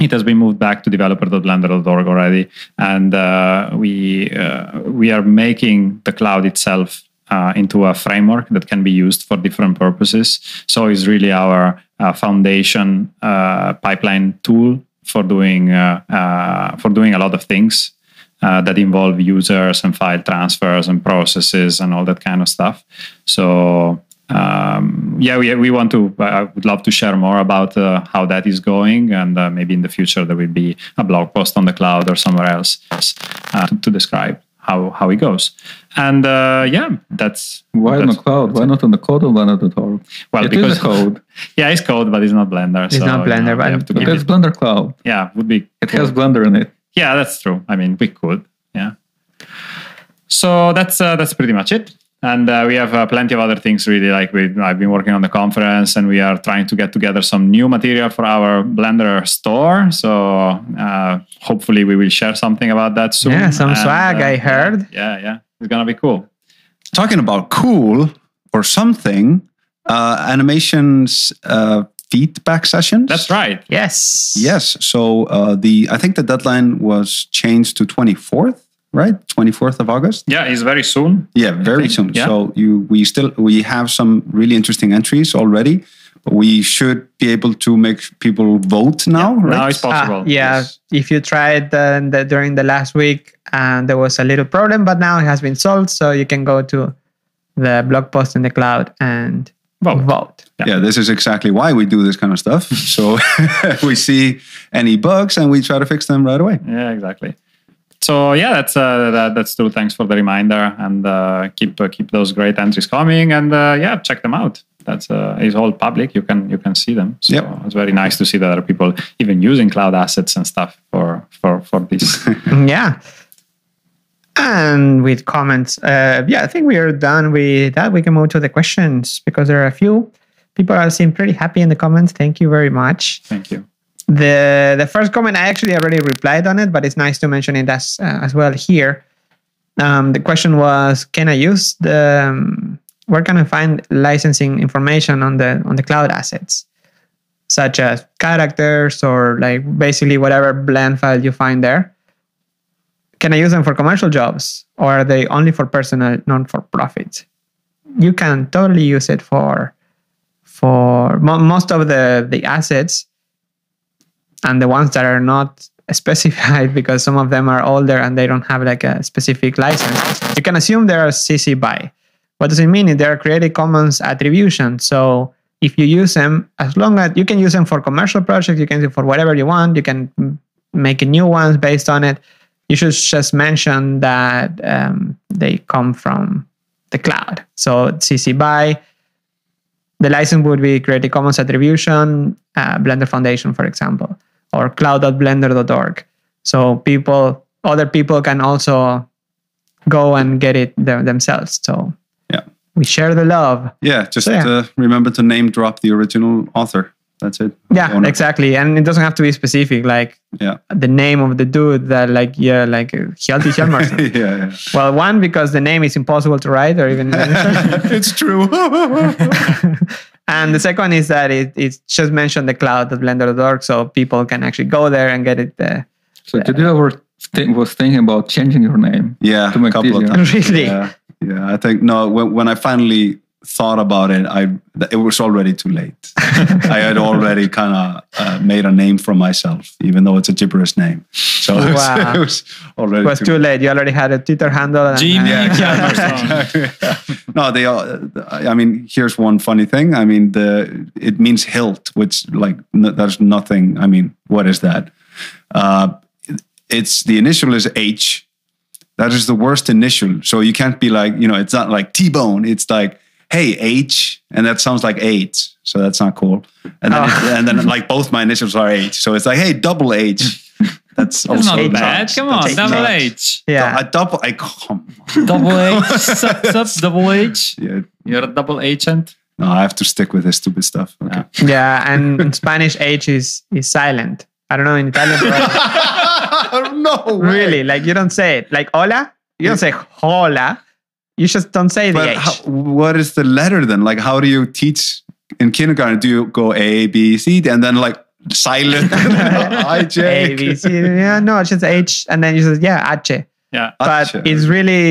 [SPEAKER 2] it has been moved back to developer.blender.org already, and uh, we uh, we are making the cloud itself uh, into a framework that can be used for different purposes. So it's really our uh, foundation uh, pipeline tool for doing uh, uh, for doing a lot of things uh, that involve users and file transfers and processes and all that kind of stuff. So um, yeah, we, we want to. I would love to share more about uh, how that is going, and uh, maybe in the future there will be a blog post on the cloud or somewhere else uh, to, to describe how how it goes. And uh, yeah, that's
[SPEAKER 4] Why on
[SPEAKER 2] that's-
[SPEAKER 4] the cloud? Why not on the code and why not on the Torg?
[SPEAKER 2] Well,
[SPEAKER 4] It is
[SPEAKER 2] because
[SPEAKER 4] a code.
[SPEAKER 2] <laughs> yeah, it's code, but it's not Blender.
[SPEAKER 3] It's
[SPEAKER 2] so,
[SPEAKER 3] not
[SPEAKER 2] you know,
[SPEAKER 3] Blender,
[SPEAKER 2] we
[SPEAKER 3] but-
[SPEAKER 2] have to
[SPEAKER 4] It
[SPEAKER 2] give
[SPEAKER 4] has
[SPEAKER 2] it-
[SPEAKER 4] Blender Cloud.
[SPEAKER 2] yeah, would be
[SPEAKER 4] It has Blender in it.
[SPEAKER 2] yeah, that's true. I mean, we could. Yeah. So that's uh, that's pretty much it. And uh, we have uh, plenty of other things, really. Like we, I've been working on the conference, and we are trying to get together some new material for our Blender store. So uh, hopefully, we will share something about that soon. uh,
[SPEAKER 3] Yeah, some swag, I heard.
[SPEAKER 2] Yeah, yeah, it's gonna be cool.
[SPEAKER 1] talking about cool or something, uh, animations uh, feedback sessions.
[SPEAKER 2] That's right.
[SPEAKER 3] Yes.
[SPEAKER 1] Yes. So uh, the I think the deadline was changed to 24th, right? 24th of August.
[SPEAKER 2] Yeah, it's very soon.
[SPEAKER 1] Yeah, very
[SPEAKER 2] think,
[SPEAKER 1] soon.
[SPEAKER 2] yeah.
[SPEAKER 1] So you we still we have some really interesting entries already. But we should be able to make people vote now, right?
[SPEAKER 2] Now it's possible.
[SPEAKER 3] Ah, yeah,
[SPEAKER 1] Yes.
[SPEAKER 3] if you tried the, the, during the last week and there was a little problem, but now it has been solved, so you can go to the blog post in the cloud and
[SPEAKER 2] Vote.
[SPEAKER 3] vote.
[SPEAKER 1] yeah, this is exactly why we do this kind of
[SPEAKER 3] <laughs>
[SPEAKER 1] stuff. So <laughs> we see any bugs and we try to fix them right away.
[SPEAKER 2] Yeah, exactly. So yeah, that's uh, that, that's true. Thanks for the reminder, and uh, keep uh, keep those great entries coming, and uh, yeah, check them out. That's uh, it's all public. You can you can see them. So
[SPEAKER 1] Yep.
[SPEAKER 2] it's very nice to see that other people even using cloud assets and stuff for for for this.
[SPEAKER 3] yeah. And with comments, uh, yeah, I think we are done with that. We can move to the questions because there are a few. People are seem pretty happy in the comments. Thank you very much.
[SPEAKER 2] Thank you.
[SPEAKER 3] the the first comment I actually already replied on it, but it's nice to mention it as uh, as well here. Um, the question was, can I use the um, where can I find licensing information on the on the cloud assets, such as characters or like basically whatever blend file you find there. Can I use them for commercial jobs, or are they only for personal, not for profit? You can totally use it for for mo- most of the the assets and the ones that are not specified <laughs> because some of them are older and they don't have like a specific license you can assume they are cc by what does it mean If they are creative commons attribution so if you use them as long as you can use them for commercial projects you can do for whatever you want you can mm, make new ones based on it you should just mention that um, they come from the cloud so cc by the license would be Creative Commons Attribution, uh, Blender Foundation, for example, or cloud.blender.org. So people, other people can also go and get it them- themselves. So
[SPEAKER 1] Yeah.
[SPEAKER 3] we share the love.
[SPEAKER 1] Yeah, just
[SPEAKER 3] So, yeah.
[SPEAKER 1] Uh, remember to name drop the original author. That's it.
[SPEAKER 3] Yeah,
[SPEAKER 1] Owner.
[SPEAKER 3] exactly. And it doesn't have to be specific, like
[SPEAKER 1] Yeah.
[SPEAKER 3] the name of the dude that, like, yeah, like uh, Hjalti
[SPEAKER 1] <laughs>
[SPEAKER 3] Hjalmarsson.
[SPEAKER 1] yeah, yeah.
[SPEAKER 3] well, one, because the name is impossible to write or
[SPEAKER 1] <laughs>
[SPEAKER 3] even mention.
[SPEAKER 1] it's true. <laughs>
[SPEAKER 3] <laughs> and the second is that it, it's just mentioned the cloud at blender.org so people can actually go there and get it uh, there.
[SPEAKER 4] So did you ever think, was thinking about changing your name?
[SPEAKER 1] yeah,
[SPEAKER 4] To
[SPEAKER 1] a
[SPEAKER 4] make
[SPEAKER 1] couple of
[SPEAKER 4] easier.
[SPEAKER 1] times.
[SPEAKER 3] <laughs> really
[SPEAKER 1] Yeah, yeah. I think no. When, when I finally thought about it, I th- it was already too
[SPEAKER 3] <laughs>
[SPEAKER 1] late. I had already kind of uh, made a name for myself, even though it's a gibberish name. So <laughs> it was,
[SPEAKER 3] Wow.
[SPEAKER 1] it was already
[SPEAKER 3] it was too late you already had a twitter handle and, uh,
[SPEAKER 2] Jimmy Hjalmarsson.
[SPEAKER 1] no, they all. I mean, here's one funny thing. I mean, the it means hilt, which like n- there's nothing. I mean, what is that? Uh, it's the initial is H. That is the worst initial. So you can't be like you know, it's not like T Bone. It's like hey H, and that sounds like eight. So that's not cool. And then
[SPEAKER 3] Oh.
[SPEAKER 1] and then like both my initials are H. So it's like hey double H. That's
[SPEAKER 2] It's
[SPEAKER 1] also
[SPEAKER 2] not bad.
[SPEAKER 1] nuts.
[SPEAKER 2] Come on,
[SPEAKER 1] That's
[SPEAKER 2] double
[SPEAKER 1] nuts.
[SPEAKER 2] H,
[SPEAKER 3] <laughs> yeah
[SPEAKER 1] A double. I come. on.
[SPEAKER 2] double H, sub, sub, double H.
[SPEAKER 1] Yeah.
[SPEAKER 2] You're a double agent.
[SPEAKER 1] No, I have to stick with this stupid stuff. Okay.
[SPEAKER 3] <laughs> yeah and in spanish h is is silent i don't know in italian
[SPEAKER 1] <laughs>
[SPEAKER 3] but <laughs>
[SPEAKER 1] no way.
[SPEAKER 3] really like you don't say it like hola you don't say hola you just don't say the
[SPEAKER 1] But
[SPEAKER 3] h
[SPEAKER 1] how, <laughs> what is the letter then? Like, how do you teach in kindergarten? Do you go A, B, C, and then like
[SPEAKER 3] <laughs>
[SPEAKER 1] silent? <laughs> I, J.
[SPEAKER 3] a b c yeah no it's just h and then you just yeah h
[SPEAKER 2] Yeah.
[SPEAKER 3] but
[SPEAKER 1] H.
[SPEAKER 3] it's really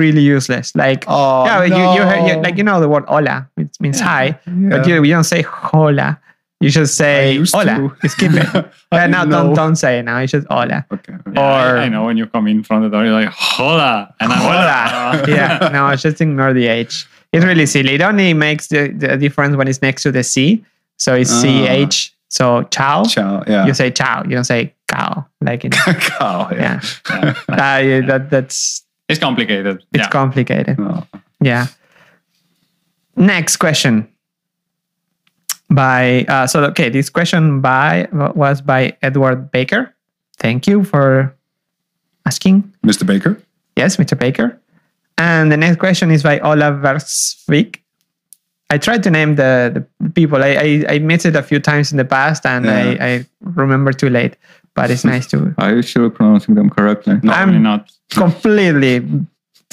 [SPEAKER 3] really useless like
[SPEAKER 1] Oh,
[SPEAKER 3] yeah, but you, you, heard, you
[SPEAKER 1] no.
[SPEAKER 3] like you know the word hola, it means hi, but
[SPEAKER 1] Yeah.
[SPEAKER 3] you, you don't say hola. You should say
[SPEAKER 1] I used
[SPEAKER 3] hola.
[SPEAKER 1] to.
[SPEAKER 3] Skip
[SPEAKER 1] <laughs>
[SPEAKER 3] it.
[SPEAKER 1] I
[SPEAKER 3] But now
[SPEAKER 1] know.
[SPEAKER 3] don't don't say it now. You just hola.
[SPEAKER 1] Okay.
[SPEAKER 2] Yeah,
[SPEAKER 3] Or-
[SPEAKER 2] I, I know when you come in from the door, you're like, hola. And I'm
[SPEAKER 3] Hola.
[SPEAKER 2] like, "Ah."
[SPEAKER 3] <laughs> yeah. No, just ignore the H. It's really silly. It only makes the, the difference when it's next to the C. So it's
[SPEAKER 1] Ah.
[SPEAKER 3] C H. So ciao.
[SPEAKER 1] Ciao. Yeah.
[SPEAKER 3] You
[SPEAKER 1] <laughs>
[SPEAKER 3] say ciao. You don't say cow. Like in,
[SPEAKER 1] Cow,
[SPEAKER 3] yeah.
[SPEAKER 2] Yeah.
[SPEAKER 1] <laughs>
[SPEAKER 3] Uh, yeah, that that's
[SPEAKER 2] <laughs> It's complicated.
[SPEAKER 3] it's
[SPEAKER 2] yeah.
[SPEAKER 3] complicated.
[SPEAKER 1] Oh,
[SPEAKER 3] Yeah. Next question by uh, so okay this question by was by Edward Baker. Thank you for asking.
[SPEAKER 1] Mr.
[SPEAKER 3] <laughs>
[SPEAKER 1] Baker.
[SPEAKER 3] Yes, Mr. Baker. And the next question is by Ola Versvik. I tried to name the, the people. I, I I missed it a few times in the past, and
[SPEAKER 1] Yeah.
[SPEAKER 3] I, I remember too late. But it's nice to
[SPEAKER 4] Are you sure pronouncing them correctly?
[SPEAKER 2] No,
[SPEAKER 3] I'm-
[SPEAKER 2] really not.
[SPEAKER 3] completely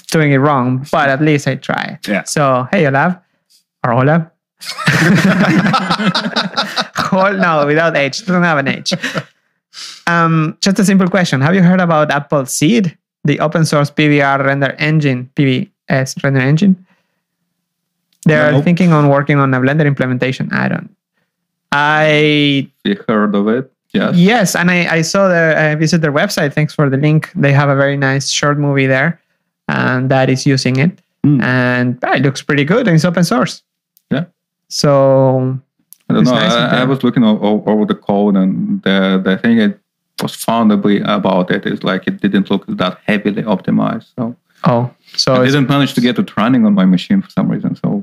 [SPEAKER 3] doing it wrong, but at least I try.
[SPEAKER 1] Yeah.
[SPEAKER 3] So hey Olav or Olav. <laughs> Hol- no, without H. Doesn't have an H. Um, just a simple question. Have you heard about Apple Seed, the open source PBR render engine, PBS render engine? They are
[SPEAKER 1] Nope.
[SPEAKER 3] thinking on working on a Blender implementation. I don't. I
[SPEAKER 4] You heard of it? Yes.
[SPEAKER 3] Yes, and I, I saw their I visited their website. Thanks for the link. They have a very nice short movie there, and that is using it,
[SPEAKER 1] Mm.
[SPEAKER 3] and ah, it looks pretty good, and it's open source.
[SPEAKER 4] Yeah.
[SPEAKER 3] So
[SPEAKER 4] I don't
[SPEAKER 3] It's
[SPEAKER 4] know.
[SPEAKER 3] nice in
[SPEAKER 4] I, I
[SPEAKER 3] there.
[SPEAKER 4] was looking o- o- over the code, and the the thing that was found ab- about it is like it didn't look that heavily optimized. So
[SPEAKER 3] oh, so
[SPEAKER 4] I
[SPEAKER 3] it's,
[SPEAKER 4] didn't manage to get it running on my machine for some reason. So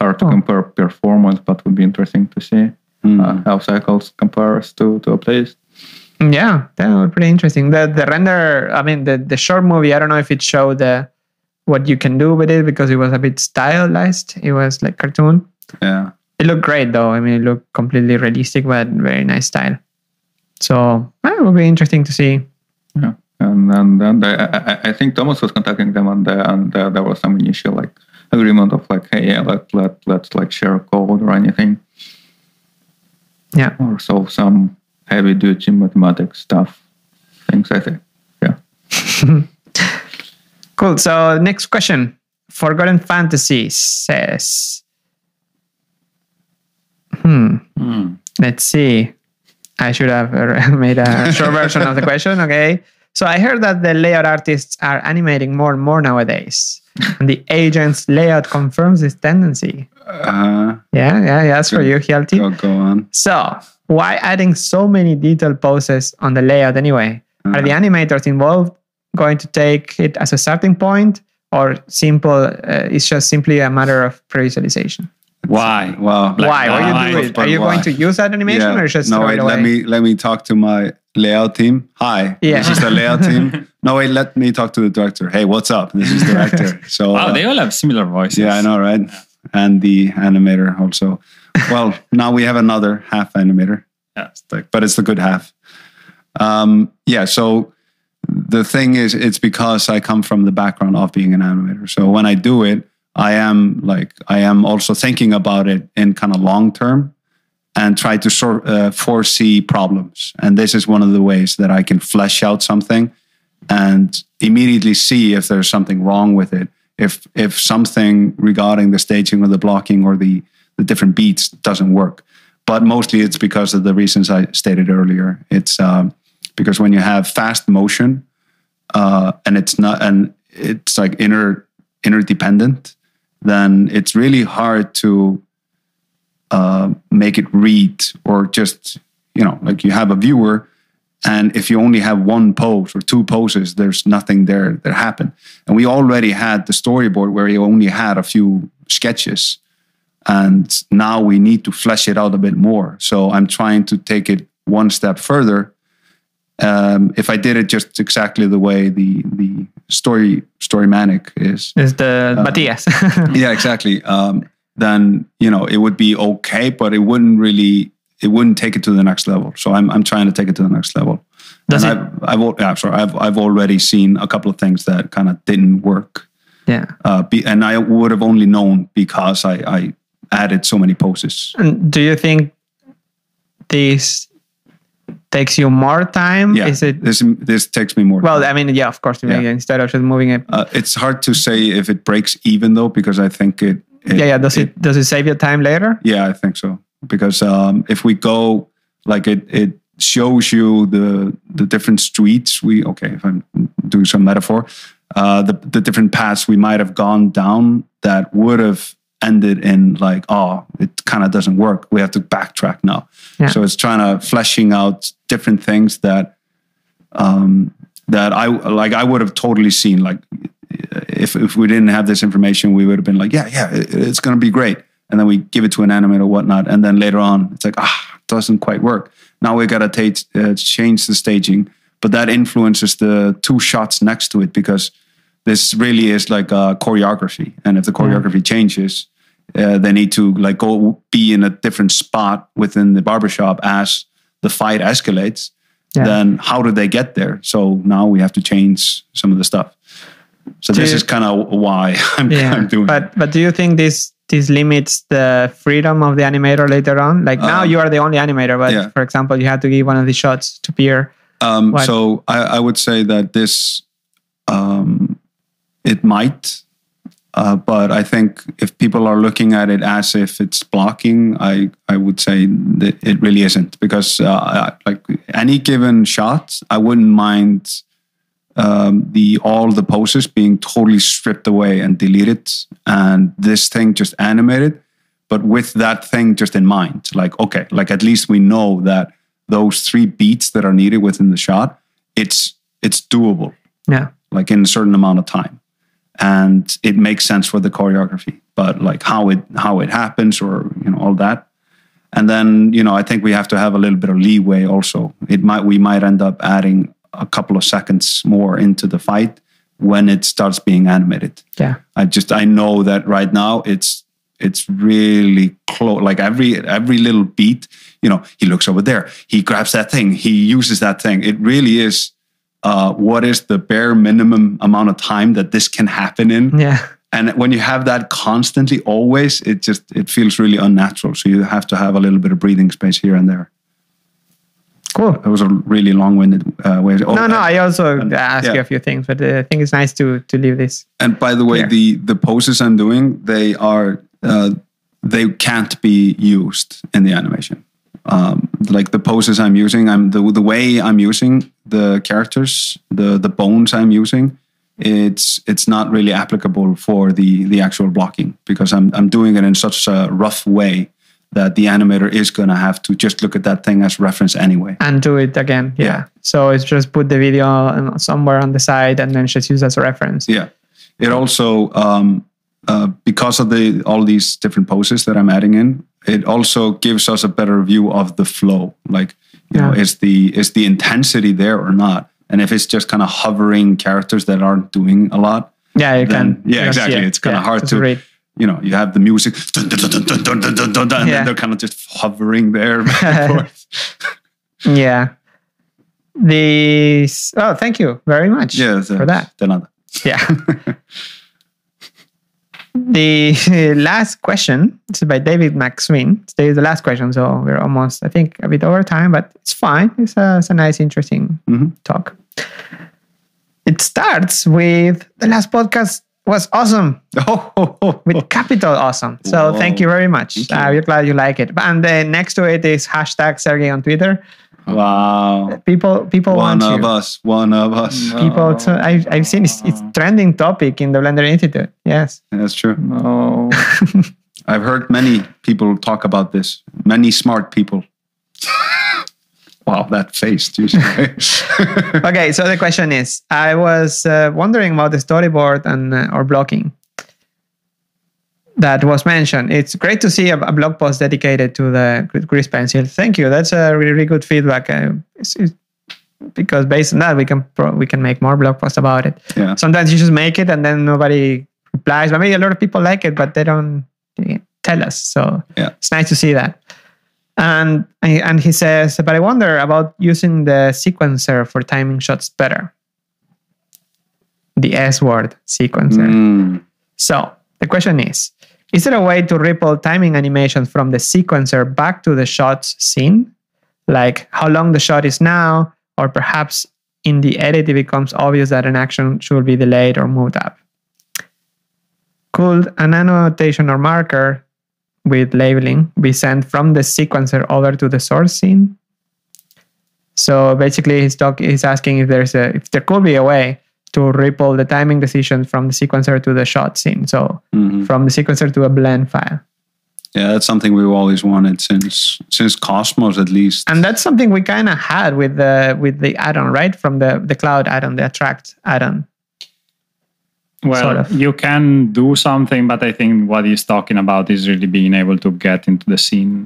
[SPEAKER 4] hard to
[SPEAKER 3] Oh.
[SPEAKER 4] compare performance, but would be interesting to see
[SPEAKER 1] Hmm.
[SPEAKER 3] Hmm.
[SPEAKER 4] uh, how cycles compares to to a place.
[SPEAKER 3] yeah, that was pretty interesting. The the render, I mean the the short movie. I don't know if it showed the what you can do with it because it was a bit stylized. It was like cartoon.
[SPEAKER 1] Yeah.
[SPEAKER 3] It looked great though. I mean, it looked completely realistic, but very nice style. So ah, it will be interesting to see
[SPEAKER 4] Yeah, and and then they, I, I- I think Thomas was contacting them, and uh, and uh, there was some initial like agreement of like, hey, yeah, let let let's like share code or anything.
[SPEAKER 3] Yeah.
[SPEAKER 4] Or solve some heavy duty mathematics stuff, things I think.
[SPEAKER 3] Cool. So next question. Forgotten Fantasy says. Hmm.
[SPEAKER 2] Hmm.
[SPEAKER 3] Let's see. I should have <laughs> uh, made a short version of the question. Okay. So I heard that the layout artists are animating more and more nowadays. And the agent's layout confirms this tendency.
[SPEAKER 1] Uh,
[SPEAKER 3] Yeah, yeah, yeah. That's for you, Hjalti.
[SPEAKER 1] go, go on.
[SPEAKER 3] So, why adding so many detailed poses on the layout anyway? Are
[SPEAKER 1] Mm.
[SPEAKER 3] the animators involved going to take it as a starting point, or simple? Uh, it's just simply a matter of pre-visualization.
[SPEAKER 2] Why?
[SPEAKER 1] Wow.
[SPEAKER 2] Like,
[SPEAKER 3] why? Why
[SPEAKER 2] why?
[SPEAKER 3] you do it?
[SPEAKER 1] But
[SPEAKER 3] Are you
[SPEAKER 1] why?
[SPEAKER 3] going to use that animation,
[SPEAKER 1] Yeah.
[SPEAKER 3] or just
[SPEAKER 1] no
[SPEAKER 3] throw
[SPEAKER 1] wait
[SPEAKER 3] it away?
[SPEAKER 1] let me let me talk to my layout team hi
[SPEAKER 3] Yeah.
[SPEAKER 1] this is the
[SPEAKER 3] <laughs>
[SPEAKER 1] layout team no wait let me talk to the director hey what's up this is the
[SPEAKER 3] <laughs>
[SPEAKER 1] director so
[SPEAKER 2] Wow,
[SPEAKER 1] uh,
[SPEAKER 2] they all have similar voices.
[SPEAKER 1] yeah i know right and the animator also well now we have another half animator
[SPEAKER 2] Yeah.
[SPEAKER 1] It's like- but it's the good half um yeah so the thing is it's because i come from the background of being an animator so when i do it i am like i am also thinking about it in kind of long term and try to sort uh, foresee problems and this is one of the ways that i can flesh out something and immediately see if there's something wrong with it if if something regarding the staging or the blocking or the the different beats doesn't work but mostly it's because of the reasons i stated earlier it's um, because when you have fast motion uh, and it's not and it's like inner interdependent then it's really hard to uh, make it read or just you know like you have a viewer and if you only have one pose or two poses there's nothing there that happened and we already had the storyboard where you only had a few sketches and now we need to flesh it out a bit more so i'm trying to take it one step further um, if i did it just exactly the way the the story story manic is
[SPEAKER 3] It's the
[SPEAKER 1] Uh,
[SPEAKER 3] Matthias.
[SPEAKER 1] <laughs> yeah exactly um, then you know it would be okay but it wouldn't really it wouldn't take it to the next level so i'm, I'm trying to take it to the next level
[SPEAKER 3] Does
[SPEAKER 1] and I've, I've, al- yeah, sorry, I've, I've already seen a couple of things that kind of didn't work
[SPEAKER 3] yeah.
[SPEAKER 1] uh, be, and i would have only known because i, I added so many poses
[SPEAKER 3] And do you think this takes you more time?
[SPEAKER 1] yeah
[SPEAKER 3] Mm, Is it?
[SPEAKER 1] this, this takes me more
[SPEAKER 3] Well,
[SPEAKER 1] time.
[SPEAKER 3] I mean, yeah, of course.
[SPEAKER 1] Yeah.
[SPEAKER 3] Instead of just moving it,
[SPEAKER 1] uh, it's hard to say if it breaks even though because i think it, it
[SPEAKER 3] yeah, yeah. Does it, does it save you time later?
[SPEAKER 1] yeah i think so because um, if we go like it it shows you the the different streets we okay if i'm doing some metaphor uh the, the different paths we might have gone down that would have ended in like oh it kind of doesn't work we have to backtrack now
[SPEAKER 3] Yeah.
[SPEAKER 1] so it's trying to fleshing out different things that um that i like i would have totally seen like if if we didn't have this information we would have been like yeah yeah it, it's going to be great and then we give it to an animator or whatnot and then later on it's like ah doesn't quite work now we got to take uh, change the staging but that influences the two shots next to it because this really is like a choreography and if the choreography changes uh, they need to like go be in a different spot within the barbershop as the fight escalates
[SPEAKER 3] Yeah.
[SPEAKER 1] then how do they get there so now we have to change some of the stuff so this
[SPEAKER 3] Do-
[SPEAKER 1] is kind of why I'm, <laughs> I'm doing it.
[SPEAKER 3] But but do you think this this limits the freedom of the animator later on? Like now
[SPEAKER 1] Um,
[SPEAKER 3] you are the only animator, but
[SPEAKER 1] yeah.
[SPEAKER 3] for example, you had to give one of the shots to Pierre.
[SPEAKER 1] Um,
[SPEAKER 3] Why?
[SPEAKER 1] so I, I would say that this, um, it might, uh, but I think if people are looking at it as if it's blocking, I I would say that it really isn't because uh, I- like any given shot, I wouldn't mind um, the all the poses being totally stripped away and deleted, and this thing just animated, but with that thing just in mind. Like okay, like at least we know that those three beats that are needed within the shot, it's it's doable
[SPEAKER 3] Yeah.
[SPEAKER 1] like in a certain amount of time and it makes sense for the choreography but like how it how it happens or you know all that and then you know i think we have to have a little bit of leeway also it might we might end up adding a couple of seconds more into the fight when it starts being animated
[SPEAKER 3] Yeah.
[SPEAKER 1] I just I know that right now it's it's really close. Like every every little beat, you know, he looks over there, he grabs that thing, he uses that thing. It really is uh, what is the bare minimum amount of time that this can happen in.
[SPEAKER 3] Yeah. <laughs>
[SPEAKER 1] And when you have that constantly, always, it just it feels really unnatural. So you have to have a little bit of breathing space here and there.
[SPEAKER 3] Cool.
[SPEAKER 1] That was a really long-winded uh, way. Of, oh,
[SPEAKER 3] no, no, I also asked
[SPEAKER 1] yeah.
[SPEAKER 3] you a few things, but uh, I think it's nice to to leave this.
[SPEAKER 1] And by the way,
[SPEAKER 3] Yeah.
[SPEAKER 1] the the poses I'm doing, they are uh, they can't be used in the animation. Um, like the poses I'm using, I'm the the way I'm using the characters, the the bones I'm using, it's it's not really applicable for the the actual blocking because I'm I'm doing it in such a rough way that the animator is gonna have to just look at that thing as reference anyway.
[SPEAKER 3] and do it again. Yeah.
[SPEAKER 1] Yeah.
[SPEAKER 3] So it's just put the video on- somewhere on the side and then just use as a reference.
[SPEAKER 1] Yeah. It also um, uh, because of the all these different poses that I'm adding in, it also gives us a better view of the flow. Like, you know,
[SPEAKER 3] Yeah.
[SPEAKER 1] is the is the intensity there or not? And if it's just kind of hovering characters that aren't doing a lot,
[SPEAKER 3] Yeah, you
[SPEAKER 1] Then-
[SPEAKER 3] can.
[SPEAKER 1] yeah,
[SPEAKER 3] you can see
[SPEAKER 1] exactly.
[SPEAKER 3] it.
[SPEAKER 1] It's kinda
[SPEAKER 3] Yeah,
[SPEAKER 1] hard
[SPEAKER 3] just
[SPEAKER 1] to-
[SPEAKER 3] read.
[SPEAKER 1] you know, you have the music, dun, dun, dun, dun, dun, dun, dun, dun, dun, dun, and
[SPEAKER 3] Yeah.
[SPEAKER 1] then they're kind of just hovering
[SPEAKER 3] <laughs>
[SPEAKER 1] there. back and forth.
[SPEAKER 3] Yeah. These. Oh, thank you very much.
[SPEAKER 1] yeah,
[SPEAKER 3] for that.
[SPEAKER 1] they're
[SPEAKER 3] <laughs>
[SPEAKER 1] not-
[SPEAKER 3] Yeah. the last question is by David McSween. Today is the last question, so we're almost, I think, a bit over time, but it's fine. It's a, it's a nice, interesting
[SPEAKER 1] Mhm.
[SPEAKER 3] talk. It starts with the last podcast was awesome
[SPEAKER 1] Oh, oh, oh,
[SPEAKER 3] with
[SPEAKER 1] oh.
[SPEAKER 3] capital awesome. So
[SPEAKER 1] Wow.
[SPEAKER 3] thank you very much.
[SPEAKER 1] Thank
[SPEAKER 3] Uh,
[SPEAKER 1] you.
[SPEAKER 3] we're glad you like it. And then next to it is hashtag Sergey on Twitter.
[SPEAKER 1] wow.
[SPEAKER 3] People, people
[SPEAKER 1] One
[SPEAKER 3] want you
[SPEAKER 1] of us, one of us.
[SPEAKER 4] No.
[SPEAKER 3] people to, I, i've seen it's, it's trending topic in the blender institute yes
[SPEAKER 1] That's true.
[SPEAKER 4] No.
[SPEAKER 1] I've heard many people talk about this. Many smart people. wow, that face. Jesus.
[SPEAKER 3] <laughs>
[SPEAKER 1] Mm,
[SPEAKER 3] okay so the question is i was uh, wondering about the storyboard and uh, or blocking that was mentioned it's great to see a, a blog post dedicated to the gr- grease pencil thank you that's a really, really good feedback uh, it's- it's- because based on that we can pro- we can make more blog posts about it
[SPEAKER 1] yeah.
[SPEAKER 3] sometimes you just make it and then nobody replies but maybe a lot of people like it but they don't tell us so
[SPEAKER 1] Yeah.
[SPEAKER 3] it's nice to see that and and he says but i wonder about using the sequencer for timing shots better the s word sequencer
[SPEAKER 1] Mm.
[SPEAKER 3] so the question is Is there a way to ripple timing animations from the sequencer back to the shot's scene? Like how long the shot is now, or perhaps in the edit it becomes obvious that an action should be delayed or moved up? Could an annotation or marker with labeling be sent from the sequencer over to the source scene. So basically, his talk is asking if there's a if there could be a way to ripple the timing decision from the sequencer to the shot scene. So
[SPEAKER 2] Mm.
[SPEAKER 1] Mhm.
[SPEAKER 3] from the sequencer to a blend file.
[SPEAKER 1] Yeah, that's something we've always wanted since since Cosmos at least.
[SPEAKER 3] and that's something we kind of had with the with the add-on right from the the cloud add-on the attract add-on
[SPEAKER 2] Well,
[SPEAKER 3] Sort of.
[SPEAKER 2] you can do something, but I think what he's talking about is really being able to get into the scene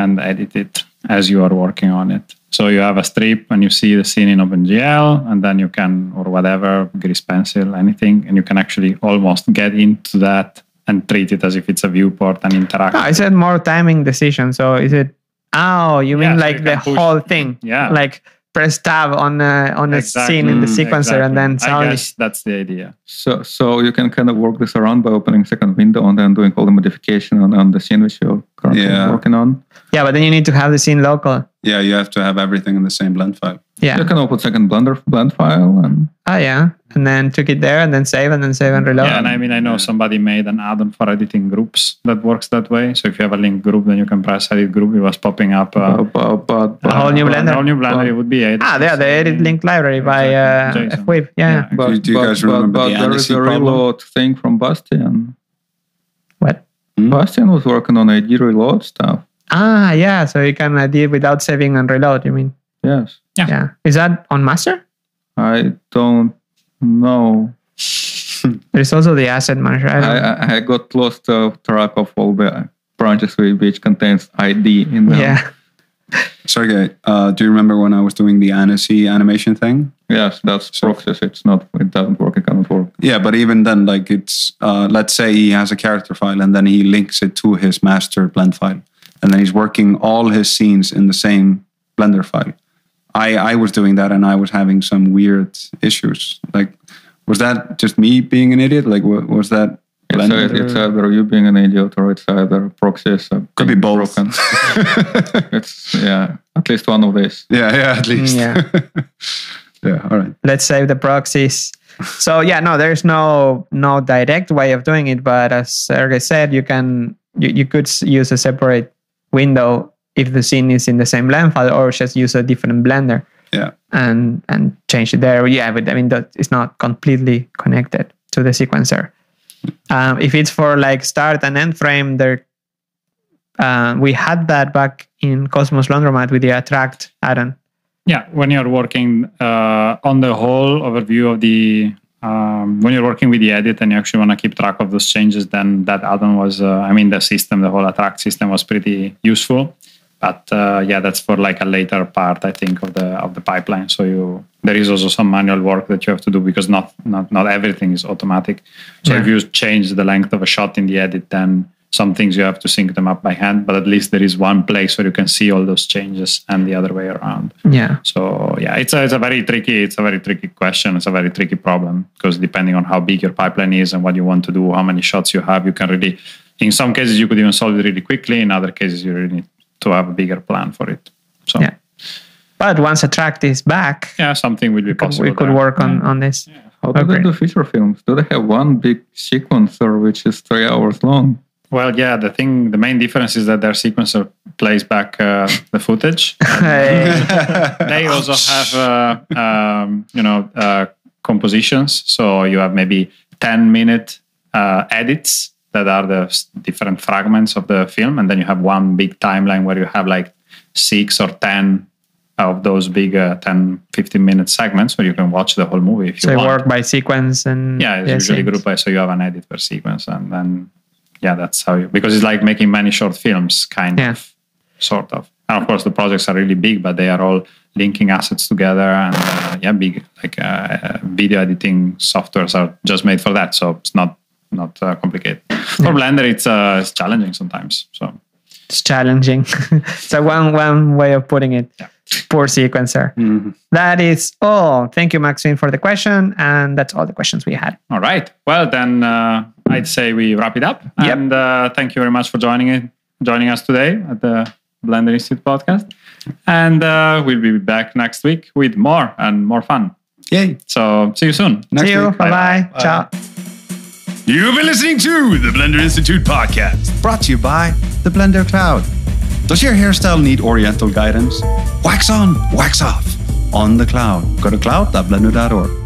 [SPEAKER 2] and edit it as you are working on it. So you have a strip and you see the scene in OpenGL, and then you can, or whatever, grease pencil, anything, and you can actually almost get into that and treat it as if it's a viewport and interact.
[SPEAKER 3] no, i said Ah, more timing decision so is it oh you
[SPEAKER 2] Yeah,
[SPEAKER 3] mean
[SPEAKER 2] so
[SPEAKER 3] like
[SPEAKER 2] you
[SPEAKER 3] the
[SPEAKER 2] can push-
[SPEAKER 3] whole thing
[SPEAKER 2] Yeah.
[SPEAKER 3] like press tab on a on a scene in the
[SPEAKER 2] Exactly,
[SPEAKER 3] sequencer and then
[SPEAKER 2] exactly. I
[SPEAKER 3] suddenly
[SPEAKER 2] guess that's the idea.
[SPEAKER 4] So, so you can kind of work this around by opening second window and then doing all the modification on, on the scene which you're currently
[SPEAKER 1] Yeah.
[SPEAKER 4] working on.
[SPEAKER 3] yeah but then you need to have the scene local
[SPEAKER 1] yeah, you have to have everything in the same blend file.
[SPEAKER 3] yeah
[SPEAKER 4] You can open second Blender blend file and
[SPEAKER 3] oh yeah and then took it there and then save and then save and reload
[SPEAKER 2] Yeah, and I mean, I know somebody made an add-on for editing groups that works that way. So if you have a linked group, then you can press edit group. It was popping up.
[SPEAKER 4] uh,
[SPEAKER 2] Uh,
[SPEAKER 4] but, but,
[SPEAKER 3] A whole new
[SPEAKER 2] uh,
[SPEAKER 3] Blender?
[SPEAKER 2] A whole new Blender. it would be edit.
[SPEAKER 3] ah there the edit link library by uh,
[SPEAKER 2] Exactly, JSON.
[SPEAKER 3] fwip yeah, yeah.
[SPEAKER 4] but,
[SPEAKER 1] Do- do you
[SPEAKER 4] but-
[SPEAKER 1] guys
[SPEAKER 4] but-
[SPEAKER 1] remember
[SPEAKER 4] but
[SPEAKER 1] the
[SPEAKER 4] there is
[SPEAKER 1] Annecy
[SPEAKER 4] a
[SPEAKER 1] problem?
[SPEAKER 4] reload thing from Bastian.
[SPEAKER 3] what
[SPEAKER 1] Hmm?
[SPEAKER 4] Bastian was working on ID reload stuff.
[SPEAKER 3] ah yeah so you can uh, do it without saving and reload you mean
[SPEAKER 4] Yes.
[SPEAKER 2] Yeah.
[SPEAKER 3] yeah is that on master
[SPEAKER 4] I don't know.
[SPEAKER 3] There's also the asset manager. I don't,
[SPEAKER 4] I, I, I got lost uh, track of all the branches whi- which contains ID in them.
[SPEAKER 3] yeah.
[SPEAKER 1] Sergey, uh, do you remember when I was doing the Annecy animation thing?
[SPEAKER 4] Yes, that's proxies. It's not. It doesn't work. It cannot work.
[SPEAKER 1] Yeah, but even then, like it's uh, let's say he has a character file and then he links it to his master blend file, and then he's working all his scenes in the same Blender file. I I was doing that and I was having some weird issues. Like, was that just me being an idiot? Like, wa- was that
[SPEAKER 4] It's,
[SPEAKER 1] Blender?
[SPEAKER 4] a, it's either you being an idiot or it's either proxies. Or
[SPEAKER 1] Could be
[SPEAKER 4] being
[SPEAKER 1] both.
[SPEAKER 4] broken. it's yeah, at least one of these.
[SPEAKER 1] <laughs> yeah, yeah, at least.
[SPEAKER 3] Yeah.
[SPEAKER 1] <laughs> yeah. All right.
[SPEAKER 3] Let's save the proxies. So yeah, no, there's no no direct way of doing it, but as Sergey said, you can you, you could s- use a separate window if the scene is in the same blend file, or just use a different blender
[SPEAKER 1] Yeah.
[SPEAKER 3] and and change it there. Yeah, but I mean that it's not completely connected to the sequencer. Um, if it's for like start and end frame, there uh, we had that back in Cosmos Laundromat with the attract add-on.
[SPEAKER 2] Yeah, when you're working uh, on the whole overview of the, um, when you're working with the edit and you actually want to keep track of those changes, then that add-on was, uh, I mean, the system, the whole attract system was pretty useful. But uh, yeah, that's for like a later part, I think, of the of the pipeline. So you there is also some manual work that you have to do because not not not everything is automatic. So if you change the length of a shot in the edit, then some things you have to sync them up by hand. But at least there is one place where you can see all those changes and the other way around.
[SPEAKER 3] Yeah.
[SPEAKER 2] So yeah, it's a, it's a very tricky it's a very tricky question. It's a very tricky problem because depending on how big your pipeline is and what you want to do, how many shots you have, you can really in some cases you could even solve it really quickly. In other cases, you really need to have a bigger plan for it. So
[SPEAKER 3] Yeah.
[SPEAKER 2] yeah,
[SPEAKER 3] But once attract is back,
[SPEAKER 2] something will be possible.
[SPEAKER 3] we could
[SPEAKER 2] there.
[SPEAKER 3] work on, on this.
[SPEAKER 4] How do
[SPEAKER 3] Okay.
[SPEAKER 4] they do feature films? Do they have one big sequencer which is three hours long?
[SPEAKER 2] Well, yeah, the thing the main difference is that their sequencer plays back uh, the
[SPEAKER 3] <laughs>
[SPEAKER 2] footage.
[SPEAKER 3] <laughs> Hey,
[SPEAKER 1] <laughs>
[SPEAKER 2] they also have uh, um, you know uh, compositions so you have maybe 10 minute uh, edits that are the s- different fragments of the film and then you have one big timeline where you have like six or 10 of those big uh, 10 15 minute segments where you can watch the whole movie if
[SPEAKER 3] so
[SPEAKER 2] you
[SPEAKER 3] you
[SPEAKER 2] want
[SPEAKER 3] work by sequence and
[SPEAKER 2] yeah it's
[SPEAKER 3] the
[SPEAKER 2] usually
[SPEAKER 3] scenes.
[SPEAKER 2] group by so you have an edit per sequence and then yeah that's how you because it's like making many short films kind
[SPEAKER 3] Yeah.
[SPEAKER 2] of sort of and of course the projects are really big but they are all linking assets together and uh, yeah big like uh, uh, video editing softwares are just made for that so it's not not uh, complicated for blender it's uh it's challenging sometimes so
[SPEAKER 3] It's challenging. <laughs> so one one way of putting it. Poor sequencer.
[SPEAKER 1] Mm-hmm.
[SPEAKER 3] That is all. Thank you, Maxine, for the question. And that's all the questions we had.
[SPEAKER 2] all right well then uh, i'd say we wrap it up
[SPEAKER 3] Yep.
[SPEAKER 2] and uh, thank you very much for joining it joining us today at the blender institute podcast and uh, we'll be back next week with more and more fun
[SPEAKER 1] Yay.
[SPEAKER 2] so see you soon
[SPEAKER 1] Next
[SPEAKER 3] See you.
[SPEAKER 1] week.
[SPEAKER 3] Bye-bye.
[SPEAKER 2] Bye.
[SPEAKER 3] Ciao.
[SPEAKER 1] You've been listening to the Blender Institute podcast, brought to you by the Blender Cloud. Does your hairstyle need oriental guidance? Wax on, wax off on the cloud. Go to cloud.blender.org.